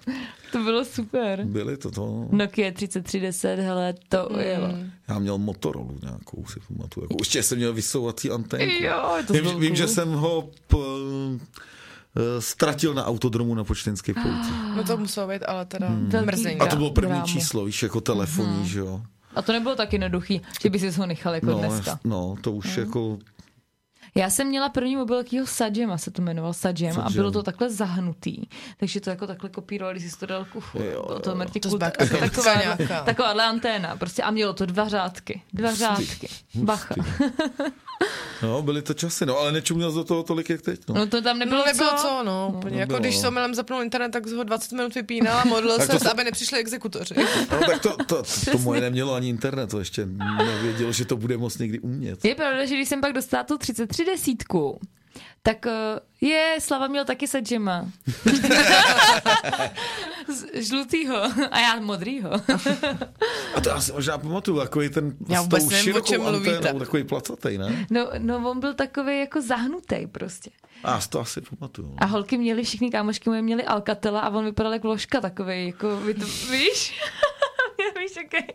A: To bylo super.
B: Byly to to.
A: Nokia 3310, hele, to mm. jelo.
B: Já měl Motorola nějakou, si pamatuju. Jako, ještě jsem měl vysouvací anténku.
A: Jo, to
B: vím, vím, že jsem ho p, eh, ztratil na autodromu na počtenské
A: Ah,
B: pouti.
C: No to muselo být, ale teda hmm.
A: mrzení.
B: A to bylo první Brámo. číslo, víš, jako telefonní,
A: Mhm.
B: hmm. že jo.
A: A to nebylo tak jednoduchý, že by si ho nechal jako
B: no,
A: dneska. Mhm.
B: No, to už hmm. jako
A: já jsem měla první mobil jakýho Sajema, se to jmenoval Sajem, Sajem, a bylo to takhle zahnutý. Takže to jako takhle kopírovali, si to dal k uchu. Jo, bylo to jako mrtí
C: to tak, taková, nějaká.
A: takováhle anténa. Prostě, a mělo to dva řádky. Dva hustý, řádky. Hustý. Bacha.
B: no, byly to časy, no, ale nečuměl do toho tolik, jak teď. No,
A: no to tam nebylo,
C: no, nebylo co?
A: co
C: no, no, nebylo. jako když jsem omylem zapnul internet, tak ho 20 minut vypínal a modlil se, to... aby nepřišli exekutoři.
B: no, tak to, to, to, to moje nemělo ani internet, to ještě nevěděl, že to bude moc někdy umět.
A: Je pravda, že když jsem pak dostala tu 33 tři desítku, tak eh, je, Slava měl taky se džema. Žlutýho a já modrýho.
B: a to asi možná pamatuju, takový ten já s tou širokou anténou, takový placatej, ne?
A: No, no, on byl takový jako zahnutý prostě.
B: A to asi pamatuju. no.
A: A holky měly, všichni kámošky moje měly Alcatela a on vypadal jako ložka takový, jako, víš? víš, jaký.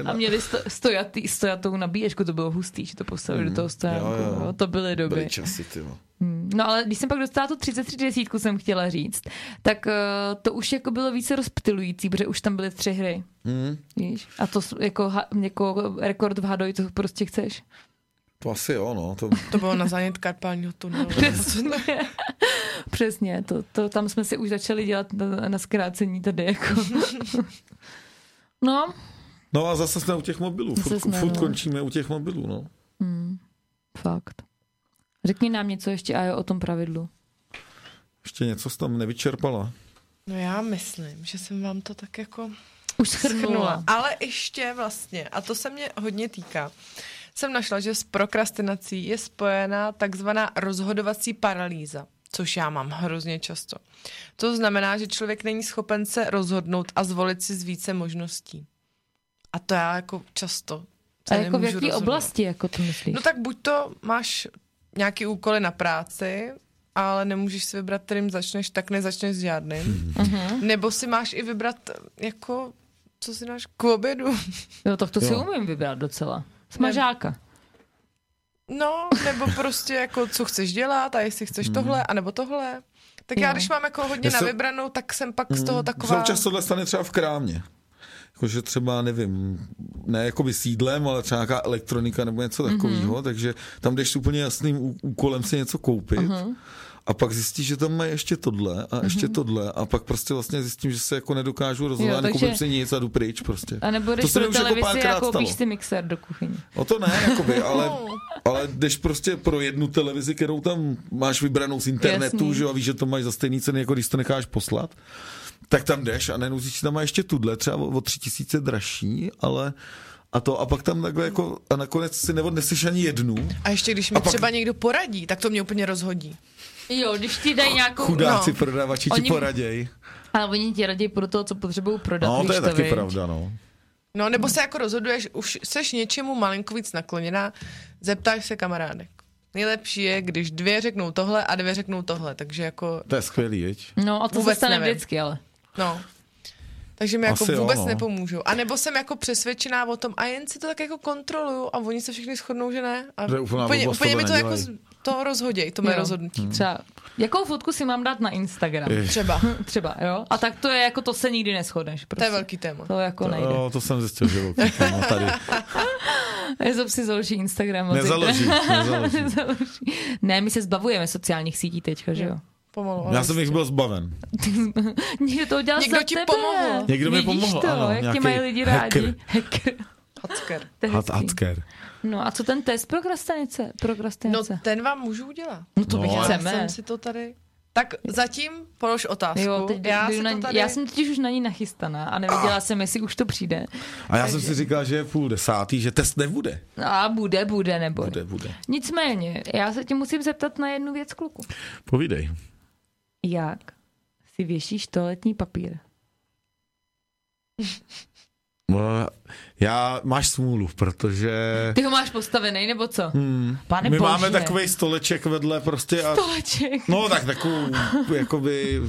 A: Okay. A měli sto, stojatý, stojatou nabíječku, to bylo hustý, že to postavili mm. do toho stojanku. Jo, jo. To byly doby.
B: Byly časy, ty
A: No ale když jsem pak dostala tu 33 desítku, jsem chtěla říct, tak uh, to už jako bylo více rozptilující, protože už tam byly tři hry. Mm.
B: Hm,
A: Víš? A to jako, ha, jako rekord v Hadoji, to prostě chceš.
B: To asi jo, no. To,
C: to bylo na zánět karpálního tunelu.
A: Přesně, Přesně to, to, tam jsme si už začali dělat na, na zkrácení tady jako. No.
B: No a zase jsme u těch mobilů. Zase furt, jsme, furt no. končíme u těch mobilů, no.
A: Mm, fakt. Řekni nám něco ještě a o tom pravidlu.
B: Ještě něco jsi tam nevyčerpala.
C: No já myslím, že jsem vám to tak jako...
A: Už schrnula. schrnula.
C: Ale ještě vlastně, a to se mě hodně týká, jsem našla, že s prokrastinací je spojená takzvaná rozhodovací paralýza což já mám hrozně často. To znamená, že člověk není schopen se rozhodnout a zvolit si z více možností. A to já jako často.
A: A jako v jaké oblasti jako to myslíš?
C: No tak buď to máš nějaký úkoly na práci, ale nemůžeš si vybrat, kterým začneš, tak nezačneš s žádným.
A: Mhm.
C: Mm-hmm. Nebo si máš i vybrat jako, co si dáš k obědu.
A: Jo, tak to jo. si umím vybrat docela. Smažáka. Ne-
C: No, nebo prostě jako, co chceš dělat a jestli chceš mm. tohle, anebo tohle. Tak no. já, když mám jako hodně já na vybranou, tak jsem pak mm, z
A: Hmm.
C: toho taková...
B: Jsou často tohle stane třeba v krámě. Jakože třeba, nevím, ne jako by sídlem, ale třeba nějaká elektronika nebo něco
A: Mhm.
B: takového, mm-hmm. takže tam jdeš úplně jasným úkolem si něco koupit.
A: Mhm.
B: Mm-hmm. A pak zjistíš, že tam mají ještě tohle a ještě mm-hmm. tohle a pak prostě vlastně zjistím, že se jako nedokážu rozhodnout, takže... nekoupím si nic a jdu pryč prostě.
A: A nebo jdeš pro televizi jako a koupíš si mixer do kuchyně.
B: O No to ne, jakoby, ale,
A: No.
B: ale jdeš prostě pro jednu televizi, kterou tam máš vybranou z internetu, Jasný. že a víš, že to máš za stejný ceny, jako když to necháš poslat, tak tam jdeš a najednou zjistíš, tam má ještě tuhle, třeba o, o tři tisíce dražší, ale a to a pak tam takhle jako a nakonec si neodneseš ani jednu.
C: A ještě když mi pak... třeba někdo poradí, tak to mě úplně rozhodí.
A: Jo, když ti dají nějakou...
B: Chudáci no. prodavači ti oni, poraděj.
A: Ale oni ti raději pro to, co potřebují prodat.
B: No, to je to taky víc. pravda, no.
C: No, nebo se jako rozhoduješ, už seš něčemu malinko víc nakloněná, zeptáš se kamarádek. Nejlepší je, když dvě řeknou tohle a dvě řeknou tohle, takže jako...
B: To je skvělý, jeď.
A: No a to se
C: Vůbec
A: stane
C: nevím.
A: vždycky, ale.
C: No. Takže mi jako
B: Asi jo,
C: vůbec
B: no.
C: nepomůžou. A nebo jsem jako přesvědčená o tom a jen si to tak jako kontroluju a oni se všichni shodnou, že ne. A
B: To je úplná
C: úplně,
B: blbost,
C: úplně
B: tohle
C: mi to jako
B: nedělej.
C: z- to rozhoděj, to moje
A: Jo.
C: rozhodnutí.
A: Třeba, jakou fotku si mám dát na Instagram?
C: Třeba.
A: Třeba, jo? A tak to je jako, to se nikdy neschodneš. Prostě.
C: To je velký téma.
A: To jako nejde.
B: No, to jsem zjistil, že velký téma tady.
A: Nezob si založí Instagram. od
B: Nezaloží, nezaloží.
A: zítra. Nezaloží. ne, my se zbavujeme sociálních sítí teďka, že jo?
C: Pomalu. ale
B: Já jsem jich byl zbaven.
A: Někdo to udělal
C: Někdo
A: za
C: ti
A: tebe.
C: pomohl.
B: Někdo mi
A: Vidíš
B: pomohl,
A: to,
B: ano,
A: jak tě
B: nějaký
A: mají lidi rádi.
B: hacker.
A: Hacker.
C: hacker.
A: To je
B: Hat
A: hezký.
B: Atker.
A: No a co ten test prokrastinice?
C: No
A: prokrastinace?
C: ten vám můžu udělat.
A: No to
B: No,
A: bych
B: ale-
C: Já
A: chceme.
C: jsem si to tady... Tak zatím polož otázku.
A: Jo, teď
C: já,
A: jdu
C: si
A: na,
C: to tady...
A: já jsem totiž už na ní nachystaná a nevěděla jsem, jestli už to přijde.
B: A já jsem si říkal, že je půl desátý, že test nebude.
A: No, A bude, bude, nebo.
B: Bude, bude.
A: Nicméně, já se tě musím zeptat na jednu věc, kluku.
B: Povídej.
A: Jak si věšíš toaletní papír?
B: No, Já, máš smůlu, protože...
A: Ty ho máš postavený, nebo co?
B: Hmm.
A: Pane
B: My
A: bože.
B: máme takový stoleček vedle prostě a...
A: Stoleček.
B: No tak takovou, jakoby...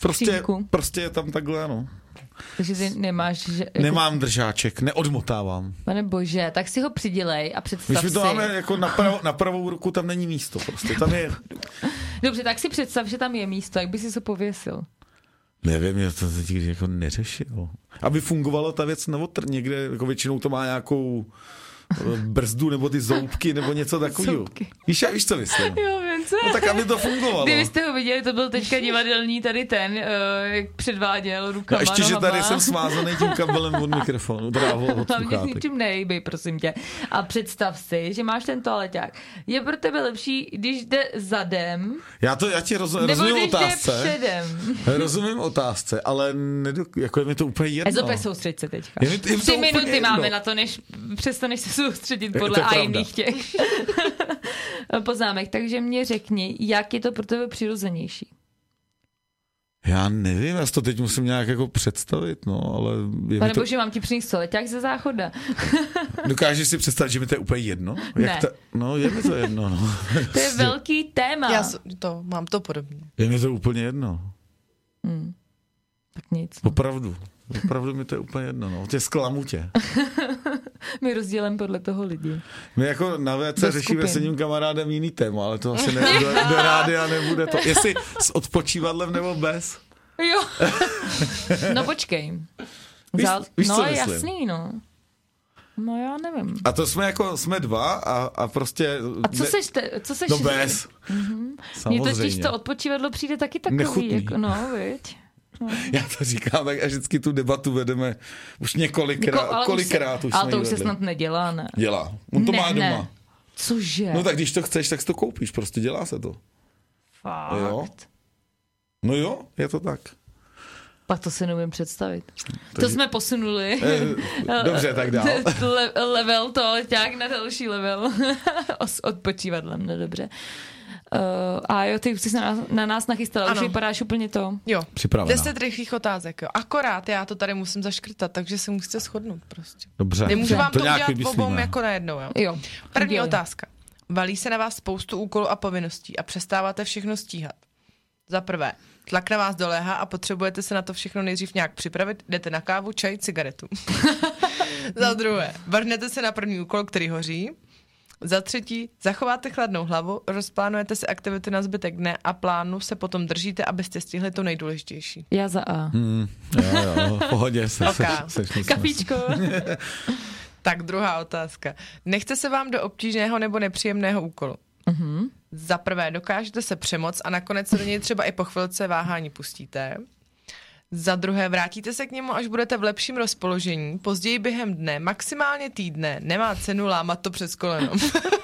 B: Prostě,
A: Skřínku.
B: prostě je tam takhle, no.
A: Jako- Takže ty nemáš... Že...
B: Nemám držáček, neodmotávám.
A: Pane bože, tak si ho přidělej a představ
B: Když my to
A: si.
B: máme jako na, pravo, na pravou ruku, tam není místo prostě. Tam je,
A: Dobře, tak si představ, že tam je místo, jak by si to pověsil.
B: nevím, já to se nikdy jako neřešil. Aby fungovala ta věc na otr, někde, jako většinou to má nějakou eh, brzdu nebo ty zoubky nebo něco takového.
A: Zoubky.
B: Víš, já víš, co myslím.
A: Jo, vím co.
B: No, tak aby to fungovalo.
A: Kdybyste ho viděli, to byl teďka divadelní tady ten, eh, jak předváděl
B: No,
A: rukama,
B: a ještě, že
A: nohama.
B: tady jsem svázaný tím kabelem od mikrofonu, teda od od
A: Hlavně s
B: sluchátek.
A: ničím nerejbej, prosím tě. A představ si, že máš ten toaleťák. Je pro tebe lepší, když jde zadem,
B: Já, to, já ti roz,
A: nebo
B: rozumím
A: když jde
B: otázce,
A: předem.
B: rozumím otázce, ale nedok, jako je mi to úplně jedno.
A: Ezope, soustřed se teďka.
B: Je mi- je mi to
A: Tři
B: úplně
A: minuty
B: jedno.
A: máme na to, než přestaneš se soustředit
B: to
A: podle
B: je
A: a
B: pravda.
A: jiných těch poznámek. Takže mě řekni, jak je to pro tebe přirozenější.
B: Já nevím, já si to teď musím nějak jako představit, no, ale je mi
A: Pane
B: to,
A: bože, mám ti přinést toaleťák ze záchoda.
B: dokážeš si představit, že mi to je úplně jedno?
A: Ne.
B: ta, no, je mi to jedno, no.
A: To je velký téma.
C: já s- to, mám to podobně.
B: Je mi to úplně jedno,
A: Hmm. Tak nic.
B: opravdu. Opravdu mi to je úplně jedno, no. Tě zklamu tě.
A: My rozdělem podle toho lidi.
B: My jako na VC
A: Do
B: řešíme
A: skupin.
B: s jedním kamarádem jiný téma, ale to asi ne, do, do rádia nebude to. Jestli s odpočívadlem nebo bez.
A: Jo. No počkej.
B: Víš- víš,
A: no
B: co myslím?
A: jasný, no. No já nevím.
B: A to jsme jako, jsme dva a, a prostě...
A: A co seš, te, co seš
B: No bez.
A: Mně
B: Samozřejmě.
A: totiž to odpočívadlo přijde taky takový,
B: Nechutný.
A: jako no, viď?
B: Já to říkám tak a vždycky tu debatu vedeme už několikrát,
A: Jako, ale
B: kolikrát
A: se,
B: už
A: Ale
B: jsme
A: to
B: ji
A: už se
B: vedli.
A: snad nedělá, ne?
B: Dělá. On to
A: ne,
B: má doma.
A: Ne. Cože?
B: No tak když to chceš, tak si to koupíš, prostě dělá se to.
A: Fakt.
B: jo. No jo, je to tak.
A: Pak to si neumím představit. To
B: Takže-
A: jsme posunuli.
B: Eh, dobře, tak dál.
A: Le- level to, ale tak na další level. O- S odpočívadlem, no dobře. Uh, a jo, ty už jsi na nás, na nás nachystala, ano. už
C: Ano.
A: vypadáš úplně to.
C: Jo.
B: Připravená.
C: Deset rychlých otázek, jo. Akorát já to tady musím zaškrtat, takže se musíte shodnout prostě.
B: Dobře.
C: Nemůžu vám to,
B: nějak
C: udělat
B: vymyslíme.
C: obou jako najednou, jo.
A: Jo.
C: První
A: Dělej.
C: otázka. Valí se na vás spoustu úkolů a povinností a přestáváte všechno stíhat. Za prvé, tlak na vás doléhá a potřebujete se na to všechno nejdřív nějak připravit, jdete na kávu, čaj, cigaretu. Za druhé, vrhnete se na první úkol, který hoří. Za třetí, zachováte chladnou hlavu, rozplánujete si aktivity na zbytek dne a plánu se potom držíte, abyste stihli to nejdůležitější.
A: Já za A.
B: Hmm, jo, jo, v pohodě se, se,
C: Ok.
B: se, se
A: Kapičko.
C: Tak druhá otázka. Nechce se vám do obtížného nebo nepříjemného úkolu?
A: Mhm.
C: Za prvé, dokážete se přemoc a nakonec se do něj třeba i po chvilce váhání pustíte. Za druhé, vrátíte se k němu, až budete v lepším rozpoložení, později během dne, maximálně týdne, nemá cenu lámat to přes koleno.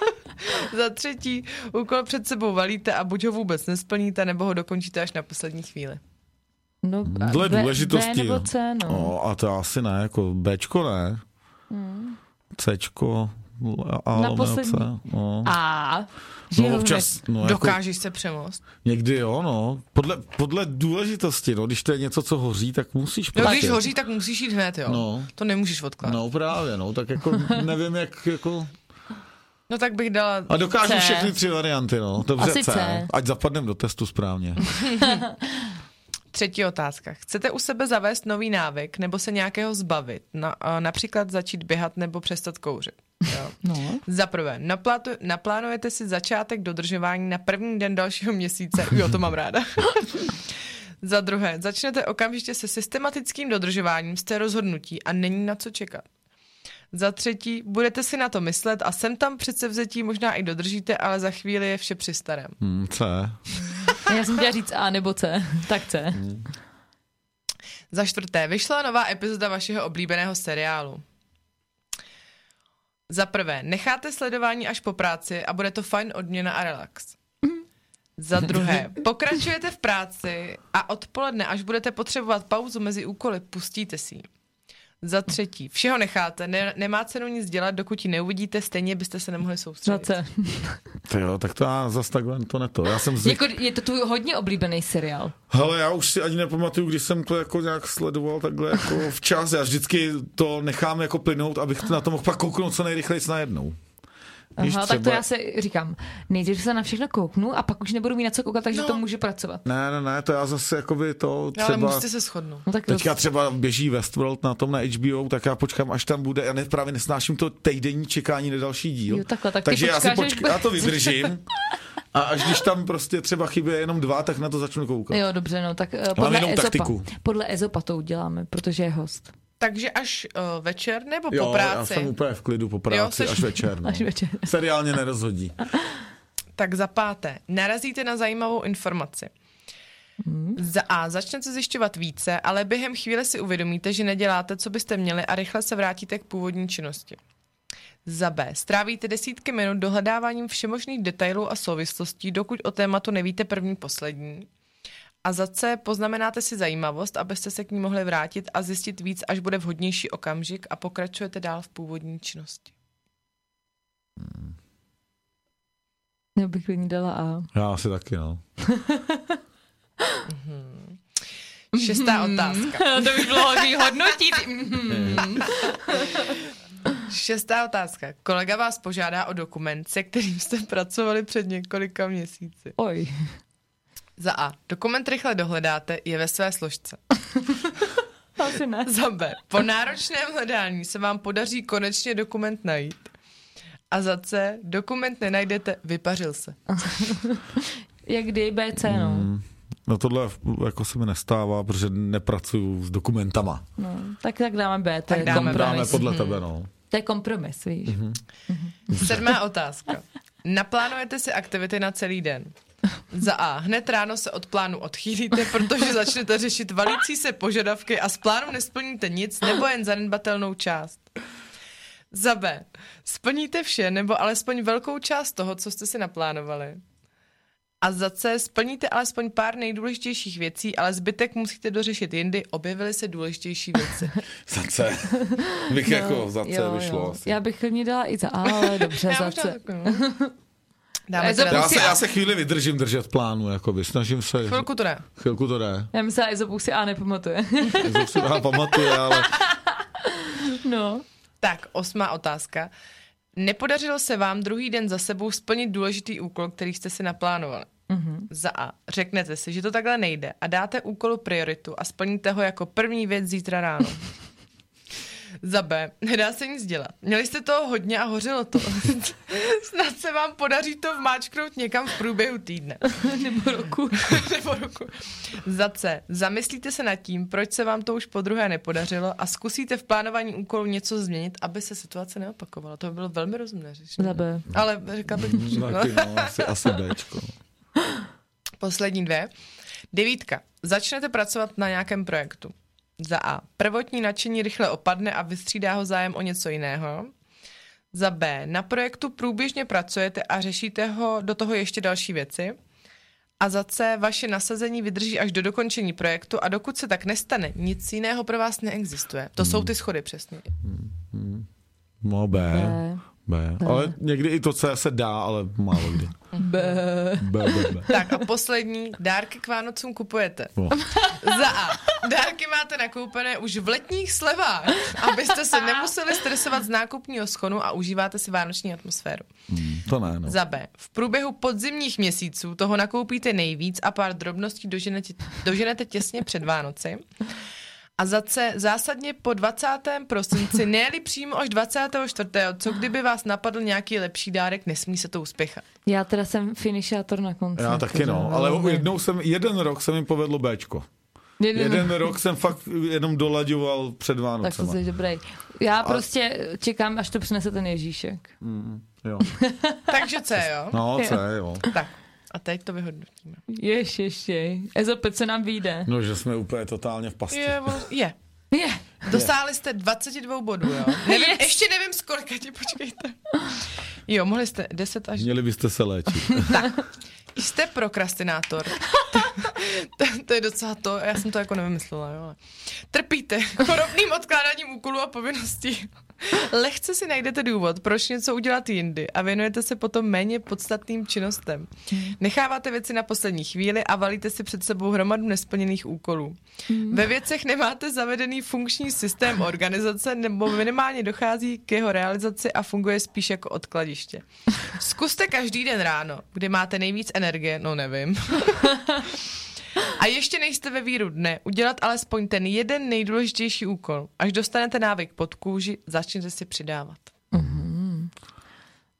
C: Za třetí, úkol před sebou valíte a buď ho vůbec nesplníte, nebo ho dokončíte až na poslední chvíli.
A: No, a
B: Dle
A: B-
B: důležitosti.
A: B nebo C, no.
B: No, a to asi ne, jako Bčko ne. Cčko, A,
A: Na poslední.
B: No.
A: A že
B: No,
A: ho
B: občas, no, jako,
C: Dokážeš se přemost.
B: někdy jo, no. Podle, podle důležitosti, no, když to je něco, co hoří, tak musíš
C: No,
B: prostě.
C: když hoří, tak musíš jít hned, jo.
B: No.
C: To nemůžeš odkládat. No.
B: No právě, no, tak jako nevím, jak jako...
C: no tak bych dala...
B: A dokážu
A: C.
B: všechny tři varianty, no. Dobře,
A: Asi C.
B: Ať zapadnem do testu správně.
C: Třetí otázka. Chcete u sebe zavést nový návyk nebo se nějakého zbavit? Na, a například začít běhat nebo přestat kouřit? Jo.
A: No.
C: Za prvé, naplátu- naplánujete si začátek dodržování na první den dalšího měsíce. Jo, to mám ráda. Za druhé, začnete okamžitě se systematickým dodržováním jste rozhodnutí a není na co čekat. Za třetí, budete si na to myslet a sem tam přece vzetí možná i dodržíte, ale za chvíli je vše při starém.
B: Hmm, C.
A: Já jsem chtěla říct A nebo C. Tak C.
C: Za čtvrté, vyšla nová epizoda vašeho oblíbeného seriálu. Za prvé, necháte sledování až po práci a bude to fajn odměna a relax. Za druhé, pokračujete v práci a odpoledne, až budete potřebovat pauzu mezi úkoly, pustíte si ji. Za třetí, všeho necháte, ne- nemá cenu nic dělat, dokud ji neuvidíte, stejně byste se nemohli
A: Za
C: soustředit.
A: C.
B: Ty jo, tak to já zas takhle to ne to. Já jsem zvyk...
A: Jako, je to tvůj hodně oblíbený seriál.
B: Hele, já už si ani nepamatuju, když jsem to jako nějak sledoval takhle jako včas. Já vždycky to nechám jako plynout, abych na to mohl pak kouknout co nejrychleji najednou. Víš,
A: Aha, tak to já se říkám, nejdřív se na všechno kouknu a pak už nebudu mít na co koukat, takže
C: No.
A: to může pracovat.
B: Ne, ne, ne, to já zase jakoby to
C: No, ale
B: třeba...
C: musíte se shodnout.
A: No tak
B: Teďka
A: to,
B: třeba běží Westworld na tom na HBO, tak já počkám, až tam bude. Já ne, právě nesnáším to týdenní čekání na další díl.
A: Jo, takhle, tak ty
B: Takže já, si
A: počkáš, až
B: počk-
A: bude-
B: já to vydržím. A až když tam prostě třeba chybí jenom dva, tak na to začnu koukat.
A: jo, dobře, no tak eh, podle
B: jinou
A: Ezopa.
B: taktiku.
A: Podle Ezopa to uděláme, protože je host.
C: Takže až uh, večer nebo po
B: já
C: práci?
B: jsem úplně v klidu po práci,
C: seš-
B: až večer. No.
A: Až večer.
B: Seriálně nerozhodí.
C: Tak za páté, narazíte na zajímavou informaci. Za A začnete zjišťovat více, ale během chvíle si uvědomíte, že neděláte, co byste měli a rychle se vrátíte k původní činnosti. Za B. Strávíte desítky minut dohledáváním všemožných detailů a souvislostí, dokud o tématu nevíte první poslední. A za C. Poznamenáte si zajímavost, abyste se k ní mohli vrátit a zjistit víc, až bude vhodnější okamžik a pokračujete dál v původní činnosti.
A: Já bych klidně dala A.
B: Já asi taky, no.
C: Šestá otázka.
A: to by bylo hodně hodnotit. Mhm.
C: Šestá otázka. Kolega vás požádá o dokument, se kterým jste pracovali před několika měsíci.
A: Oj.
C: Za A. Dokument rychle dohledáte, je ve své složce.
A: Asi ne.
C: Za B. Po náročném hledání se vám podaří konečně dokument najít. A za C. Dokument nenajdete, vypařil se.
A: Jak kdy BC, no.
B: No tohle jako se mi nestává, protože nepracuju s dokumentama.
A: no. Tak tak dáme B, to
C: Tak
A: je
C: dáme B.
A: kompromis.
B: Dáme podle Mhm. tebe, no.
A: To je kompromis, víš.
C: Sedmá otázka. Naplánujete si aktivity na celý den. Za A. Hned ráno se od plánu odchýlíte, protože začnete řešit valící se požadavky a s plánu nesplníte nic nebo jen zanedbatelnou část. Za B. Splníte vše nebo alespoň velkou část toho, co jste si naplánovali. A za C. Splníte alespoň pár nejdůležitějších věcí, ale zbytek musíte dořešit jindy, objevily se důležitější věci.
G: Za C. Bych no, jako za C
A: Jo,
G: vyšlo
A: jo.
G: asi.
A: Já bych klidně dala i za A, ale dobře,
C: Já
A: za
C: možná
A: C.
C: takovou. Dáme
A: Ezo,
C: teda
B: Já
A: Musí-
B: se, já se chvíli vydržím držet plánu, jakoby. Snažím se.
C: Chvilku to ne.
B: Chvilku to jde.
A: Já myslím, že Ezopu si A nepamatuje.
B: To si já pamatuju, ale
A: no.
C: Tak, osmá otázka. Nepodařilo se vám druhý den za sebou splnit důležitý úkol, který jste si naplánovali. Mm-hmm. Za A. Řeknete si, že to takhle nejde a dáte úkolu prioritu a splníte ho jako první věc zítra ráno. za B. Nedá se nic dělat. Měli jste toho hodně a hořelo to. Snad se vám podaří to vmáčknout někam v průběhu týdne
A: Nebo roku.
C: nebo ruku. Za C. Zamyslíte se nad tím, proč se vám to už po druhé nepodařilo a zkusíte v plánování úkolu něco změnit, aby se situace neopakovala. To by bylo velmi rozumné řešení.
A: Za B.
C: Ale řekla bych to všechno.
B: taky, no, asi, asi Bčko.
C: Poslední dvě. Devítka. Začnete pracovat na nějakém projektu. Za A. Prvotní nadšení rychle opadne a vystřídá ho zájem o něco jiného. Za B. Na projektu průběžně pracujete a řešíte ho do toho ještě další věci. A za C. Vaše nasazení vydrží až do dokončení projektu a dokud se tak nestane, nic jiného pro vás neexistuje. To jsou ty schody přesně.
B: No B.
A: B.
B: B. Ale někdy i to C se dá, ale málo kdy.
A: B.
B: B, B, B.
C: Tak a poslední, dárky k Vánocům kupujete.
B: O.
C: Za A. Dárky máte nakoupené už v letních slevách, abyste se nemuseli stresovat z nákupního schonu a užíváte si vánoční atmosféru.
B: To ne, no.
C: Za B. V průběhu podzimních měsíců toho nakoupíte nejvíc a pár drobností doženete, doženete těsně před Vánoci. A za C, zásadně po 20. prosinci, ne přímo až 24. Co kdyby vás napadl nějaký lepší dárek, nesmí se to uspěchat.
A: Já teda jsem finišátor na konci.
B: Já taky
A: teda
B: no, ale
A: velmi.
B: jednou jsem, jeden rok se mi povedlo Bčko.
A: Jeden-
B: Jeden rok jsem fakt jenom dolaďoval před
A: Tak to
B: Vánocema.
A: jsi dobrý. Já prostě čekám, až to přinese ten Ježíšek.
B: Jo.
C: Takže C, jo?
B: No, C, jo.
C: Tak. A teď to vyhodnotíme.
A: Ješ, ještě. Ezopet se nám vyjde.
B: No, že jsme úplně totálně v pasti.
C: Je, vol- je.
A: Je.
C: Dosáhli jste 22 bodů, jo? Nevím,
A: Yes.
C: Ještě nevím, z kolika ti počkejte. Jo, mohli jste 10 až...
B: Měli byste se léčit.
C: Jste prokrastinátor. to, to je docela to, já jsem to jako nevymyslela, jo. ale- Trpíte chorobným odkládáním úkolů a povinností. Lehce si najdete důvod, proč něco udělat jindy a věnujete se potom méně podstatným činnostem. Necháváte věci na poslední chvíli a valíte si před sebou hromadu nesplněných úkolů. Ve věcech nemáte zavedený funkční systém organizace nebo minimálně dochází k jeho realizaci a funguje spíš jako odkladiště. Zkuste každý den ráno, kdy máte nejvíc energie, no nevím, a ještě nejste ve víru dne, udělat alespoň ten jeden nejdůležitější úkol. Až dostanete návyk pod kůži, začněte si přidávat.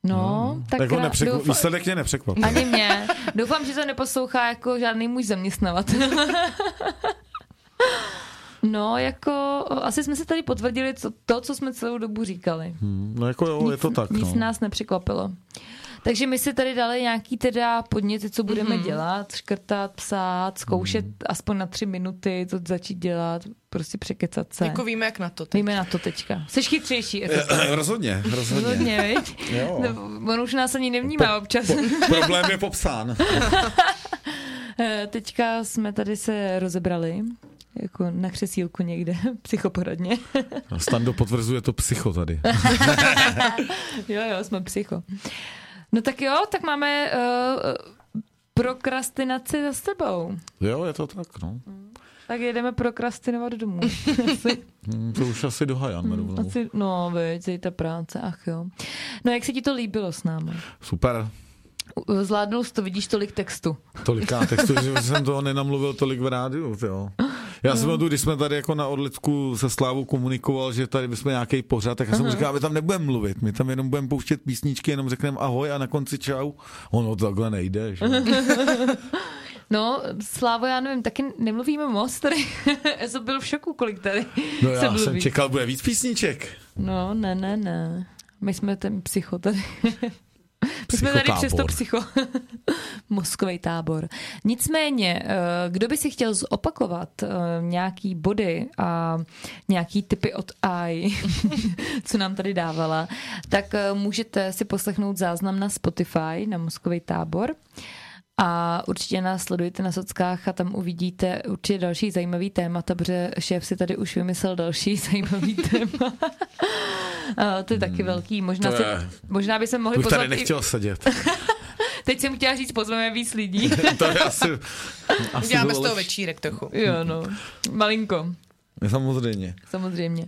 A: No, tak,
B: Tak ho
A: já
B: nepřekvap...
A: doufám-
B: Výsledek mě nepřekvapil.
A: Ani mě. Doufám, že to neposlouchá jako žádný můj zaměstnavatel. No, jako asi jsme si tady potvrdili co, to, co jsme celou dobu říkali.
B: No jako jo, je to tak,
A: Nic
B: no.
A: nás nepřekvapilo. Takže my si tady dali nějaký teda podněty, co budeme mm-hmm.
B: Mhm.
A: dělat, škrtat, psát, zkoušet mm-hmm. aspoň na tři minuty to začít dělat, prostě překecat se.
C: Jako víme, jak na to. Teď.
A: Víme na to teďka. Jsi chytřejší, je to
B: Eh, Rozhodně, rozhodně.
A: rozhodně, viď?
B: Jo.
A: No, on už nás ani nevnímá občas.
B: Problém je popsán.
A: Eh, Teďka jsme tady se rozebrali, jako na křesílku někde, psychoporadně.
B: Stando potvrzuje to psycho tady.
A: jo, jo, jsme psycho. No tak jo, tak máme uh, prokrastinaci za sebou.
B: Jo, je to tak, no.
A: Tak jedeme prokrastinovat domů.
B: Hm, To už asi dohajan rovnou.
A: Mm. Asi, no, veď, ta práce, ach jo. No jak se ti to líbilo s námi?
B: Super.
A: U- Zvládnul jsi to, vidíš tolik textu.
B: Toliká textu, že jsem toho nenamluvil tolik v rádiu, jo. Já jsem tu, když jsme tady jako na Orlicku se Slávou komunikoval, že tady bychom nějaký pořad, tak já jsem mu říkal, my tam nebudeme mluvit, my tam jenom budeme pouštět písničky, jenom řekneme ahoj a na konci čau. Ono takhle nejde, že?
A: No, Slávo, já nevím, taky nemluvíme moc tady. Ezo byl v šoku, kolik tady
B: No
A: se
B: já
A: mluví.
B: jsem čekal, bude víc písniček.
A: No, ne, ne, ne. My jsme ten psycho tady. My jsme tady
B: Psychotábor.
A: přesto psycho. Mozkový tábor. Nicméně, eh, kdo by si chtěl zopakovat eh, nějaký body a nějaký typy od AI, co nám tady dávala, tak eh, můžete si poslechnout záznam na Spotify, na Mozkový tábor. A určitě nás sledujte na sockách a tam uvidíte určitě další zajímavý témata, protože šéf si tady už vymyslel další zajímavý téma. A to je taky velký. Možná,
B: Hmm, To
A: si,
B: je-
A: možná by se mohli
B: Bych tady
A: pozvat i
B: nechtěl sedět.
A: Teď jsem chtěla říct, pozveme víc lidí.
B: To je asi... asi
C: Uděláme
B: bylo
C: z toho
B: lepší.
C: večírek trochu.
A: jo, no. Malinko,
B: Samozřejmě.
A: samozřejmě.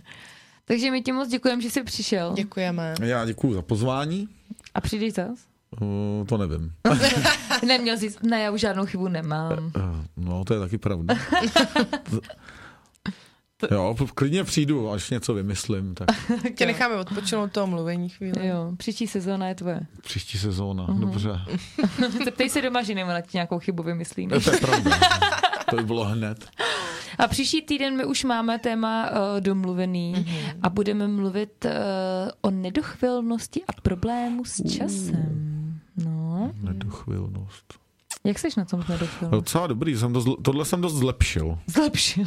A: Takže my ti moc děkujeme, že jsi přišel.
C: Děkujeme.
B: Já děkuji za pozvání.
A: A přijdeš zas?
B: Uh, to nevím.
A: Neměl jsi, ne, já už žádnou chybu nemám.
B: Eh, No, to je taky pravda. Jo, klidně přijdu, až něco vymyslím, tak
C: Tě necháme odpočinout toho mluvení chvíli.
A: Jo, příští sezóna je tvoje.
B: příští sezóna, dobře.
A: Zeptej se doma, že nemá ti nějakou chybu vymyslíme.
B: To je pravda. To by bylo hned.
A: A příští týden my už máme téma uh, domluvený mm-hmm. a budeme mluvit uh, o nedochvilnosti a problému s časem. No,
B: Nedochvilnost.
A: jak seš na tom s nedochvilností?
B: No, Docela dobrý, jsem to, zl- tohle jsem dost zlepšil.
A: Zlepšil.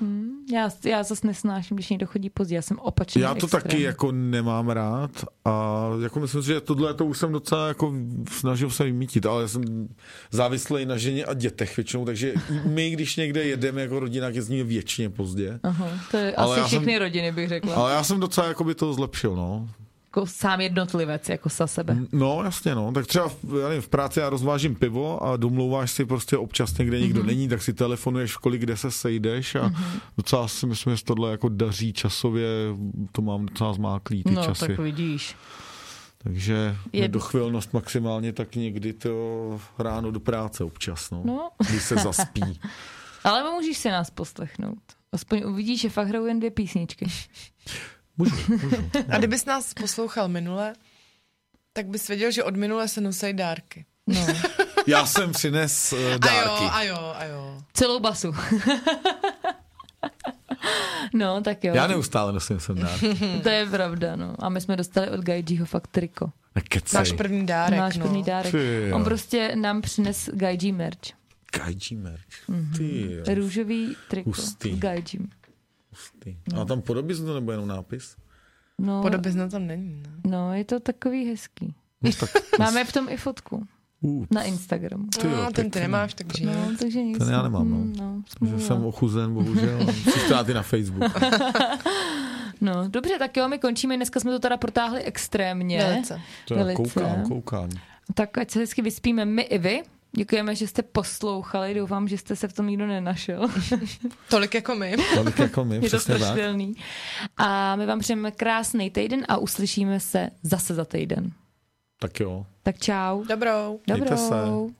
A: Hmm. Já, já zase nesnáším, když někdo chodí pozdě, já jsem opačný
B: Já to
A: extrém.
B: taky jako nemám rád a jako myslím si, že tohle to už jsem docela jako snažil se vymítit, ale já jsem závislý na ženě a dětech většinou, takže my, když někde jedeme jako rodina, tak jezdíme věčně pozdě.
A: Aha, to je
B: Ale
A: asi
B: já jsem-
A: všechny rodiny, bych řekla.
B: Ale já jsem docela jako by to zlepšil, no.
A: jako sám jednotlivec, jako za sebe.
B: No jasně, no. Tak třeba v, já nevím, v práci já rozvážím pivo a domlouváš si prostě občas někde nikdo mm-hmm. není, tak si telefonuješ, kolik kde se sejdeš a mm-hmm. docela si myslím, že tohle jako daří časově, to mám docela zmáklý ty
A: no,
B: časy.
A: tak vidíš.
B: Takže je... dochvilnost maximálně tak někdy to ráno do práce občas, no. no. Když se zaspí.
A: Ale můžeš si nás poslechnout. Aspoň uvidíš, že fakt hrajou jen dvě písničky.
B: Můžu, můžu.
C: A kdybys nás poslouchal minule, tak bys věděl, že od minule se nosejí dárky.
A: No.
B: Já jsem přines uh, dárky.
C: A jo, a jo, a jo.
A: Celou basu. no, tak jo.
B: Já neustále nosím sem dárky.
A: to je pravda, no. A my jsme dostali od Gaijiho fakt triko.
B: Kecej.
C: Náš první dárek,
A: Náš
C: no.
A: první dárek.
B: Ty jo.
A: On prostě nám přines Gaiji merch.
B: Gaiji merch. Ty jo.
A: Růžový triko.
B: Hustý.
A: s Gaijim.
B: Ty. A tam podobiznu nebo jenom nápis?
A: No,
C: Podobizna tam není, no.
A: no, je to takový hezký.
B: No, tak,
A: Máme v tom i fotku.
B: Ups.
A: Na Instagramu.
B: Ty jo,
C: no, ten
B: tak
C: ty
B: to-
C: nemáš, takže
A: No, takže nic.
B: Ten já nemám, no.
A: Mm, no,
B: Že jsem
A: jsem...
B: ochuzen, bohužel. Přistráty na Facebook.
A: no, dobře, tak jo, my končíme. Dneska jsme to teda protáhli extrémně.
C: Velice.
B: To já
A: Velice. no.
B: koukám, koukám.
A: Tak ať se hezky vyspíme my i vy. Děkujeme, že jste poslouchali. Doufám, že jste se v tom nikdo nenašel.
C: Tolik jako my.
B: Tolik jako my,
A: Je to
B: přesně tak.
A: strašidelný. A my vám přejeme krásný týden a uslyšíme se zase za týden.
B: Tak jo.
A: Tak čau.
C: Dobrou.
B: Mějte se.
A: Dobrou.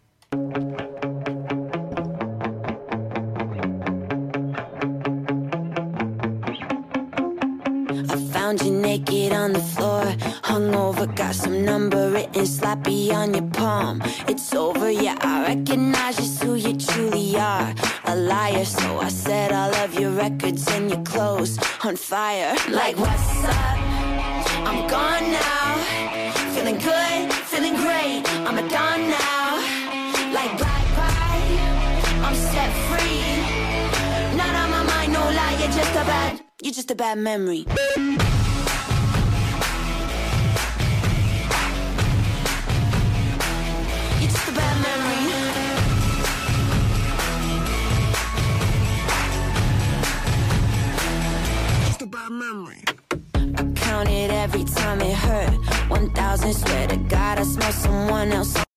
H: I found you naked on the floor, hungover, got some number written sloppy on your palm. It's over, yeah, I recognize just who you truly are. A liar, so I set all of your records and your clothes on fire. Like, what's up? I'm gone now. Feeling good, feeling great, I'm a don now. Like, bye bye, I'm set free. Not on my mind, no lie, you're just a bad, you're just a bad memory. You're just a bad memory. Just a bad memory. I counted every time it hurt. 1,000, swear to God, I smell someone else.